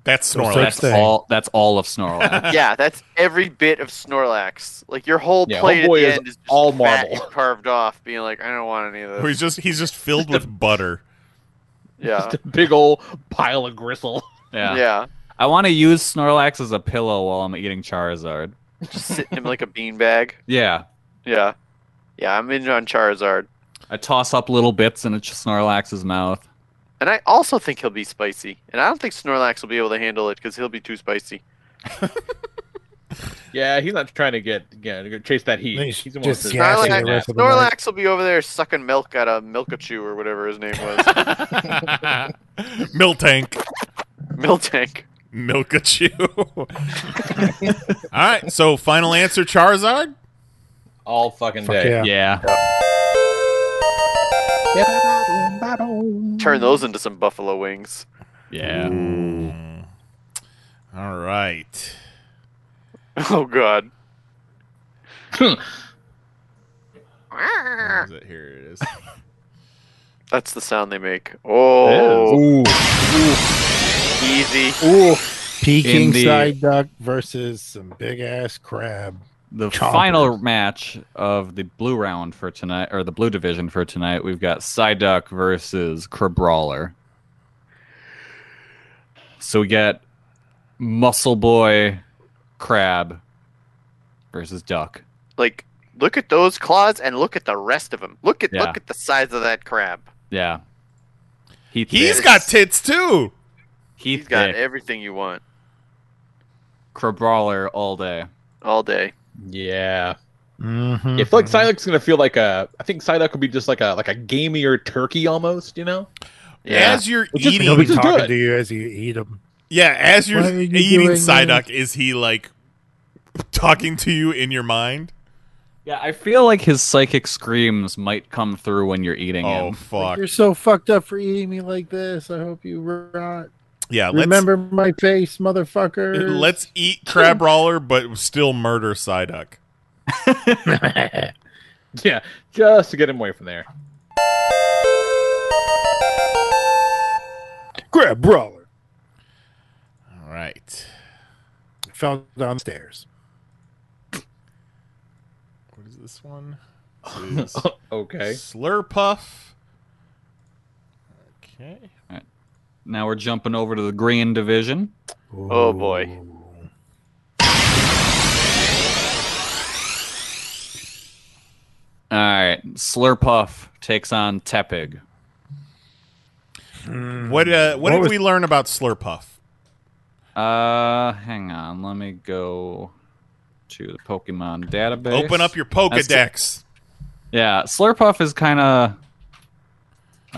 Speaker 3: That's
Speaker 7: No
Speaker 3: Snorlax.
Speaker 7: such
Speaker 2: That's all, that's all of Snorlax.
Speaker 9: yeah, that's every bit of Snorlax. Like your whole
Speaker 10: Yeah,
Speaker 9: plate at
Speaker 10: homeboy
Speaker 9: the
Speaker 10: is
Speaker 9: end is just
Speaker 10: all
Speaker 9: fat
Speaker 10: marble.
Speaker 9: and carved off, being like, I don't want any of
Speaker 3: He's
Speaker 9: this.
Speaker 3: just he's just filled with butter.
Speaker 9: Yeah.
Speaker 10: just a big old pile of gristle.
Speaker 2: yeah.
Speaker 9: Yeah.
Speaker 2: I want to use Snorlax as a pillow while I'm eating Charizard.
Speaker 9: Just sitting him like a beanbag.
Speaker 2: Yeah.
Speaker 9: Yeah. Yeah, I'm in on Charizard.
Speaker 2: I toss up little bits in a Ch- Snorlax's mouth.
Speaker 9: And I also think he'll be spicy. And I don't think Snorlax will be able to handle it because he'll be too spicy.
Speaker 10: Yeah, he's not trying to get yeah to chase that heat. He's, the one
Speaker 7: just
Speaker 10: that's-
Speaker 7: gassing the
Speaker 9: Snorlax,
Speaker 7: rest of the night.
Speaker 9: Snorlax will be over there sucking milk out of Milkachew or whatever his name was.
Speaker 3: Miltank.
Speaker 9: Miltank.
Speaker 3: Milkachew. All right, so final answer Charizard?
Speaker 10: All fucking
Speaker 3: Fuck
Speaker 10: day.
Speaker 3: yeah.
Speaker 9: Turn those into some buffalo wings.
Speaker 2: Yeah.
Speaker 3: All right.
Speaker 9: Oh god.
Speaker 3: Where is it? Here it is.
Speaker 9: That's the sound they make. Oh.
Speaker 7: Ooh.
Speaker 9: Easy.
Speaker 7: Ooh. Peking
Speaker 2: In the-
Speaker 7: side duck versus some big ass crab.
Speaker 2: The
Speaker 7: Chompers.
Speaker 2: final match of the blue round for tonight, or the blue division for tonight, we've got Psyduck versus Crabrawler. So we get Muscle Boy Crab versus Duck.
Speaker 9: Like, look at those claws and look at the rest of him. Look at
Speaker 2: Yeah.
Speaker 9: look at the size of that crab.
Speaker 2: Yeah. Heath
Speaker 3: He's
Speaker 2: Bix.
Speaker 3: got tits too.
Speaker 9: He's got
Speaker 2: Bix.
Speaker 9: everything you want
Speaker 2: Crabrawler all day.
Speaker 9: all day.
Speaker 10: Yeah.
Speaker 2: Mm-hmm.
Speaker 10: I feel like Psyduck's gonna feel like a. I think Psyduck would be just like a like a gamier turkey almost. You know.
Speaker 3: As you're
Speaker 10: Which is-
Speaker 3: eating,
Speaker 7: He'll be
Speaker 10: Which is
Speaker 7: talking
Speaker 10: good.
Speaker 7: to you as you eat them.
Speaker 3: Yeah, as you're
Speaker 7: What are you
Speaker 3: eating
Speaker 7: doing
Speaker 3: Psyduck, is he like talking to you in your mind?
Speaker 2: Yeah, I feel like his psychic screams might come through when you're eating
Speaker 3: Oh
Speaker 2: him.
Speaker 3: fuck!
Speaker 7: You're so fucked up for eating me like this. I hope you rot.
Speaker 3: Yeah, let's
Speaker 7: Remember my face, motherfucker.
Speaker 3: let's eat Crabrawler, but still murder Psyduck.
Speaker 10: Yeah, just to get him away from there.
Speaker 7: grab brawler.
Speaker 3: All right.
Speaker 7: Fell downstairs.
Speaker 3: What is this one? This is
Speaker 10: Okay.
Speaker 3: Slurpuff. Okay.
Speaker 2: Now we're jumping over to the green division.
Speaker 9: Oh boy.
Speaker 2: All right, Slurpuff takes on Tepig.
Speaker 3: What uh, what,
Speaker 2: What
Speaker 3: did
Speaker 2: was-
Speaker 3: we learn about Slurpuff?
Speaker 2: Uh, hang on, let me go to the Pokemon database.
Speaker 3: Open up your
Speaker 2: That's-
Speaker 3: Pokedex.
Speaker 2: yeah, Slurpuff is kind of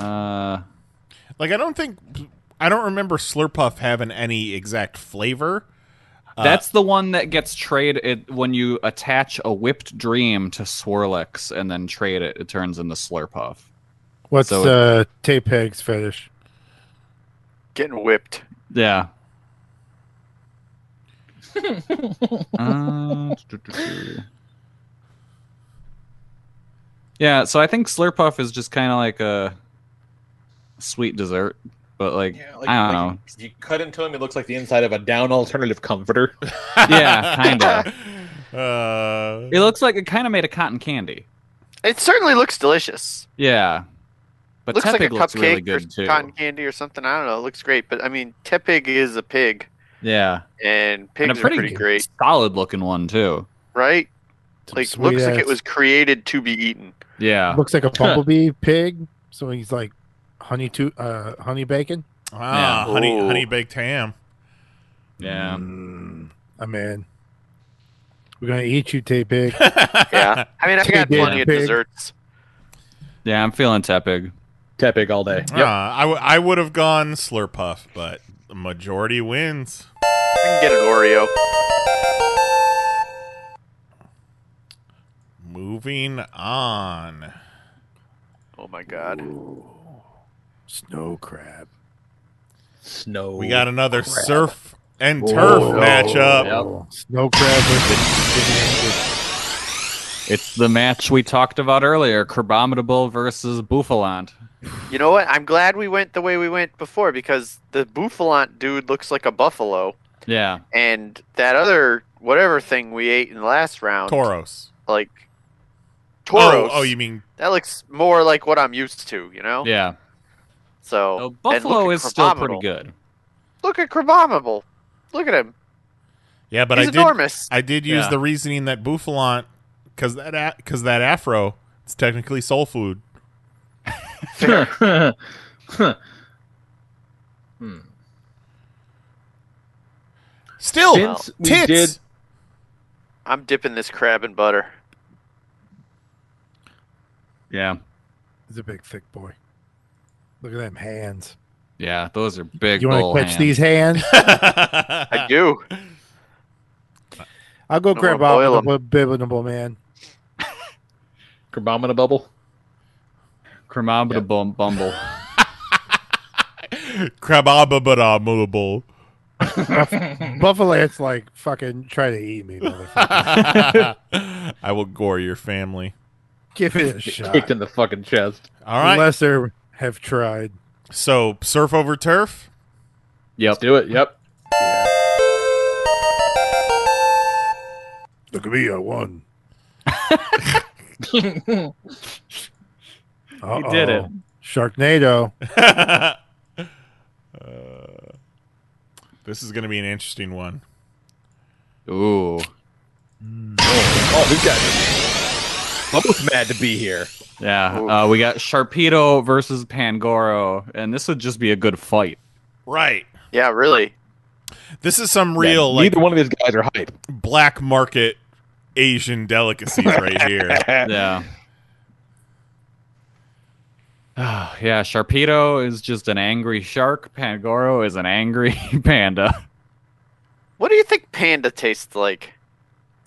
Speaker 2: uh
Speaker 3: Like I don't think I don't remember Slurpuff having any exact flavor. Uh,
Speaker 2: That's the one that gets traded it, when you attach a whipped dream to Swirlix and then trade it. It turns into Slurpuff.
Speaker 7: What's
Speaker 2: So-
Speaker 7: uh, Tapeg's fetish?
Speaker 9: Getting whipped.
Speaker 2: Yeah. Uh, Yeah, so I think Slurpuff is just kind of like a sweet dessert, but like, I don't know.
Speaker 10: You cut into him, it looks like the inside of a down alternative comforter.
Speaker 2: yeah, kind of.
Speaker 3: Uh,
Speaker 2: It looks like it kind of made a cotton candy.
Speaker 9: It certainly looks delicious.
Speaker 2: Yeah, but
Speaker 9: looks
Speaker 2: Tepig
Speaker 9: like a
Speaker 2: looks
Speaker 9: cupcake
Speaker 2: really
Speaker 9: or
Speaker 2: good too.
Speaker 9: cotton candy or something. I don't know. It looks great, but I mean, Tepig is a pig,
Speaker 2: Yeah,
Speaker 9: and pigs
Speaker 2: and a pretty,
Speaker 9: are pretty great,
Speaker 2: solid looking one too.
Speaker 9: right? Like,
Speaker 7: sweet
Speaker 9: looks like
Speaker 7: ass-
Speaker 9: it was created to be eaten.
Speaker 2: Yeah,
Speaker 7: Looks like a bumblebee pig. So he's like honey to uh, honey bacon.
Speaker 3: Ah,
Speaker 7: Yeah.
Speaker 3: honey
Speaker 9: Oh.
Speaker 7: Ooh.
Speaker 3: honey baked ham. Mm.
Speaker 2: Yeah.
Speaker 7: I'm in. Ah, We're gonna eat you, Tapeg.
Speaker 9: Yeah, I mean, I've got
Speaker 7: Pig,
Speaker 9: plenty of
Speaker 7: pig.
Speaker 9: desserts.
Speaker 2: Yeah, I'm feeling Tepig.
Speaker 10: Tepig all day.
Speaker 3: Uh, I w- I would have gone Slurpuff, but the majority wins.
Speaker 9: I can get an Oreo.
Speaker 3: Moving on.
Speaker 9: Oh my god.
Speaker 7: Snow crab.
Speaker 10: Snow.
Speaker 3: We got another surf
Speaker 9: Oh,
Speaker 3: and
Speaker 7: Whoa.
Speaker 3: turf
Speaker 7: Whoa.
Speaker 3: matchup.
Speaker 7: Snow crab versus.
Speaker 2: It's the match we talked about earlier: Crabomitable versus Buffalant.
Speaker 9: You know what? I'm glad we went the way we went before because the Buffalant dude looks like a buffalo,
Speaker 2: Yeah,
Speaker 9: and that other whatever thing we ate in the last round,
Speaker 3: Toros.
Speaker 9: like Toros.
Speaker 3: Oh, oh, you mean
Speaker 9: that looks more like what I'm used to. You know?
Speaker 2: yeah.
Speaker 9: So and
Speaker 2: Oh,
Speaker 9: look
Speaker 2: Buffalo
Speaker 9: at
Speaker 2: is still pretty
Speaker 9: Crabominable.
Speaker 2: good.
Speaker 9: Look at Crabominable. Look at him.
Speaker 3: Yeah, but
Speaker 9: He's
Speaker 3: I did.
Speaker 9: enormous.
Speaker 3: I did use
Speaker 9: Yeah.
Speaker 3: the reasoning that Buffalant, because that because that afro, it's technically soul food.
Speaker 10: Fair.
Speaker 3: Still,
Speaker 10: Since we
Speaker 3: tits.
Speaker 10: did
Speaker 9: I'm dipping this crab in butter.
Speaker 2: Yeah.
Speaker 7: He's a big thick boy. Look at them hands.
Speaker 2: Yeah, those are big.
Speaker 7: you want
Speaker 2: bull
Speaker 7: to catch
Speaker 2: hands.
Speaker 7: these hands?
Speaker 9: I do.
Speaker 7: I'll go
Speaker 9: Don't
Speaker 7: grab
Speaker 9: wanna boil
Speaker 7: out with the abominable man.
Speaker 10: Crabominable bubble.
Speaker 2: Crabominable bumble.
Speaker 3: Crabababadamable.
Speaker 7: Buffalo Ant's like fucking try to eat me, motherfucker.
Speaker 3: I will gore your family.
Speaker 7: Give it a shot. Kicked in
Speaker 10: the fucking chest.
Speaker 3: All right.
Speaker 7: Unless they have tried.
Speaker 3: So surf over turf.
Speaker 2: Yep.
Speaker 10: Let's do it. Yep.
Speaker 7: Look at me, I won.
Speaker 2: You did it.
Speaker 7: Uh-oh. Sharknado.
Speaker 3: uh, this is going to be an interesting one.
Speaker 2: Ooh.
Speaker 10: Oh, we've got. I'm both mad to be here.
Speaker 2: Yeah. Uh, we got Sharpedo versus Pangoro, and this would just be a good fight.
Speaker 3: Right.
Speaker 9: Yeah, really.
Speaker 3: This is some real
Speaker 10: Yeah,
Speaker 3: like
Speaker 10: neither one of these guys are hype.
Speaker 3: black market Asian delicacies right here.
Speaker 2: yeah. Ah, yeah, Sharpedo is just an angry shark. Pangoro is an angry panda.
Speaker 9: What do you think panda tastes like?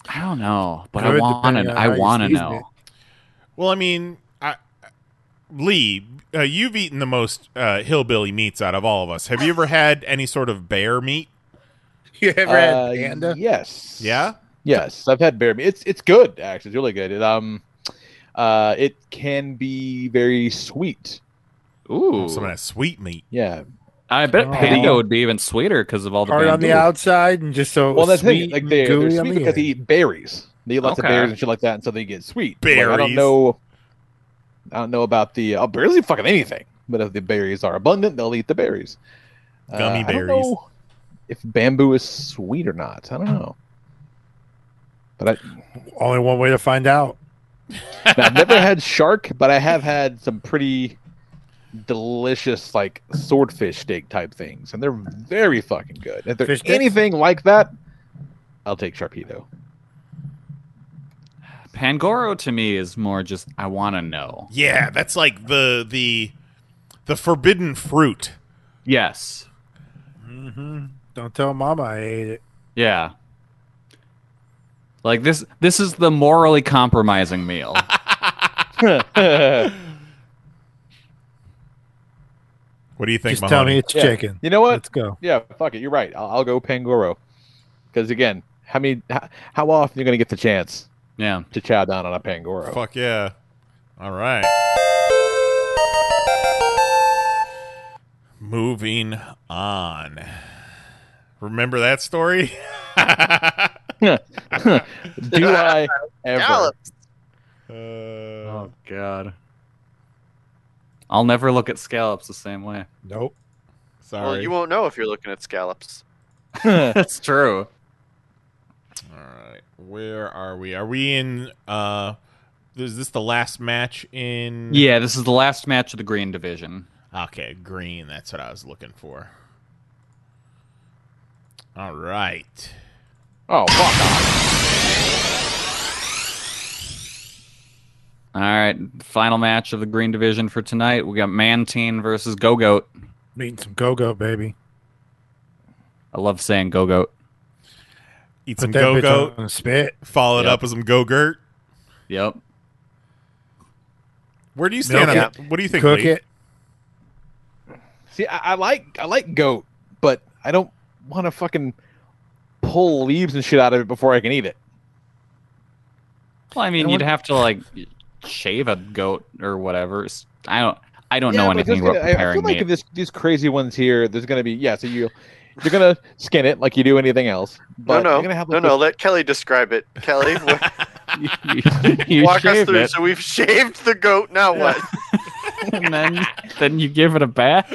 Speaker 2: I don't know, but
Speaker 9: Could
Speaker 2: I
Speaker 9: depend
Speaker 2: want to.
Speaker 9: on
Speaker 2: I
Speaker 9: how you
Speaker 2: want to
Speaker 9: season
Speaker 2: know.
Speaker 9: it.
Speaker 3: Well, I mean, I, Lee, uh, you've eaten the most uh, hillbilly meats out of all of us. Have you ever had any sort of bear meat?
Speaker 7: You ever
Speaker 10: Uh,
Speaker 7: had panda?
Speaker 10: Yes.
Speaker 3: Yeah.
Speaker 10: Yes, I've had bear meat. It's it's good actually. It's really good. It um, uh, it can be very sweet.
Speaker 2: Ooh,
Speaker 3: some of that sweet meat.
Speaker 10: Yeah.
Speaker 2: I bet
Speaker 10: Oh.
Speaker 2: Pangoro would be even sweeter because of all the
Speaker 7: Hard on the
Speaker 2: bamboo.
Speaker 7: outside and just so
Speaker 10: Well, that's the
Speaker 7: sweet
Speaker 10: thing. Like
Speaker 7: and
Speaker 10: they're, they're
Speaker 7: gooey on
Speaker 10: sweet
Speaker 7: the
Speaker 10: because they
Speaker 7: end.
Speaker 10: eat berries. They eat lots
Speaker 2: Okay.
Speaker 10: of berries and shit like that, and so they get sweet. Like, I
Speaker 3: Berries.
Speaker 10: don't know. I don't know about the oh, berries. Eat fucking anything. But if the berries are abundant, they'll eat the berries. Uh,
Speaker 3: Gummy
Speaker 10: I don't
Speaker 3: berries.
Speaker 10: know if bamboo is sweet or not, I don't know. But I,
Speaker 7: Only one way to find out.
Speaker 10: Now, I've never had shark, but I have had some pretty delicious, like swordfish steak type things, and they're very fucking good. If there's
Speaker 7: Fish sticks?
Speaker 10: anything like that, I'll take Sharpedo.
Speaker 2: Pangoro to me is more just I want to know.
Speaker 3: Yeah, that's like the the the forbidden fruit.
Speaker 2: Yes.
Speaker 7: hmm Don't tell mama I ate it.
Speaker 2: Yeah. Like this this is the morally compromising meal.
Speaker 3: What do you think?
Speaker 7: Just tell
Speaker 3: Mahoney?
Speaker 7: me it's
Speaker 10: Yeah.
Speaker 7: chicken.
Speaker 10: You know what?
Speaker 7: Let's go.
Speaker 10: Yeah, fuck it. You're right. I'll, I'll go Pangoro, because again, how many, how, how often you're gonna get the chance?
Speaker 2: Yeah.
Speaker 10: To chow down on a Pangoro.
Speaker 3: Fuck yeah! All right. Moving on. Remember that story? Uh,
Speaker 10: Do I ever?
Speaker 9: Alex.
Speaker 7: Uh,
Speaker 2: oh god. I'll never look at scallops the same way.
Speaker 7: Nope.
Speaker 3: Sorry.
Speaker 9: Well, you won't know if you're looking at scallops.
Speaker 2: That's true.
Speaker 3: All right. Where are we? Are we in uh is this the last match in
Speaker 2: Yeah, this is the last match of the green division.
Speaker 3: Okay, green. That's what I was looking for. All right.
Speaker 10: Oh, fuck off.
Speaker 2: All right, final match of the green division for tonight. We got Mantine versus Go Goat.
Speaker 7: I'm eating some go go, baby.
Speaker 2: I love saying Go Goat.
Speaker 3: Eat
Speaker 7: Put
Speaker 3: some
Speaker 7: that bitch
Speaker 3: go goat.
Speaker 7: on a spit.
Speaker 3: Follow it
Speaker 2: Yep.
Speaker 3: up with some go gurt.
Speaker 2: Yep.
Speaker 3: Where do you stand on
Speaker 7: Milk
Speaker 3: that? What do you think?
Speaker 7: Cook
Speaker 3: Lee?
Speaker 7: it.
Speaker 10: See, I, I like I like goat, but I don't want to fucking pull leaves and shit out of it before I can eat it.
Speaker 2: Well, I mean,
Speaker 10: And
Speaker 2: you'd
Speaker 10: what-
Speaker 2: have to like shave a goat or whatever. S- I don't. I don't know
Speaker 10: Yeah, but
Speaker 2: anything
Speaker 10: there's
Speaker 2: about
Speaker 10: gonna- I- I feel
Speaker 2: preparing
Speaker 10: like
Speaker 2: meat.
Speaker 10: this, these crazy ones here. There's gonna be yeah. So you you're gonna skin it like you do anything else. But
Speaker 9: no,
Speaker 10: you're
Speaker 9: no,
Speaker 10: gonna have
Speaker 9: no,
Speaker 10: like
Speaker 9: no. Let Kelly describe it. Kelly, wa-
Speaker 2: you
Speaker 9: walk us
Speaker 2: shave
Speaker 9: through.
Speaker 2: it,
Speaker 9: So we've shaved the goat. Now what?
Speaker 2: and then then you give it a bath.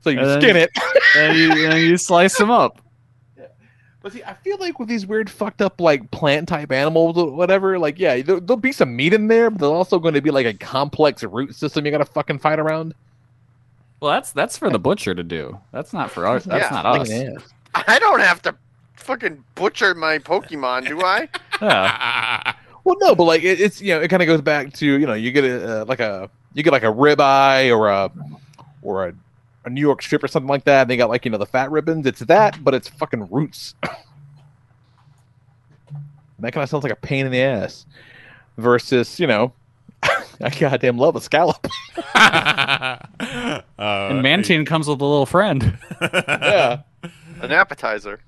Speaker 10: so you
Speaker 2: and then-
Speaker 10: skin it.
Speaker 2: and you, and you slice them up.
Speaker 10: But see, I feel like with these weird fucked up like plant type animals or whatever, like yeah, there, there'll be some meat in there, but there's also going to be like a complex root system you gotta fucking fight around.
Speaker 2: Well, that's that's for the butcher to do. That's not for us. That's
Speaker 9: Yeah,
Speaker 2: not
Speaker 9: like
Speaker 2: us.
Speaker 10: eh.
Speaker 9: an I don't have to fucking butcher my Pokemon, do I?
Speaker 10: Well, no, but like it, it's you know it kind of goes back to you know you get a uh, like a you get like a ribeye or a or a, a New York strip or something like that. And they got like you know the fat ribbons. It's that, but it's fucking roots. and that kind of sounds like a pain in the ass. Versus you know, I goddamn love a scallop.
Speaker 2: and Mantine comes with a little friend.
Speaker 10: yeah.
Speaker 9: An appetizer.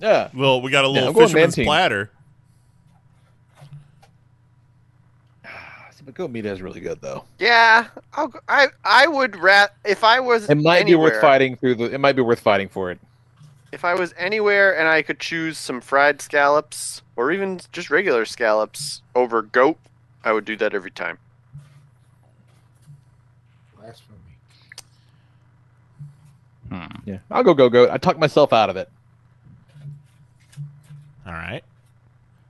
Speaker 10: Yeah.
Speaker 3: Well, we got a
Speaker 9: Yeah,
Speaker 3: little
Speaker 9: I'm going
Speaker 3: fisherman's
Speaker 9: Mantine.
Speaker 3: platter.
Speaker 10: But goat meat is really good though.
Speaker 9: Yeah, I'll, go- I I would rat if I was
Speaker 10: It might be worth
Speaker 9: anywhere-
Speaker 10: fighting through the. It might be worth fighting for it.
Speaker 9: If I was anywhere and I could choose some fried scallops or even just regular scallops over goat, I would do that every time.
Speaker 10: Yeah, I'll go go goat. I talk myself out of it.
Speaker 3: All right.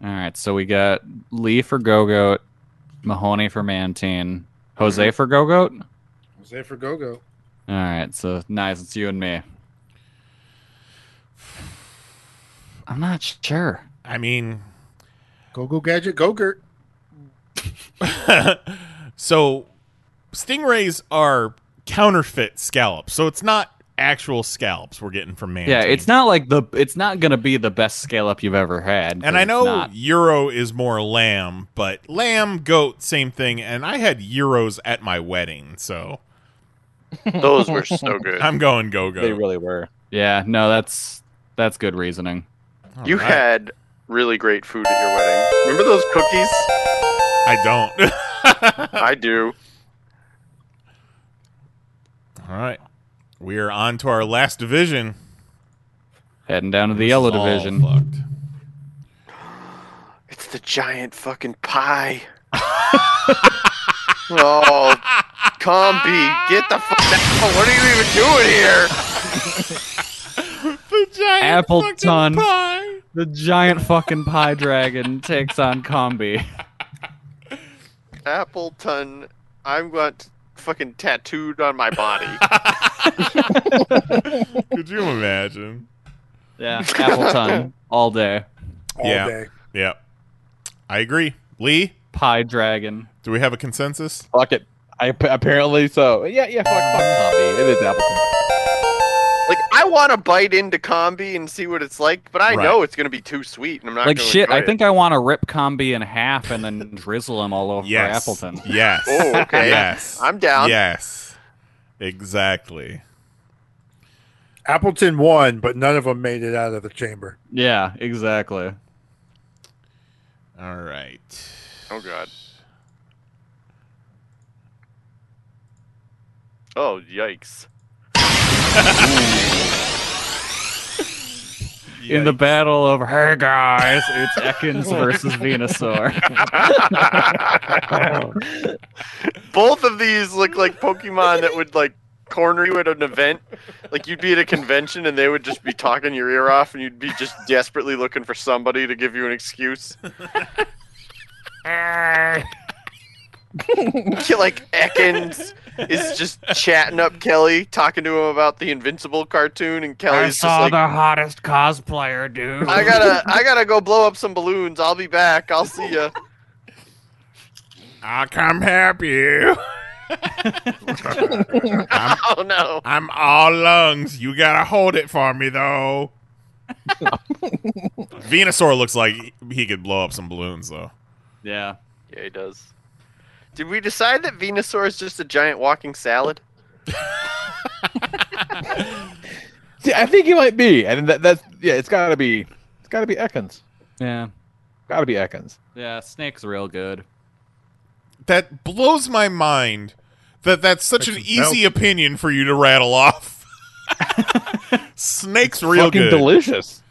Speaker 2: All right, so we got Lee for Go Goat, Mahoney for Mantine,
Speaker 10: Mm-hmm.
Speaker 2: Jose for Go Goat.
Speaker 7: Jose for go go.
Speaker 2: All right, so nice. It's you and me. I'm not sure.
Speaker 3: I mean,
Speaker 7: Go go gadget go gurt.
Speaker 3: so stingrays are counterfeit scallops, so it's not actual scallops we're getting from man.
Speaker 2: Yeah, it's not like the. It's not gonna be the best scale up you've ever had. but
Speaker 3: and I
Speaker 2: it's
Speaker 3: know
Speaker 2: not.
Speaker 3: euro is more lamb, but lamb, goat, same thing. And I had euros at my wedding, so
Speaker 9: Those were so good.
Speaker 3: I'm going go go.
Speaker 9: They
Speaker 10: really were.
Speaker 2: Yeah, no, that's that's good reasoning.
Speaker 9: you had really great food at your wedding. Remember those cookies?
Speaker 3: I don't.
Speaker 9: I do.
Speaker 3: All right, we are on to our last division.
Speaker 2: Heading down to the yellow
Speaker 3: all
Speaker 2: division.
Speaker 9: It's the giant fucking pie. oh, come be get the fuck out! Oh, What are you even doing here?
Speaker 3: the giant
Speaker 2: Appleton.
Speaker 3: pie.
Speaker 2: The giant fucking pie dragon takes on Combi.
Speaker 9: Appleton, I'm got fucking tattooed on my body.
Speaker 3: Could you imagine?
Speaker 2: Yeah, Appleton all day.
Speaker 7: All
Speaker 3: yeah.
Speaker 7: day.
Speaker 3: Yeah. I agree. Lee?
Speaker 2: Pie Dragon.
Speaker 3: Do we have a consensus?
Speaker 10: Fuck it. I apparently so. Yeah, yeah. Fuck, fuck Combi. It is Appleton.
Speaker 9: Like I want to bite into combi and see what it's like, but I
Speaker 2: Right.
Speaker 9: know it's gonna be too sweet, and I'm not
Speaker 2: Like
Speaker 9: gonna
Speaker 2: shit,
Speaker 9: enjoy
Speaker 2: I
Speaker 9: it.
Speaker 2: think I want to rip Combi in half and then drizzle him all over
Speaker 3: Yes.
Speaker 2: Appleton.
Speaker 3: Yes.
Speaker 9: Oh, okay.
Speaker 3: Yes.
Speaker 9: I'm down.
Speaker 3: Yes. Exactly.
Speaker 7: Appleton won, but none of them made it out of the chamber.
Speaker 2: Yeah, exactly.
Speaker 3: All right.
Speaker 9: Oh god. Oh yikes!
Speaker 2: In the battle of Hey guys, it's Ekans versus Venusaur.
Speaker 9: Both of these look like Pokemon that would like corner you at an event. Like you'd be at a convention and they would just be talking your ear off, and you'd be just desperately looking for somebody to give you an excuse. like Ekans is just chatting up Kelly, talking to him about the Invincible cartoon, and Kelly's just like,
Speaker 2: hottest cosplayer, dude.
Speaker 9: I gotta, I gotta go blow up some balloons. I'll be back. I'll see ya.
Speaker 3: I come help you. I'm,
Speaker 9: oh no.
Speaker 3: I'm all lungs. You gotta hold it for me though. Venusaur looks like he could blow up some balloons though.
Speaker 2: Yeah.
Speaker 9: Yeah, he does. Did we decide that Venusaur is just a giant walking salad?
Speaker 10: See, I think he might be. I think that that's yeah. It's gotta be. It's gotta be Ekans.
Speaker 2: Yeah.
Speaker 10: Gotta be Ekans.
Speaker 2: Yeah, Snake's real good.
Speaker 3: That blows my mind that that's such an easy opinion for you to rattle off. Snake's real
Speaker 10: Fucking
Speaker 3: good.
Speaker 10: delicious.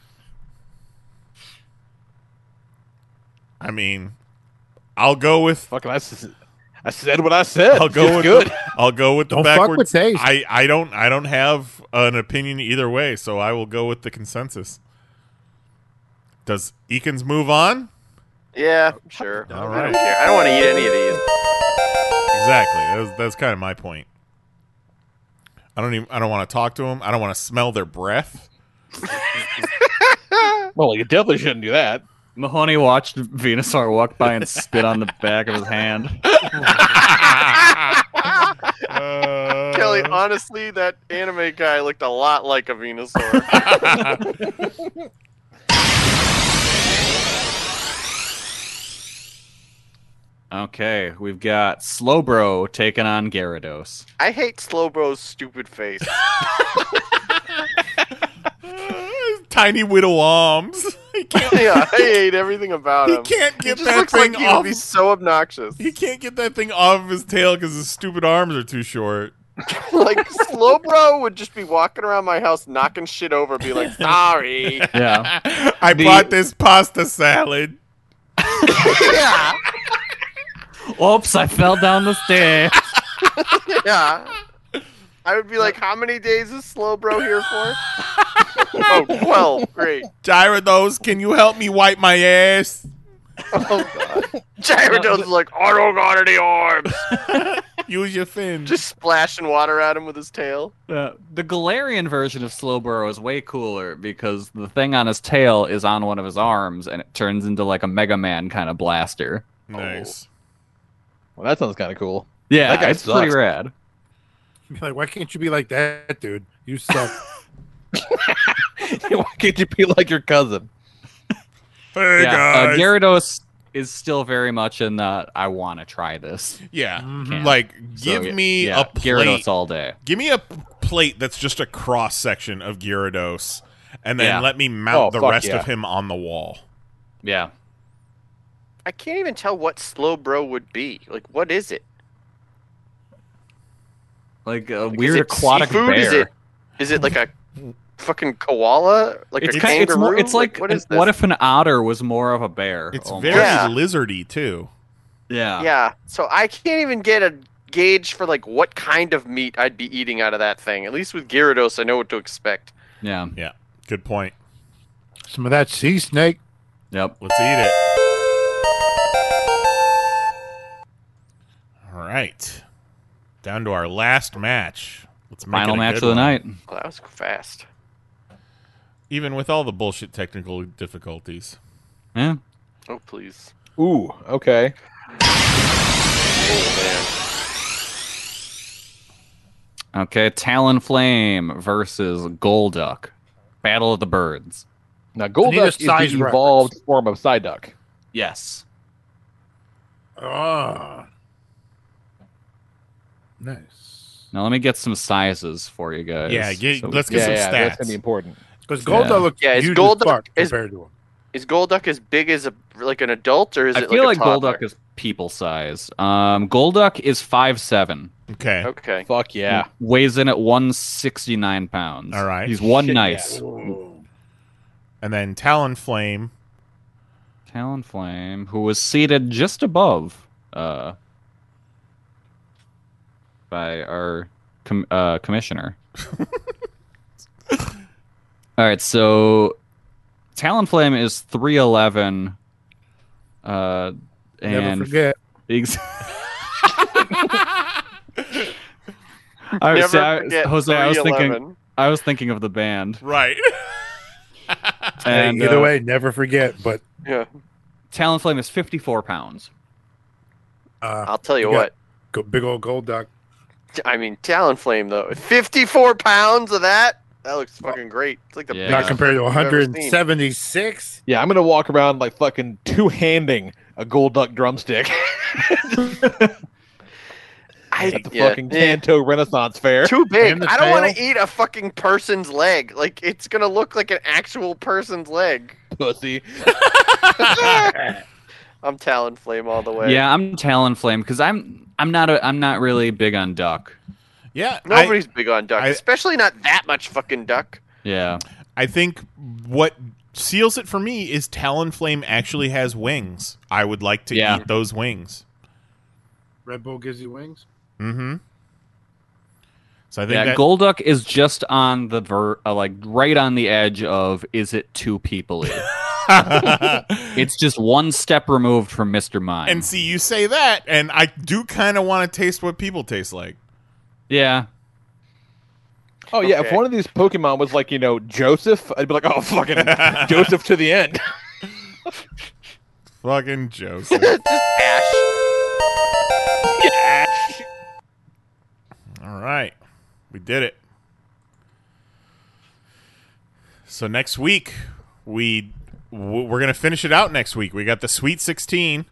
Speaker 3: I mean, I'll go with
Speaker 10: fucking. I, s- I said what I said.
Speaker 3: I'll go
Speaker 10: It's
Speaker 3: with
Speaker 10: good.
Speaker 3: The, I'll go with the
Speaker 10: Don't fuck
Speaker 3: backwards.
Speaker 10: with taste.
Speaker 3: I I don't I don't have an opinion either way, so I will go with the consensus. Does Eakins move on?
Speaker 9: Yeah, sure.
Speaker 3: All
Speaker 9: I
Speaker 3: right.
Speaker 9: don't care. I don't want to eat any of these.
Speaker 3: Exactly. That's that's kind of my point. I don't even. I don't want to talk to them. I don't want to smell their breath.
Speaker 2: Well, you definitely shouldn't do that. Mahoney watched Venusaur walk by and spit on the back of his hand.
Speaker 3: Uh,
Speaker 9: Kelly, honestly, that anime guy looked a lot like a Venusaur.
Speaker 2: Okay, we've got Slowbro taking on Gyarados.
Speaker 9: I hate Slowbro's stupid face.
Speaker 3: Tiny little arms.
Speaker 9: yeah, I hate everything about
Speaker 3: He
Speaker 9: him.
Speaker 3: can't get
Speaker 9: he just
Speaker 3: that
Speaker 9: looks
Speaker 3: thing
Speaker 9: like he would
Speaker 3: off.
Speaker 9: be so obnoxious.
Speaker 3: He can't get that thing off of his tail because his stupid arms are too short.
Speaker 9: like Slowbro would just be walking around my house, knocking shit over, be like, "Sorry."
Speaker 3: Yeah. I bought this pasta salad.
Speaker 9: yeah.
Speaker 2: Oops, I fell down the stairs.
Speaker 9: yeah. I would be like, how many days is Slowbro here for? oh, 12. Great.
Speaker 3: Gyarados, can you help me wipe my ass?
Speaker 9: Oh, Gyarados is like, I don't got any arms.
Speaker 3: Use your fin.
Speaker 9: Just splashing water at him with his tail.
Speaker 2: Uh, the Galarian version of Slowbro is way cooler because the thing on his tail is on one of his arms and it turns into like a Mega Man kind of blaster.
Speaker 3: Nice.
Speaker 10: Well, that sounds kind of cool.
Speaker 2: Yeah,
Speaker 10: That guy
Speaker 2: it's pretty
Speaker 10: sucks.
Speaker 2: rad.
Speaker 7: Be Like, why can't you be like that, dude? You suck.
Speaker 10: Why can't you be like your cousin?
Speaker 3: Hey
Speaker 2: yeah, uh,
Speaker 3: guys.
Speaker 2: Gyarados is still very much in the I want to try this.
Speaker 3: Yeah.
Speaker 2: Can't.
Speaker 3: Like,
Speaker 2: Mm-hmm. So,
Speaker 3: give
Speaker 2: yeah,
Speaker 3: me
Speaker 2: yeah,
Speaker 3: a plate.
Speaker 2: Gyarados all day.
Speaker 3: Give me a p- plate that's just a cross section of Gyarados, and then
Speaker 2: Yeah.
Speaker 3: let me mount
Speaker 2: Oh,
Speaker 3: the
Speaker 2: fuck
Speaker 3: rest
Speaker 2: yeah.
Speaker 3: of him on the wall.
Speaker 2: Yeah.
Speaker 9: I can't even tell what Slowbro would be. Like, what is it?
Speaker 2: Like a
Speaker 9: Like,
Speaker 2: weird
Speaker 9: is it
Speaker 2: aquatic
Speaker 9: seafood?
Speaker 2: bear.
Speaker 9: Is it, is it like a fucking koala? Like
Speaker 2: it's,
Speaker 9: a
Speaker 2: kind of,
Speaker 9: kangaroo?
Speaker 2: it's, more, it's like
Speaker 9: what
Speaker 2: an-
Speaker 9: is this?
Speaker 2: what if an otter was more of a bear?
Speaker 3: It's
Speaker 2: almost?
Speaker 3: very
Speaker 9: Yeah.
Speaker 3: lizardy too.
Speaker 2: yeah.
Speaker 9: Yeah. So I can't even get a gauge for like what kind of meat I'd be eating out of that thing. At least with Gyarados, I know what to expect.
Speaker 2: Yeah.
Speaker 3: Yeah. Good point.
Speaker 7: Some of that sea snake.
Speaker 2: Yep.
Speaker 3: Let's eat it. All right. Down to our last match. Let's make
Speaker 2: Final
Speaker 3: it a
Speaker 2: match
Speaker 3: good
Speaker 2: of the
Speaker 3: one.
Speaker 2: night.
Speaker 9: Well, that was fast.
Speaker 3: Even with all the bullshit technical difficulties.
Speaker 2: Yeah.
Speaker 9: Oh please.
Speaker 10: Ooh, okay.
Speaker 2: Okay, Talonflame versus Golduck. Battle of the Birds.
Speaker 10: Now, Golduck is the evolved form of Psyduck.
Speaker 2: Yes.
Speaker 7: Ah. Nice.
Speaker 2: Now let me get some sizes for you guys.
Speaker 3: Yeah, get-
Speaker 2: So-
Speaker 3: let's get Yeah, some yeah, that's stats. gonna be
Speaker 10: important.
Speaker 7: Because
Speaker 2: Golduck Yeah.
Speaker 7: looks
Speaker 9: yeah, is
Speaker 7: huge as
Speaker 9: Golduck
Speaker 7: fuck
Speaker 9: is,
Speaker 7: compared to him.
Speaker 9: is Golduck as big as a like an adult or is
Speaker 2: I
Speaker 9: it
Speaker 2: feel
Speaker 9: like,
Speaker 2: like,
Speaker 9: a toddler?
Speaker 2: Golduck is people size. Um, Golduck is five seven.
Speaker 3: Okay.
Speaker 9: Okay.
Speaker 10: Fuck yeah.
Speaker 2: Weighs in at one sixty nine pounds.
Speaker 3: All right.
Speaker 2: He's one
Speaker 3: Shit,
Speaker 2: nice.
Speaker 3: And then Talonflame.
Speaker 2: Talonflame, who was seated just above uh, by our com- uh, commissioner. All right, so Talonflame is 311. Uh,
Speaker 7: Never
Speaker 2: and
Speaker 7: forget.
Speaker 2: Ex- I was,
Speaker 9: Never
Speaker 2: see, I-
Speaker 9: forget
Speaker 2: Jose, I was thinking
Speaker 9: 311.
Speaker 2: I was thinking of the band.
Speaker 3: Right.
Speaker 7: Hey,
Speaker 2: And,
Speaker 7: either
Speaker 2: uh,
Speaker 7: way, never forget. But
Speaker 9: Yeah.
Speaker 2: Talonflame is 54 pounds.
Speaker 7: uh,
Speaker 9: I'll tell you
Speaker 7: got
Speaker 9: what.
Speaker 7: go- big old Golduck.
Speaker 9: I mean Talonflame though. Fifty four pounds of that? That looks fucking great. It's like the
Speaker 2: Yeah.
Speaker 9: biggest
Speaker 7: Not compared to
Speaker 9: thing I've ever seen.
Speaker 7: 176.
Speaker 10: Yeah, I'm gonna walk around like fucking two handing a Golduck drumstick.
Speaker 9: I-
Speaker 10: at the
Speaker 9: yeah.
Speaker 10: fucking Kanto Renaissance Fair.
Speaker 9: Too big.
Speaker 10: And the
Speaker 9: I don't want
Speaker 10: tail.
Speaker 9: to eat a fucking person's leg. Like it's gonna look like an actual person's leg.
Speaker 10: Pussy.
Speaker 9: I'm Talonflame all the way.
Speaker 2: Yeah, I'm Talonflame because I'm I'm not a, I'm not really big on duck.
Speaker 3: Yeah. I-
Speaker 9: Nobody's big on duck,
Speaker 3: I-
Speaker 9: especially not that much fucking duck.
Speaker 2: Yeah.
Speaker 3: I think what seals it for me is Talonflame actually has wings. I would like to
Speaker 2: Yeah.
Speaker 3: eat those wings.
Speaker 7: Red Bull gives you wings.
Speaker 3: Mm-hmm. So I think
Speaker 2: Yeah,
Speaker 3: that
Speaker 2: Golduck is just on the ver uh, like right on the edge of is it too peoply? it's just one step removed from Mr. Mime.
Speaker 3: and see you say that, and I do kind of want to taste what people taste like.
Speaker 2: yeah.
Speaker 10: Oh yeah, if
Speaker 9: Okay.
Speaker 10: one of these Pokemon was like you know Joseph, I'd be like, oh fucking Joseph to the end.
Speaker 3: Fucking Joseph. All right. We did it. So next week we w- we're going to finish it out next week. We got the Sweet 16.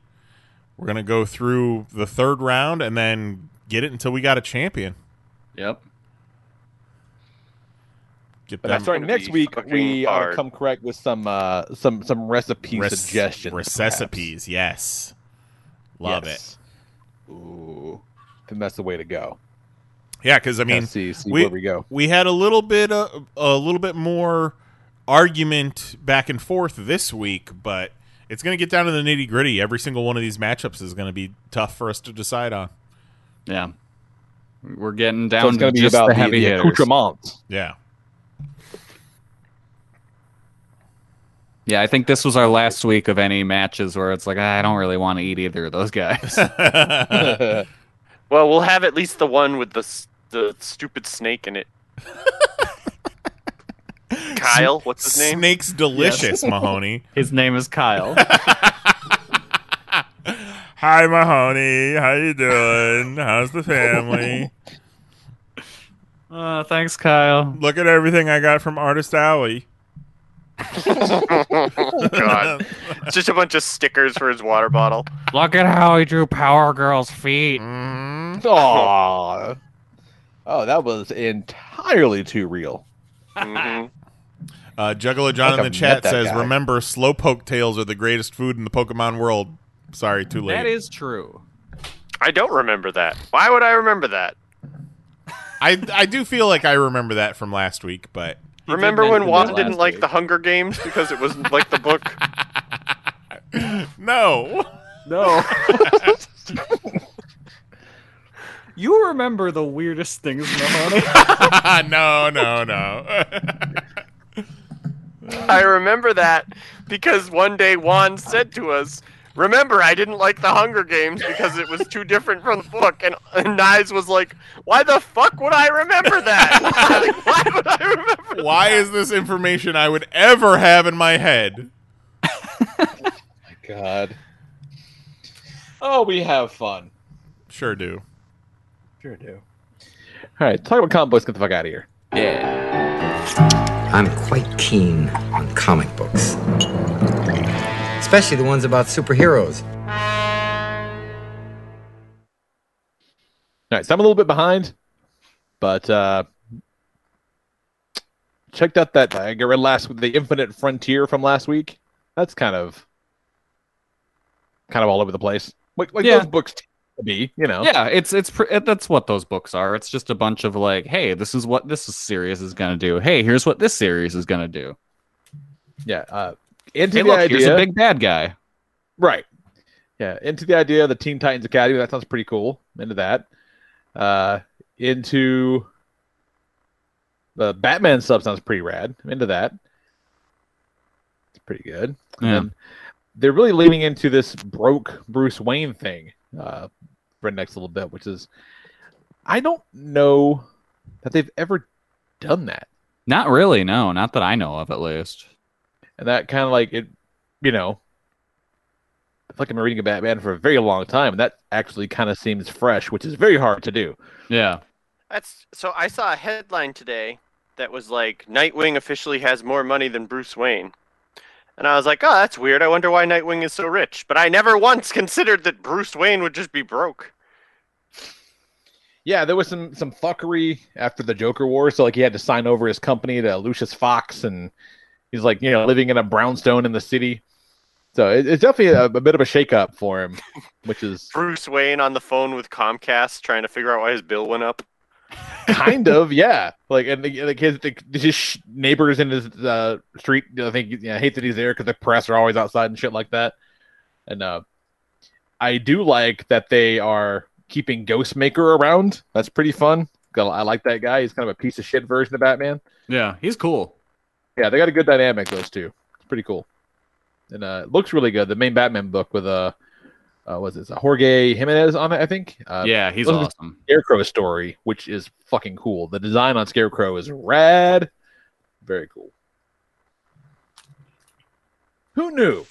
Speaker 3: We're going to go through the third round and then get it until we got a champion.
Speaker 2: Yep.
Speaker 3: Get
Speaker 10: But starting next week, we ought to come correct with some uh some some recipe
Speaker 3: Rec-
Speaker 10: suggestions.
Speaker 3: recipes, yes. Love
Speaker 10: it. Ooh, then that's the way to go.
Speaker 3: Yeah, because I
Speaker 10: Kinda
Speaker 3: mean,
Speaker 10: see, see
Speaker 3: we
Speaker 10: where we go.
Speaker 3: we had a little bit of, a little bit more argument back and forth this week, but it's going to get down to the nitty gritty. Every single one of these matchups is going to be tough for us to decide on.
Speaker 2: Yeah. We're getting
Speaker 10: so
Speaker 2: down
Speaker 10: it's
Speaker 2: to
Speaker 10: gonna be
Speaker 2: just
Speaker 10: about
Speaker 2: the heavy hitters.
Speaker 10: accoutrements.
Speaker 3: Yeah.
Speaker 2: Yeah, I think this was our last week of any matches where it's like "Ah, I don't really want to eat either of those guys.
Speaker 9: Well, we'll have at least the one with the s- the stupid snake in it. Kyle, what's his name?
Speaker 3: Snake's delicious,
Speaker 9: Yes.
Speaker 3: Mahoney.
Speaker 2: His name is Kyle.
Speaker 3: Hi, Mahoney. How you doing? How's the family?
Speaker 2: Uh, thanks, Kyle.
Speaker 3: Look at everything I got from Artist Alley.
Speaker 9: Oh, God, it's just a bunch of stickers for his water bottle.
Speaker 2: Look at how he drew Power Girl's feet.
Speaker 10: Aw. Oh, that was entirely too real.
Speaker 9: Mm-hmm.
Speaker 3: Uh, Juggalo John
Speaker 10: Like
Speaker 3: in the
Speaker 10: I've met
Speaker 3: chat
Speaker 10: that
Speaker 3: says,
Speaker 10: guy.
Speaker 3: "Remember, slowpoke tails are the greatest food in the Pokemon world." Sorry, too late.
Speaker 2: That is true.
Speaker 9: I don't remember that. Why would I remember that?
Speaker 3: I I do feel like I remember that from last week, but
Speaker 9: remember when Juan didn't like the Hunger Games because it was like the book?
Speaker 3: No.
Speaker 2: No. you remember the weirdest things, Mahoney.
Speaker 3: no, no, no.
Speaker 9: I remember that because one day Juan said to us, "Remember, I didn't like the Hunger Games because it was too different from the book." And, and Nyes was like, "Why the fuck would I remember that? Like, Why would I remember?"
Speaker 3: Why is this information I would ever have in my head?
Speaker 10: God. Oh, we have fun.
Speaker 3: Sure do.
Speaker 10: Sure do. All right, talk about combos. Get the fuck out of here. Yeah.
Speaker 16: I'm quite keen on comic books, especially the ones about superheroes.
Speaker 10: All right, so I'm a little bit behind, but uh checked out that I got read last week, the Infinite Frontier from last week. That's kind of kind of all over the place. Like, like
Speaker 2: Yeah.
Speaker 10: those books tend to be, you know.
Speaker 2: Yeah, it's it's pr- it- that's what those books are. It's just a bunch of like, hey, this is what this series is gonna do. Hey, here's what this series is gonna do.
Speaker 10: Yeah. Uh, into
Speaker 2: Hey,
Speaker 10: the
Speaker 2: look,
Speaker 10: idea,
Speaker 2: here's a big bad guy.
Speaker 10: Right. Yeah, into the idea of the Teen Titans Academy. That sounds pretty cool. I'm Into that. Uh, into the Batman sub sounds pretty rad. I'm into that. It's pretty good.
Speaker 2: Yeah.
Speaker 10: And they're really leaning into this broke Bruce Wayne thing uh, for the next little bit, which is I don't know that they've ever done that.
Speaker 2: Not really, no, not that I know of at least.
Speaker 10: and that kind of like it, you know, I feel like I've been reading a Batman for a very long time, and that actually kind of seems fresh, which is very hard to do.
Speaker 2: Yeah,
Speaker 9: That's so. I saw a headline today that was like, "Nightwing officially has more money than Bruce Wayne," and I was like, "Oh, that's weird. I wonder why Nightwing is so rich." But I never once considered that Bruce Wayne would just be broke.
Speaker 10: yeah, there was some some fuckery after the Joker War, so like he had to sign over his company to Lucius Fox, and he's like you know living in a brownstone in the city. So it, it's definitely a, a bit of a shakeup for him, which is
Speaker 9: Bruce Wayne on the phone with Comcast trying to figure out why his bill went up.
Speaker 10: kind of yeah like and the, like his the, his sh- neighbors in his uh, street you know, think you know, hate that he's there because the press are always outside and shit like that and uh i do like that they are keeping ghostmaker around that's pretty fun Got- i like that guy he's kind of a piece of shit version of batman
Speaker 2: yeah, he's cool.
Speaker 10: yeah they got a good dynamic those two it's pretty cool and uh it looks really good the main batman book with uh uh, was it Jorge Jimenez on it? I think. Uh,
Speaker 2: Yeah, he's
Speaker 10: those are the
Speaker 2: awesome.
Speaker 10: Scarecrow story, which is fucking cool. The design on Scarecrow is rad. Very cool. Who knew?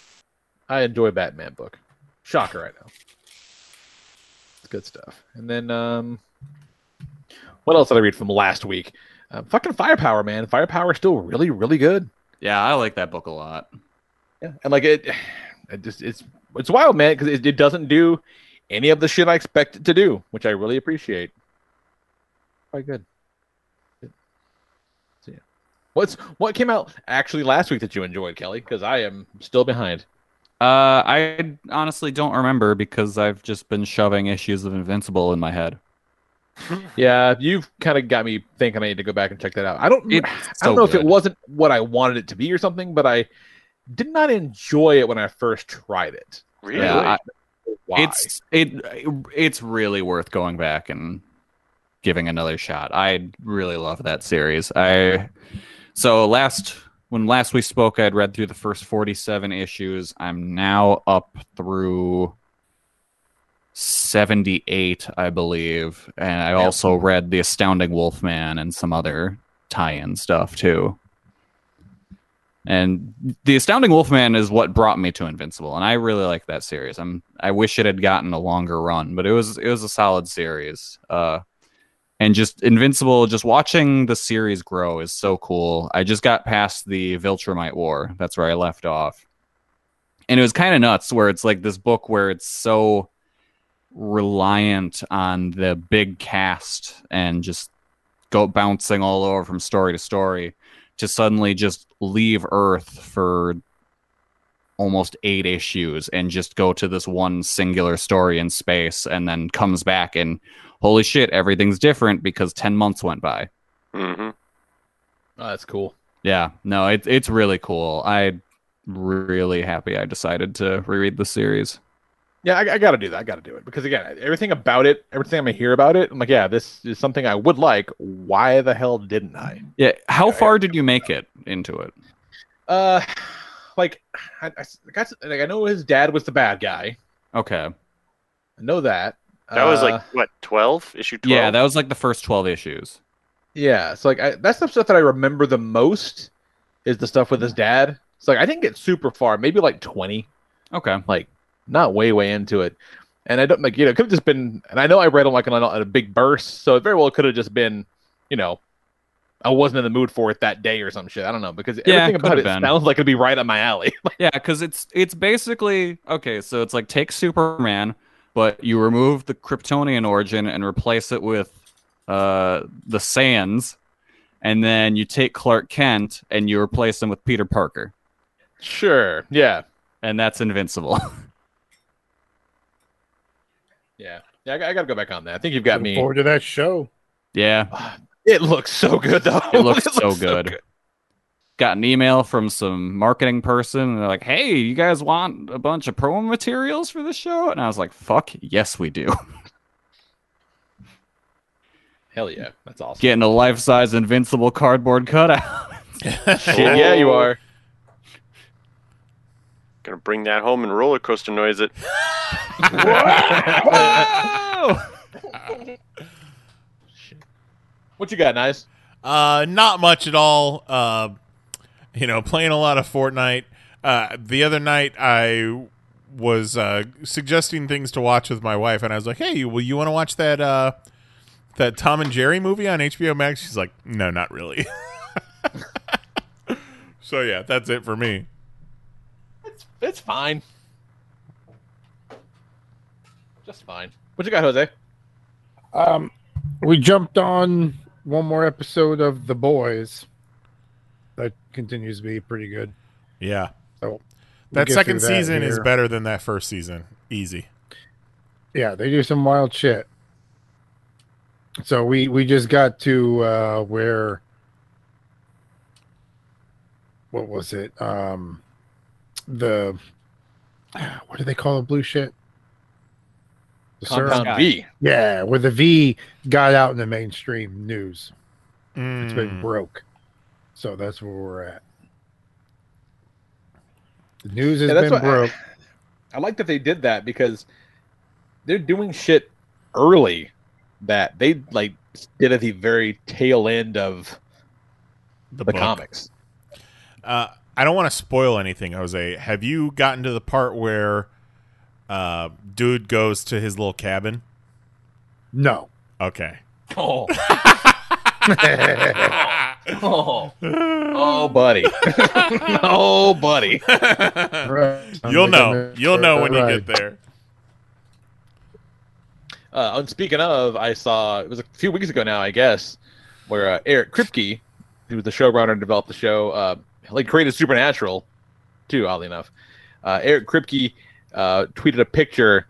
Speaker 10: I enjoy Batman book. Shocker right now. It's good stuff. And then um, what else did I read from last week? Uh, fucking Firepower, man. Firepower is still really, really good.
Speaker 2: Yeah, I like that book a lot.
Speaker 10: Yeah, and like it, it just it's it's wild, man, because it, it doesn't do any of the shit I expect it to do, which I really appreciate. Quite good. Good. So, yeah. What's what came out actually last week that you enjoyed, Kelly? Because I am still behind.
Speaker 2: Uh, I honestly don't remember because I've just been shoving issues of Invincible in my head.
Speaker 10: Yeah, you've kind of got me thinking I need to go back and check that out. I don't,
Speaker 2: It's
Speaker 10: I don't
Speaker 2: so
Speaker 10: know if it
Speaker 2: good.
Speaker 10: wasn't what I wanted it to be or something, but I did not enjoy it when I first tried it.
Speaker 2: Yeah, I-
Speaker 10: Why?
Speaker 2: It's it it's really worth going back and giving another shot. I really love that series. I so last when last we spoke, I had read through the first forty-seven issues. I'm now up through seventy-eight, I believe, and I also read the Astounding Wolfman and some other tie-in stuff too. And the Astounding Wolfman is what brought me to Invincible, and I really like that series. I'm I wish it had gotten a longer run, but it was it was a solid series. Uh, and just Invincible, just watching the series grow is so cool. I just got past the Viltrumite War. That's where I left off, and it was kind of nuts. Where it's like this book where it's so reliant on the big cast and just go bouncing all over from story to story to suddenly just leave earth for almost eight issues and just go to this one singular story in space and then comes back and holy shit everything's different because 10 months went by
Speaker 9: Mm-hmm.
Speaker 10: Oh, that's cool.
Speaker 2: yeah no it, it's really cool i really happy i decided to reread the series
Speaker 10: Yeah, I, I got to do that. I got to do it because again, everything about it, everything I'm gonna hear about it, I'm like, yeah, this is something I would like. Why the hell didn't I?
Speaker 2: yeah how far did you make it into it
Speaker 10: Uh, like I, I s- I got s- like I know his dad was the bad guy.
Speaker 2: okay
Speaker 10: I know that.
Speaker 9: That was like
Speaker 10: Uh,
Speaker 9: what twelve issue twelve.
Speaker 2: yeah that was like the first 12 issues
Speaker 10: yeah. So like I, that's the stuff that I remember the most is the stuff with his dad. So like I didn't get super far, maybe like twenty.
Speaker 2: okay
Speaker 10: like not way way into it and i don't like you know it could have just been and i know i read them like on a, on a big burst so it very well could have just been you know i wasn't in the mood for it that day or some shit i don't know because
Speaker 2: Yeah,
Speaker 10: everything
Speaker 2: could
Speaker 10: about
Speaker 2: have
Speaker 10: it
Speaker 2: been.
Speaker 10: sounds like it'd be right up my alley
Speaker 2: yeah because it's it's basically okay so it's like take superman but you remove the kryptonian origin and replace it with uh the sands and then you take clark kent and you replace him with peter parker
Speaker 10: sure yeah
Speaker 2: and that's invincible
Speaker 10: yeah yeah i, got- I gotta go back on that i think you've got me
Speaker 7: Forward to that show.
Speaker 2: yeah
Speaker 10: it looks so good though
Speaker 2: it looks so
Speaker 10: looks
Speaker 2: good. got an email from some marketing person and they're like hey you guys want a bunch of promo materials for this show and i was like fuck yes we do
Speaker 10: hell yeah that's awesome
Speaker 2: getting a life-size invincible cardboard cutout
Speaker 10: Shit,
Speaker 2: Oh.
Speaker 10: yeah you are
Speaker 9: Gonna bring that home and roller coaster noise it.
Speaker 10: What you got, nice?
Speaker 3: Uh, not much at all. Uh, you know, playing a lot of Fortnite. Uh, the other night I was uh, suggesting things to watch with my wife, and I was like, "Hey, will you want to watch that uh, that Tom and Jerry movie on HBO Max?" She's like, "No, not really." so yeah, that's it for me.
Speaker 10: it's fine just fine what you got jose
Speaker 7: Um, we jumped on one more episode of The Boys. That continues to be pretty good.
Speaker 3: Yeah,
Speaker 7: So we'll
Speaker 3: that
Speaker 7: get
Speaker 3: second
Speaker 7: through that
Speaker 3: season is
Speaker 7: here.
Speaker 3: better than that first season. Easy.
Speaker 7: Yeah, they do some wild shit. So we we just got to uh where what was it? Um the what do they call the blue shit? The serum?
Speaker 10: Compound V.
Speaker 7: Yeah, where the V got out in the mainstream news. It's been
Speaker 3: Mm.
Speaker 7: broke. So that's where we're at. The news has
Speaker 10: Yeah, that's
Speaker 7: been
Speaker 10: what I-
Speaker 7: broke.
Speaker 10: I like that they did that because they're doing shit early that they like did at the very tail end of the,
Speaker 3: book.
Speaker 10: comics.
Speaker 3: Uh, I don't want to spoil anything, Jose. Have you gotten to the part where uh, dude goes to his little cabin?
Speaker 7: No.
Speaker 3: Okay.
Speaker 10: Oh. oh. Oh, buddy. oh, buddy.
Speaker 7: Oh
Speaker 3: You'll know. You'll know when you get there.
Speaker 10: Uh, and speaking of, I saw it was a few weeks ago now, I guess, where uh, Eric Kripke, who was the showrunner and developed the show, uh, like created Supernatural, too. Oddly enough, uh, Eric Kripke uh, tweeted a picture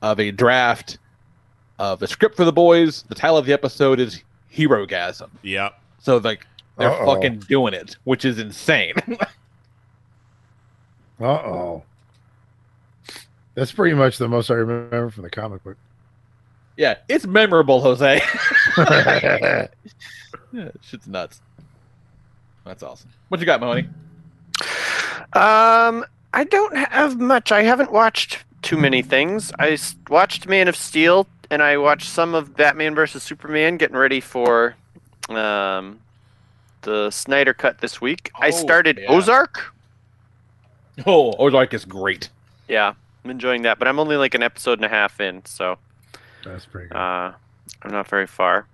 Speaker 10: of a draft of a script for the boys. The title of the episode is Hero Gasm.
Speaker 3: Yep.
Speaker 10: So like they're
Speaker 3: Uh-oh.
Speaker 10: fucking doing it, which is insane.
Speaker 7: Uh oh. That's pretty much the most I remember from the comic book.
Speaker 10: yeah, it's memorable, Jose. yeah, shit's nuts. That's awesome. What you got, Mahoney?
Speaker 9: Um, I don't have much. I haven't watched too many things. I s- watched Man of Steel, and I watched some of Batman versus Superman, getting ready for um, the Snyder Cut this week. I
Speaker 10: Oh,
Speaker 9: started
Speaker 10: yeah.
Speaker 9: Ozark.
Speaker 10: Oh, Ozark is great.
Speaker 9: Yeah, I'm enjoying that, but I'm only like an episode and a half in, so
Speaker 7: That's pretty.
Speaker 3: Ah,
Speaker 9: uh, I'm not very far.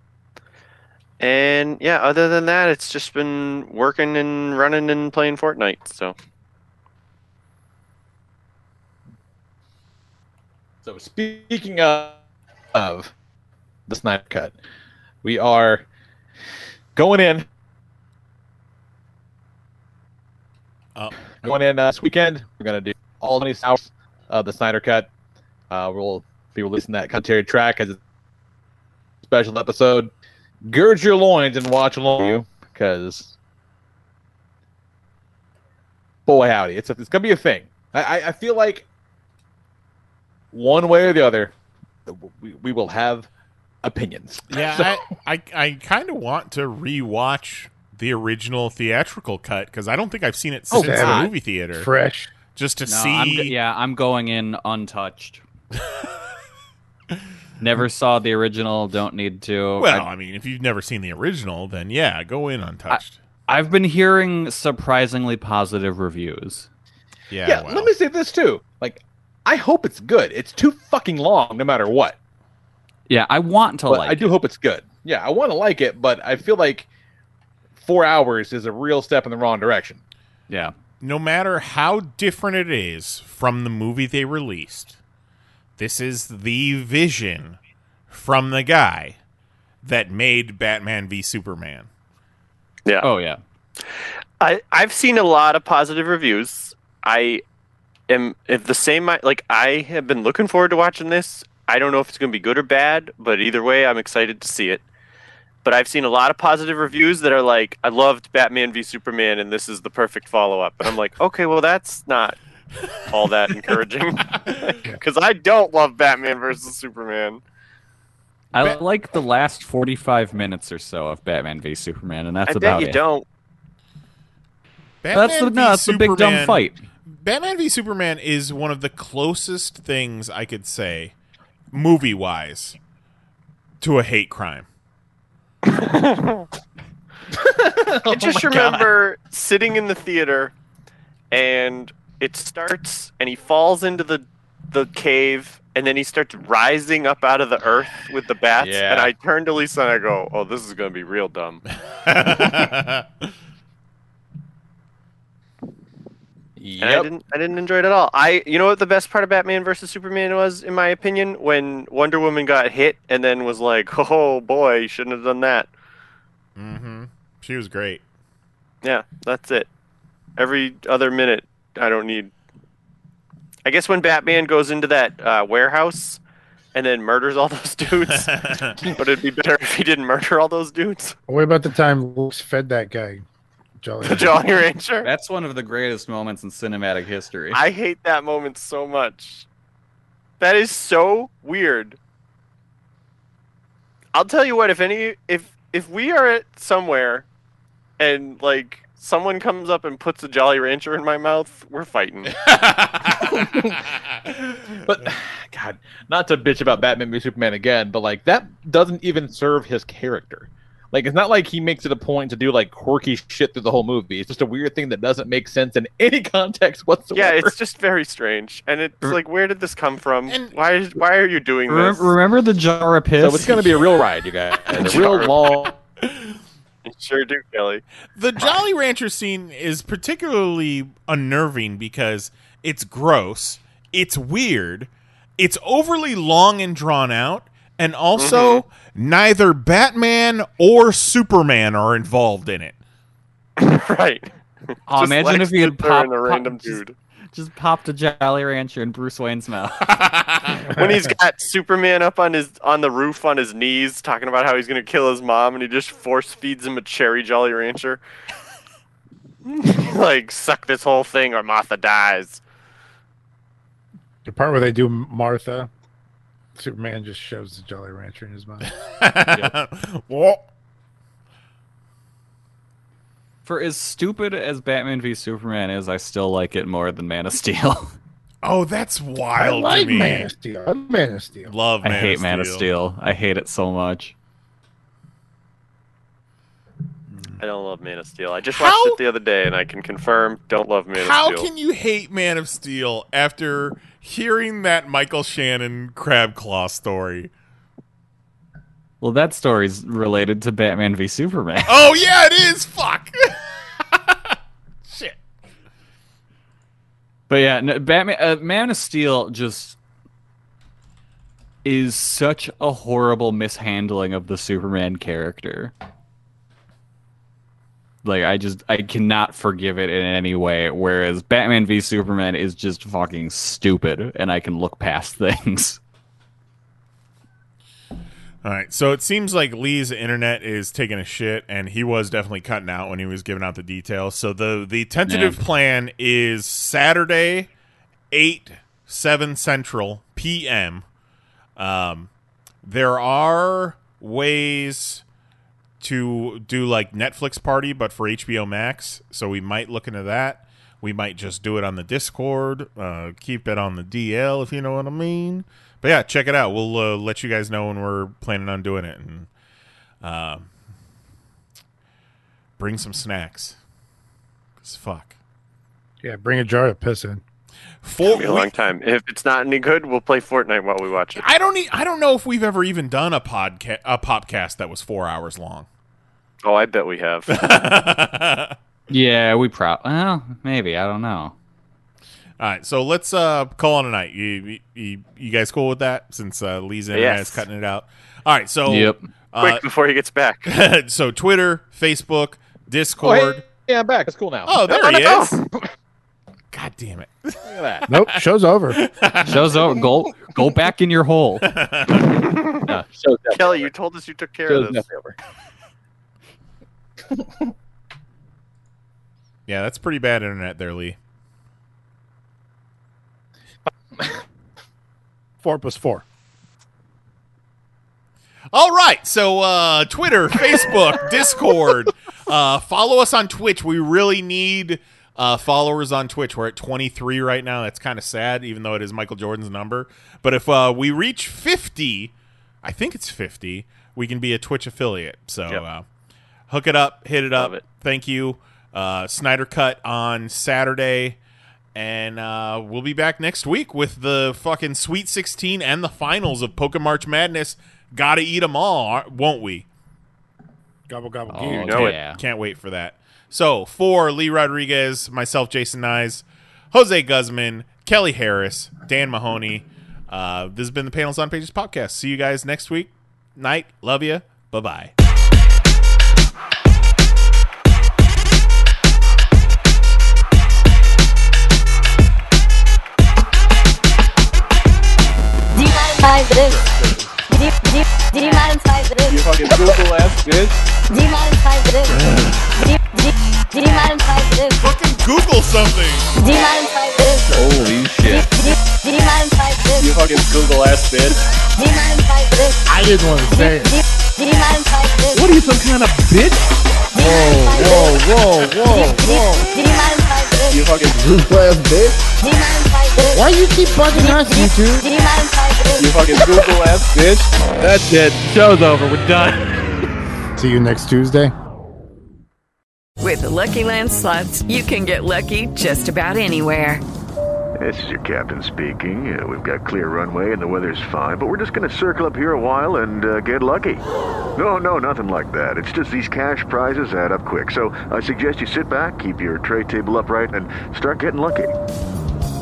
Speaker 9: And yeah, other than that, it's just been working and running and playing Fortnite. So
Speaker 10: So speaking of, of the Snyder Cut, we are going in. Going in uh, this weekend, we're gonna do all 20 hours of the Snyder Cut. Uh, we'll be releasing that commentary track as a special episode. Gird your loins and watch along, you, because boy howdy, it's it's gonna be a thing. I, I, I feel like one way or the other, we, we will have opinions.
Speaker 3: Yeah, I, I, I kind of want to rewatch the original theatrical cut because I don't think I've seen it
Speaker 2: Oh,
Speaker 3: since the
Speaker 2: God.
Speaker 3: movie theater.
Speaker 2: Fresh.
Speaker 3: just to
Speaker 2: No,
Speaker 3: see.
Speaker 2: I'm go- yeah, I'm going in untouched. Never saw the original. Don't need to.
Speaker 3: Well, I, mean, if you've never seen the original, then yeah, go in untouched.
Speaker 2: I've been hearing surprisingly positive reviews.
Speaker 3: Yeah.
Speaker 10: yeah, let me say this too. Like, I hope it's good. It's too fucking long, no matter what.
Speaker 2: Yeah, I want to
Speaker 10: But
Speaker 2: like.
Speaker 10: I do hope it's good. Yeah, I want to like it, but I feel like four hours is a real step in the wrong direction.
Speaker 2: Yeah.
Speaker 3: No matter how different it is from the movie they released, this is the vision from the guy that made Batman v Superman.
Speaker 9: Yeah.
Speaker 2: Oh yeah.
Speaker 9: I I've seen a lot of positive reviews. I am if the same mi- like I have been looking forward to watching this. I don't know if it's going to be good or bad, but either way, I'm excited to see it. But I've seen a lot of positive reviews that are like, "I loved Batman v Superman, and this is the perfect follow up." And I'm like, "Okay, well, that's not all that encouraging," because I don't love Batman versus Superman.
Speaker 2: I like the last 45 minutes or so of Batman v Superman, and that's
Speaker 9: I
Speaker 2: about
Speaker 9: bet you
Speaker 2: it.
Speaker 9: don't.
Speaker 3: Batman
Speaker 2: That's the-
Speaker 3: v
Speaker 2: no, that's the big dumb
Speaker 3: Superman-
Speaker 2: fight.
Speaker 3: Batman v Superman is one of the closest things I could say, movie wise, to a hate crime.
Speaker 10: Oh
Speaker 9: I just remember sitting in the theater, and it starts, and he falls into the the cave, and then he starts rising up out of the earth with the bats.
Speaker 10: Yeah.
Speaker 9: And I turn to Lisa and I go, "Oh, this is gonna be real dumb."
Speaker 3: Mm-hmm.
Speaker 9: And I
Speaker 10: Yep.
Speaker 9: didn't I didn't enjoy it at all. I you know what the best part of Batman versus Superman was, in my opinion, when Wonder Woman got hit and then was like, Oh boy, you shouldn't have done that.
Speaker 3: Mm-hmm. She was great.
Speaker 9: Yeah, that's it. Every other minute I don't need I guess when Batman goes into that uh, warehouse and then murders all those dudes. but it'd be better if he didn't murder all those dudes.
Speaker 7: What about the time Luke's fed that guy? Jolly.
Speaker 9: Jolly Rancher.
Speaker 2: That's one of the greatest moments in cinematic history.
Speaker 9: I hate that moment so much. That is so weird. I'll tell you what, if any if if we are at somewhere and like someone comes up and puts a Jolly Rancher in my mouth, we're fighting.
Speaker 10: but God, not to bitch about Batman v Superman again, but like that doesn't even serve his character. Like it's not like he makes it a point to do like quirky shit through the whole movie. It's just a weird thing that doesn't make sense in any context whatsoever.
Speaker 9: Yeah, it's just very strange, and it's like, where did this come from? Why? is- Why are you doing
Speaker 2: Remember,
Speaker 9: this?
Speaker 2: remember the jar of piss?
Speaker 10: So it's gonna be a real ride, you guys. A real long.
Speaker 9: Sure do, Kelly.
Speaker 3: The Jolly Rancher scene is particularly unnerving because it's gross, it's weird, it's overly long and drawn out, and also
Speaker 7: Mm-hmm.
Speaker 3: neither Batman or Superman are involved in it.
Speaker 9: right.
Speaker 2: Oh,
Speaker 3: Just
Speaker 2: imagine
Speaker 3: Lex
Speaker 2: if he
Speaker 3: Luthor
Speaker 2: had
Speaker 3: and
Speaker 2: popped
Speaker 3: a
Speaker 2: pop-
Speaker 3: random
Speaker 2: just-
Speaker 3: dude.
Speaker 2: Just, popped a Jolly Rancher in Bruce Wayne's mouth.
Speaker 9: when he's got Superman up on his on the roof on his knees, talking about how he's gonna kill his mom, and he just force feeds him a cherry Jolly Rancher. like suck this whole thing, or Martha dies.
Speaker 7: The part where they do Martha, Superman just shoves the Jolly Rancher in his mouth.
Speaker 2: For as stupid as Batman v Superman is, I still like it more than Man of Steel.
Speaker 3: Oh, that's wild.
Speaker 7: I
Speaker 3: to
Speaker 7: like
Speaker 3: me.
Speaker 7: Man of Steel. I love Man of Steel.
Speaker 3: Love.
Speaker 2: I
Speaker 3: Man
Speaker 2: hate
Speaker 3: of
Speaker 2: Man of
Speaker 3: Steel.
Speaker 2: Steel. I hate it so much.
Speaker 9: I don't love Man of Steel. I just watched it the other day, and I can confirm, don't love Man
Speaker 3: How
Speaker 9: of Steel.
Speaker 3: can you hate Man of Steel after hearing that Michael Shannon crab claw story?
Speaker 2: Well, that story's related to Batman v Superman.
Speaker 3: Oh yeah, it is. Fuck. Shit.
Speaker 2: But yeah, no, Batman, uh, Man of Steel just is such a horrible mishandling of the Superman character. Like I just I cannot forgive it in any way. Whereas Batman v Superman is just fucking stupid, and I can look past things.
Speaker 3: All right, so it seems like Lee's internet is taking a shit, and he was definitely cutting out when he was giving out the details. So the the tentative
Speaker 2: Yeah.
Speaker 3: plan is Saturday, eight seven central p.m. Um, there are ways to do like Netflix party, but for HBO Max. So we might look into that. We might just do it on the Discord. Uh, keep it on the DL if you know what I mean. But yeah, check it out. We'll uh, let you guys know when we're planning on doing it, and uh, bring some snacks. Cause fuck.
Speaker 7: Yeah, bring a jar of piss in.
Speaker 3: For
Speaker 9: be a long time. If it's not any good, we'll play Fortnite while we watch it.
Speaker 3: I don't. E- I don't know if we've ever even done a podcast, a podcast that was four hours long.
Speaker 9: Oh, I bet we have.
Speaker 2: Yeah, we pro. Well, maybe I don't know.
Speaker 3: All right, so let's uh, call it a night. You, you- you, you guys cool with that? Since uh, Lee's in
Speaker 9: Yes.
Speaker 3: is cutting it out. All right, so
Speaker 2: Yep.
Speaker 3: uh,
Speaker 9: Quick before he gets back.
Speaker 3: so Twitter, Facebook,
Speaker 10: Oh, hey,
Speaker 3: Discord.
Speaker 10: yeah, I'm back. It's cool now.
Speaker 3: Oh, there
Speaker 10: Look
Speaker 3: he
Speaker 10: at
Speaker 3: is. God damn it!
Speaker 10: that. Look at that.
Speaker 7: Nope, show's over.
Speaker 2: Show's over. Go go back in your hole.
Speaker 10: No, show's definitely
Speaker 9: Kelly, you told us you took care
Speaker 10: show's
Speaker 9: of this.
Speaker 10: definitely over.
Speaker 3: Yeah, that's pretty bad internet there, Lee.
Speaker 7: Four plus four.
Speaker 3: All right. So uh, Twitter, Facebook, Discord. Uh, follow us on Twitch. We really need uh, followers on Twitch. We're at 23 right now. That's kind of sad, even though it is Michael Jordan's number. But if uh, we reach 50, I think it's 50, we can be a Twitch affiliate. So uh, hook it up, hit it up. Thank you. Uh, Snyder Cut on Saturday. And uh, we'll be back next week with the fucking Sweet 16 and the finals of Pokemon March Madness. Gotta eat them all, aren't- won't we?
Speaker 7: Gobble gobble.
Speaker 3: Oh,
Speaker 7: goo.
Speaker 3: it. Can't wait for that. So for Lee Rodriguez, myself, Jason Nyes, Jose Guzman, Kelly Harris, Dan Mahoney, uh, this has been the Panels on Pages podcast. See you guys next week. Night. Love you. Bye bye.
Speaker 17: D-5 this. D- D- D-5 this. You fucking Google ass bitch. D-5 this. D- D- D-5 this. Fucking
Speaker 3: Google something.
Speaker 17: D-5 this.
Speaker 10: Holy shit.
Speaker 17: D- D-5 this.
Speaker 10: You fucking Google ass bitch.
Speaker 17: D-5 this.
Speaker 7: I didn't want to say it.
Speaker 17: D- D-5 this.
Speaker 10: What are you, some kind of bitch?
Speaker 17: Whoa,
Speaker 11: whoa, whoa, whoa.
Speaker 17: D-5 this.
Speaker 11: You fucking goof ass bitch.
Speaker 17: D-5 this.
Speaker 7: Why you keep bugging us, you two?
Speaker 17: You
Speaker 5: fucking Google ass bitch. That's it. Show's over. We're done.
Speaker 7: See you next Tuesday.
Speaker 18: With the Lucky Land slots, you can get lucky just about anywhere.
Speaker 19: This is your captain speaking. Uh, we've got clear runway and the weather's fine, but we're just going to circle up here a while and uh, get lucky. No, Oh, no, nothing like that. It's just these cash prizes add up quick. So I suggest you sit back, keep your tray table upright, and start getting lucky.